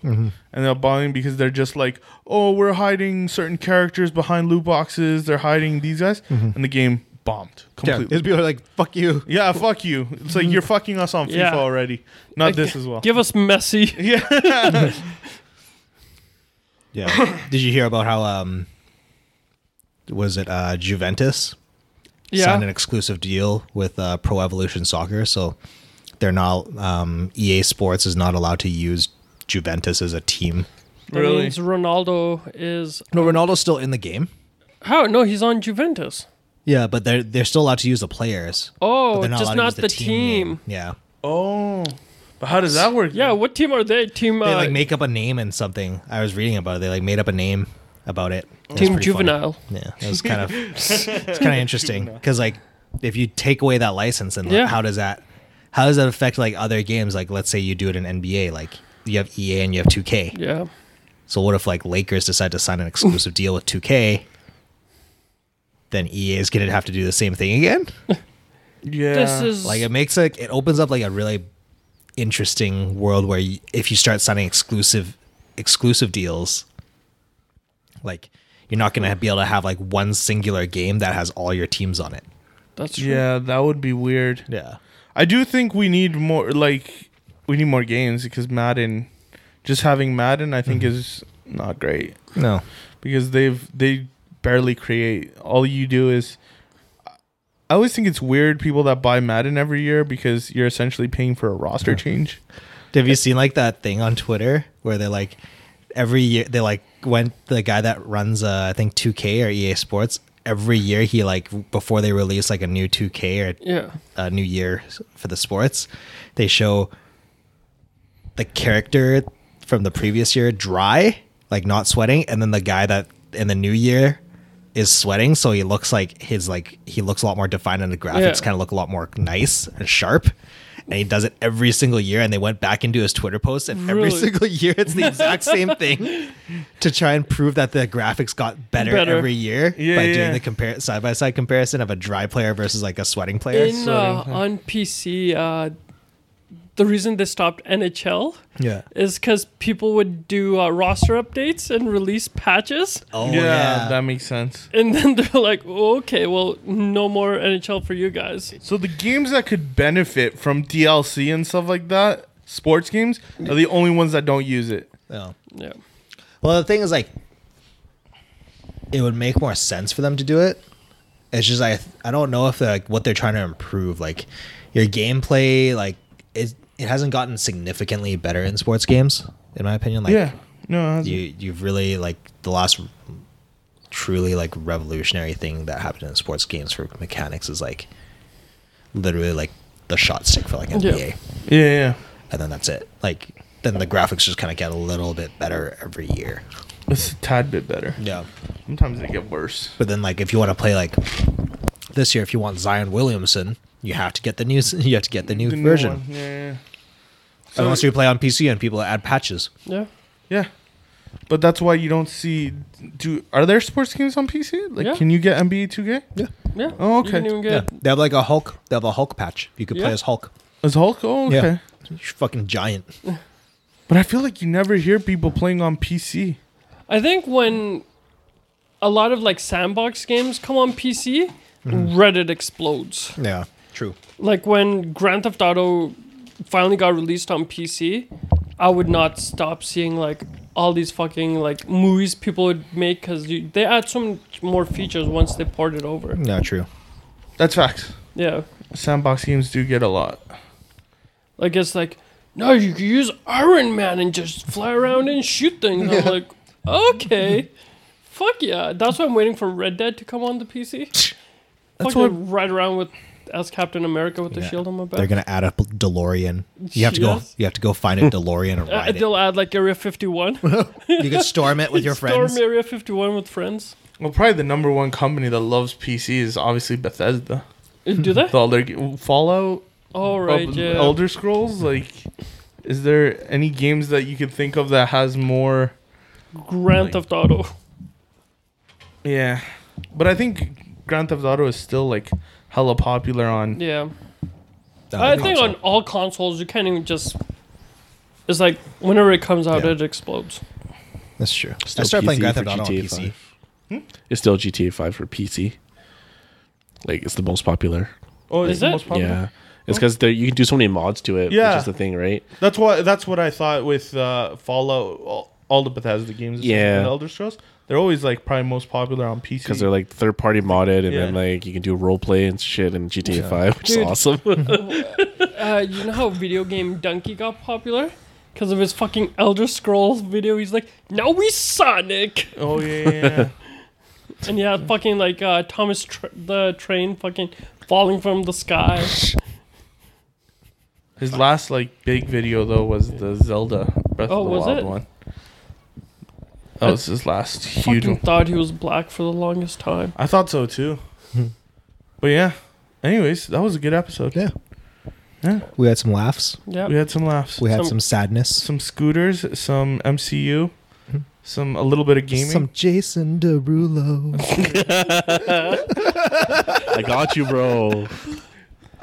[SPEAKER 3] and they're bombing because they're just like oh we're hiding certain characters behind loot boxes they're hiding these guys and the game bombed
[SPEAKER 2] Yeah,
[SPEAKER 3] completely
[SPEAKER 2] these people are like, "Fuck you."
[SPEAKER 3] yeah, fuck you. It's like you're fucking us on FIFA
[SPEAKER 5] Yeah.
[SPEAKER 3] already. Not
[SPEAKER 5] Like,
[SPEAKER 3] this as well.
[SPEAKER 5] Give us Messi.
[SPEAKER 3] Yeah.
[SPEAKER 2] Yeah. Did you hear about how um was it uh Juventus signed an
[SPEAKER 5] Yeah.
[SPEAKER 2] exclusive deal with uh, Pro Evolution Soccer, so they're not um EA Sports is not allowed to use Juventus as a team.
[SPEAKER 5] That
[SPEAKER 3] Really?
[SPEAKER 5] means Ronaldo is
[SPEAKER 2] No, Ronaldo's still in the game.
[SPEAKER 5] how? No, he's on Juventus.
[SPEAKER 2] Yeah, but they're they're still allowed to use the players. but
[SPEAKER 5] Oh,
[SPEAKER 2] they're
[SPEAKER 5] just
[SPEAKER 2] allowed
[SPEAKER 5] not
[SPEAKER 2] to
[SPEAKER 5] the,
[SPEAKER 2] use
[SPEAKER 5] team.
[SPEAKER 2] name. Yeah.
[SPEAKER 3] Oh, but how does that work?
[SPEAKER 5] Yeah, what team are they? Team
[SPEAKER 2] They
[SPEAKER 5] uh,
[SPEAKER 2] like make up a name and something. I was reading about it. They like made up a name about it. It was pretty
[SPEAKER 5] Team
[SPEAKER 2] funny.
[SPEAKER 5] Juvenile.
[SPEAKER 2] Yeah, it was kind of it's kind of interesting because like if you take away that license and like,
[SPEAKER 5] Yeah.
[SPEAKER 2] how does that how does that affect like other games? Like let's say you do it in NBA, like you have EA and you have 2K.
[SPEAKER 5] Yeah.
[SPEAKER 2] So what if like Lakers decide to sign an exclusive deal with 2K? Then EA is gonna have to do the same thing again.
[SPEAKER 3] yeah.
[SPEAKER 5] This is
[SPEAKER 2] Like it makes like it opens up like a really interesting world where you, if you start signing exclusive exclusive deals, like you're not gonna be able to have like one singular game that has all your teams on it.
[SPEAKER 5] that's true.
[SPEAKER 3] yeah, that would be weird.
[SPEAKER 2] Yeah.
[SPEAKER 3] I do think we need more like we need more games because Madden, just having Madden, I
[SPEAKER 2] Mm-hmm.
[SPEAKER 3] think is not great
[SPEAKER 2] No.
[SPEAKER 3] because they've they barely create. All you do is. I always think it's weird people that buy Madden every year because you're essentially paying for a roster change.
[SPEAKER 2] Have you seen like that thing on Twitter where they're like every year they like went the guy that runs uh, I think 2K or EA Sports every year he like before they release like a new 2K or
[SPEAKER 5] Yeah.
[SPEAKER 2] uh, new year for the sports they show the character from the previous year dry like not sweating and then the guy that in the new year is sweating, so he looks like his like he looks a lot more defined, and the graphics
[SPEAKER 5] Yeah.
[SPEAKER 2] kind of look a lot more nice and sharp. And he does it every single year, and they went back into his Twitter posts, and every
[SPEAKER 5] Really?
[SPEAKER 2] single year it's the exact same thing to try and prove that the graphics got better,
[SPEAKER 5] Better.
[SPEAKER 2] every year
[SPEAKER 3] Yeah,
[SPEAKER 2] by
[SPEAKER 3] yeah.
[SPEAKER 2] doing the compare side by side comparison of a dry player versus like a sweating player.
[SPEAKER 5] In uh, on PC, uh, the reason they stopped NHL
[SPEAKER 2] yeah.
[SPEAKER 5] is because people would do uh, roster updates and release patches,
[SPEAKER 2] Oh
[SPEAKER 3] yeah,
[SPEAKER 2] yeah.
[SPEAKER 3] that makes sense.
[SPEAKER 5] and then they're like, okay, well, no more NHL for you guys.
[SPEAKER 3] So the games that could benefit from DLC and stuff like that, sports games, are the only ones that don't use it.
[SPEAKER 2] No.
[SPEAKER 5] Yeah,
[SPEAKER 2] Well, the thing is, like, it would make more sense for them to do it. It's just I I don't know if they're, like what they're trying to improve, like your gameplay, like it it hasn't gotten significantly better in sports games, in my opinion. Like,
[SPEAKER 3] yeah. No. it hasn't.
[SPEAKER 2] you you've really like the last truly like revolutionary thing that happened in sports games for mechanics is like literally like the shot stick for like NBA
[SPEAKER 3] Yeah, yeah.
[SPEAKER 2] and then that's it like then the graphics just kind of get a little bit better every year
[SPEAKER 3] It's a tad bit better.
[SPEAKER 2] yeah
[SPEAKER 3] Sometimes they get worse.
[SPEAKER 2] But then, like, if you want to play like this year, if you want Zion Williamson, you have to get the new you have to get the new
[SPEAKER 3] The new
[SPEAKER 2] version.
[SPEAKER 3] one, yeah,
[SPEAKER 2] Unless
[SPEAKER 3] So-
[SPEAKER 2] you play on PC and people add patches.
[SPEAKER 5] yeah.
[SPEAKER 3] yeah. Yeah. But that's why you don't see. Do are there sports games on PC? Like,
[SPEAKER 5] Yeah.
[SPEAKER 3] can you get NBA 2K?
[SPEAKER 5] Yeah.
[SPEAKER 3] Oh,
[SPEAKER 5] You
[SPEAKER 3] okay.
[SPEAKER 5] didn't even
[SPEAKER 2] Yeah.
[SPEAKER 5] get
[SPEAKER 2] They have like a Hulk. They have a Hulk patch. You could play
[SPEAKER 5] Yeah.
[SPEAKER 2] as Hulk.
[SPEAKER 3] Is Hulk? Oh, okay.
[SPEAKER 2] Yeah. He's fucking giant.
[SPEAKER 3] But I feel like you never hear people playing on PC.
[SPEAKER 5] I think when a lot of like sandbox games come on PC, Reddit explodes.
[SPEAKER 2] Yeah. True.
[SPEAKER 5] Like when Grand Theft Auto finally got released on PC, I would not stop seeing like all these fucking like movies people would make because they add so much more features once they port it over.
[SPEAKER 2] No, true.
[SPEAKER 3] That's facts.
[SPEAKER 5] Yeah,
[SPEAKER 3] Sandbox games do get a lot.
[SPEAKER 5] like it's like no, you can use Iron Man and just fly around and shoot things. I'm like, okay, fuck yeah. That's why I'm waiting for Red Dead to come on the PC.
[SPEAKER 3] That's
[SPEAKER 5] That's
[SPEAKER 3] why-
[SPEAKER 5] why ride around with as Captain America with the
[SPEAKER 2] Yeah.
[SPEAKER 5] shield on my back.
[SPEAKER 2] They're gonna add a DeLorean. You have to go.
[SPEAKER 5] Yes.
[SPEAKER 2] You have to go find a DeLorean and
[SPEAKER 5] Uh,
[SPEAKER 2] ride it.
[SPEAKER 5] they'll add like Area 51.
[SPEAKER 2] You can storm it with your
[SPEAKER 5] Storm
[SPEAKER 2] friends.
[SPEAKER 5] Area 51 with friends.
[SPEAKER 3] Well, probably the number one company that loves PC is obviously Bethesda.
[SPEAKER 5] Uh, Do they?
[SPEAKER 3] With all their g- Fallout,
[SPEAKER 5] All right,
[SPEAKER 3] Ob-
[SPEAKER 5] yeah.
[SPEAKER 3] Elder Scrolls. Like, is there any games that you could think of that has more?
[SPEAKER 5] Grand Theft Auto.
[SPEAKER 3] Yeah, but I think Grand Theft Auto is still like hella popular on.
[SPEAKER 5] Yeah.
[SPEAKER 2] Uh,
[SPEAKER 5] I think
[SPEAKER 2] console.
[SPEAKER 5] on all consoles, you can't even just. It's like whenever it comes out,
[SPEAKER 2] Yeah.
[SPEAKER 5] it explodes.
[SPEAKER 2] that's true. I
[SPEAKER 4] Still
[SPEAKER 2] started playing
[SPEAKER 4] PC
[SPEAKER 2] Grand
[SPEAKER 4] for
[SPEAKER 2] Theft Auto on
[SPEAKER 4] GTA
[SPEAKER 2] PC.
[SPEAKER 3] Hmm?
[SPEAKER 4] It's still GTA 5 for PC. Like it's the most popular.
[SPEAKER 3] Oh,
[SPEAKER 5] Is
[SPEAKER 3] it's the
[SPEAKER 5] it?
[SPEAKER 3] most popular.
[SPEAKER 4] Yeah, it's because you can do so many mods to it.
[SPEAKER 3] Yeah.
[SPEAKER 4] which is the thing, right?
[SPEAKER 3] That's what that's what I thought with uh, Fallout. All, all the Bethesda games. and stuff
[SPEAKER 4] Yeah.
[SPEAKER 3] like that, Elder Scrolls. They're always like probably most popular on PC.
[SPEAKER 4] Because they're like third party modded, and then
[SPEAKER 3] Yeah.
[SPEAKER 4] like you can do role play and shit in GTA
[SPEAKER 2] Yeah.
[SPEAKER 4] 5, which
[SPEAKER 5] Dude.
[SPEAKER 4] is awesome.
[SPEAKER 5] Uh, you know how video game Donkey got popular? Because of his fucking Elder Scrolls video. He's like, now we Sonic!
[SPEAKER 3] oh yeah, yeah, yeah.
[SPEAKER 5] And yeah, fucking like uh, Thomas tr- the train fucking falling from the sky.
[SPEAKER 3] His last like big video though was the Zelda Breath
[SPEAKER 5] Oh,
[SPEAKER 3] of the
[SPEAKER 5] was
[SPEAKER 3] Wild
[SPEAKER 5] it?
[SPEAKER 3] one. That was his last huge
[SPEAKER 5] fucking
[SPEAKER 3] one.
[SPEAKER 5] thought he was black for the longest time.
[SPEAKER 3] I thought so too. but yeah. Anyways, that was a good episode.
[SPEAKER 2] Yeah.
[SPEAKER 3] Yeah.
[SPEAKER 2] We had some laughs.
[SPEAKER 5] Yeah.
[SPEAKER 3] We had some laughs.
[SPEAKER 2] We had some
[SPEAKER 5] Some-
[SPEAKER 2] sadness.
[SPEAKER 3] some scooters, some MCU, some a little bit of gaming.
[SPEAKER 2] Mm-hmm. Some Jason Derulo.
[SPEAKER 4] I got you, bro.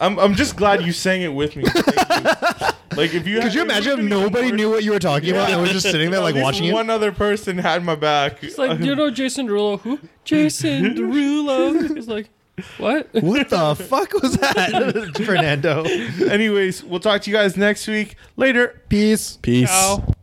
[SPEAKER 3] I'm I'm just glad you sang it with me. Thank you. Like if you
[SPEAKER 2] Could you
[SPEAKER 3] if
[SPEAKER 2] imagine if
[SPEAKER 3] could've
[SPEAKER 2] nobody
[SPEAKER 3] even
[SPEAKER 2] knew
[SPEAKER 3] worked-
[SPEAKER 2] what you were talking about? I was just sitting there
[SPEAKER 3] at
[SPEAKER 2] like
[SPEAKER 3] least
[SPEAKER 2] watching it.
[SPEAKER 3] One other person had my back.
[SPEAKER 5] It's like, do you know Jason Derulo? Who? Jason Derulo. It's like, what?
[SPEAKER 2] What the fuck was that, Fernando?
[SPEAKER 3] Anyways, we'll talk to you guys next week. Later.
[SPEAKER 2] Peace.
[SPEAKER 4] Peace.
[SPEAKER 5] Ciao.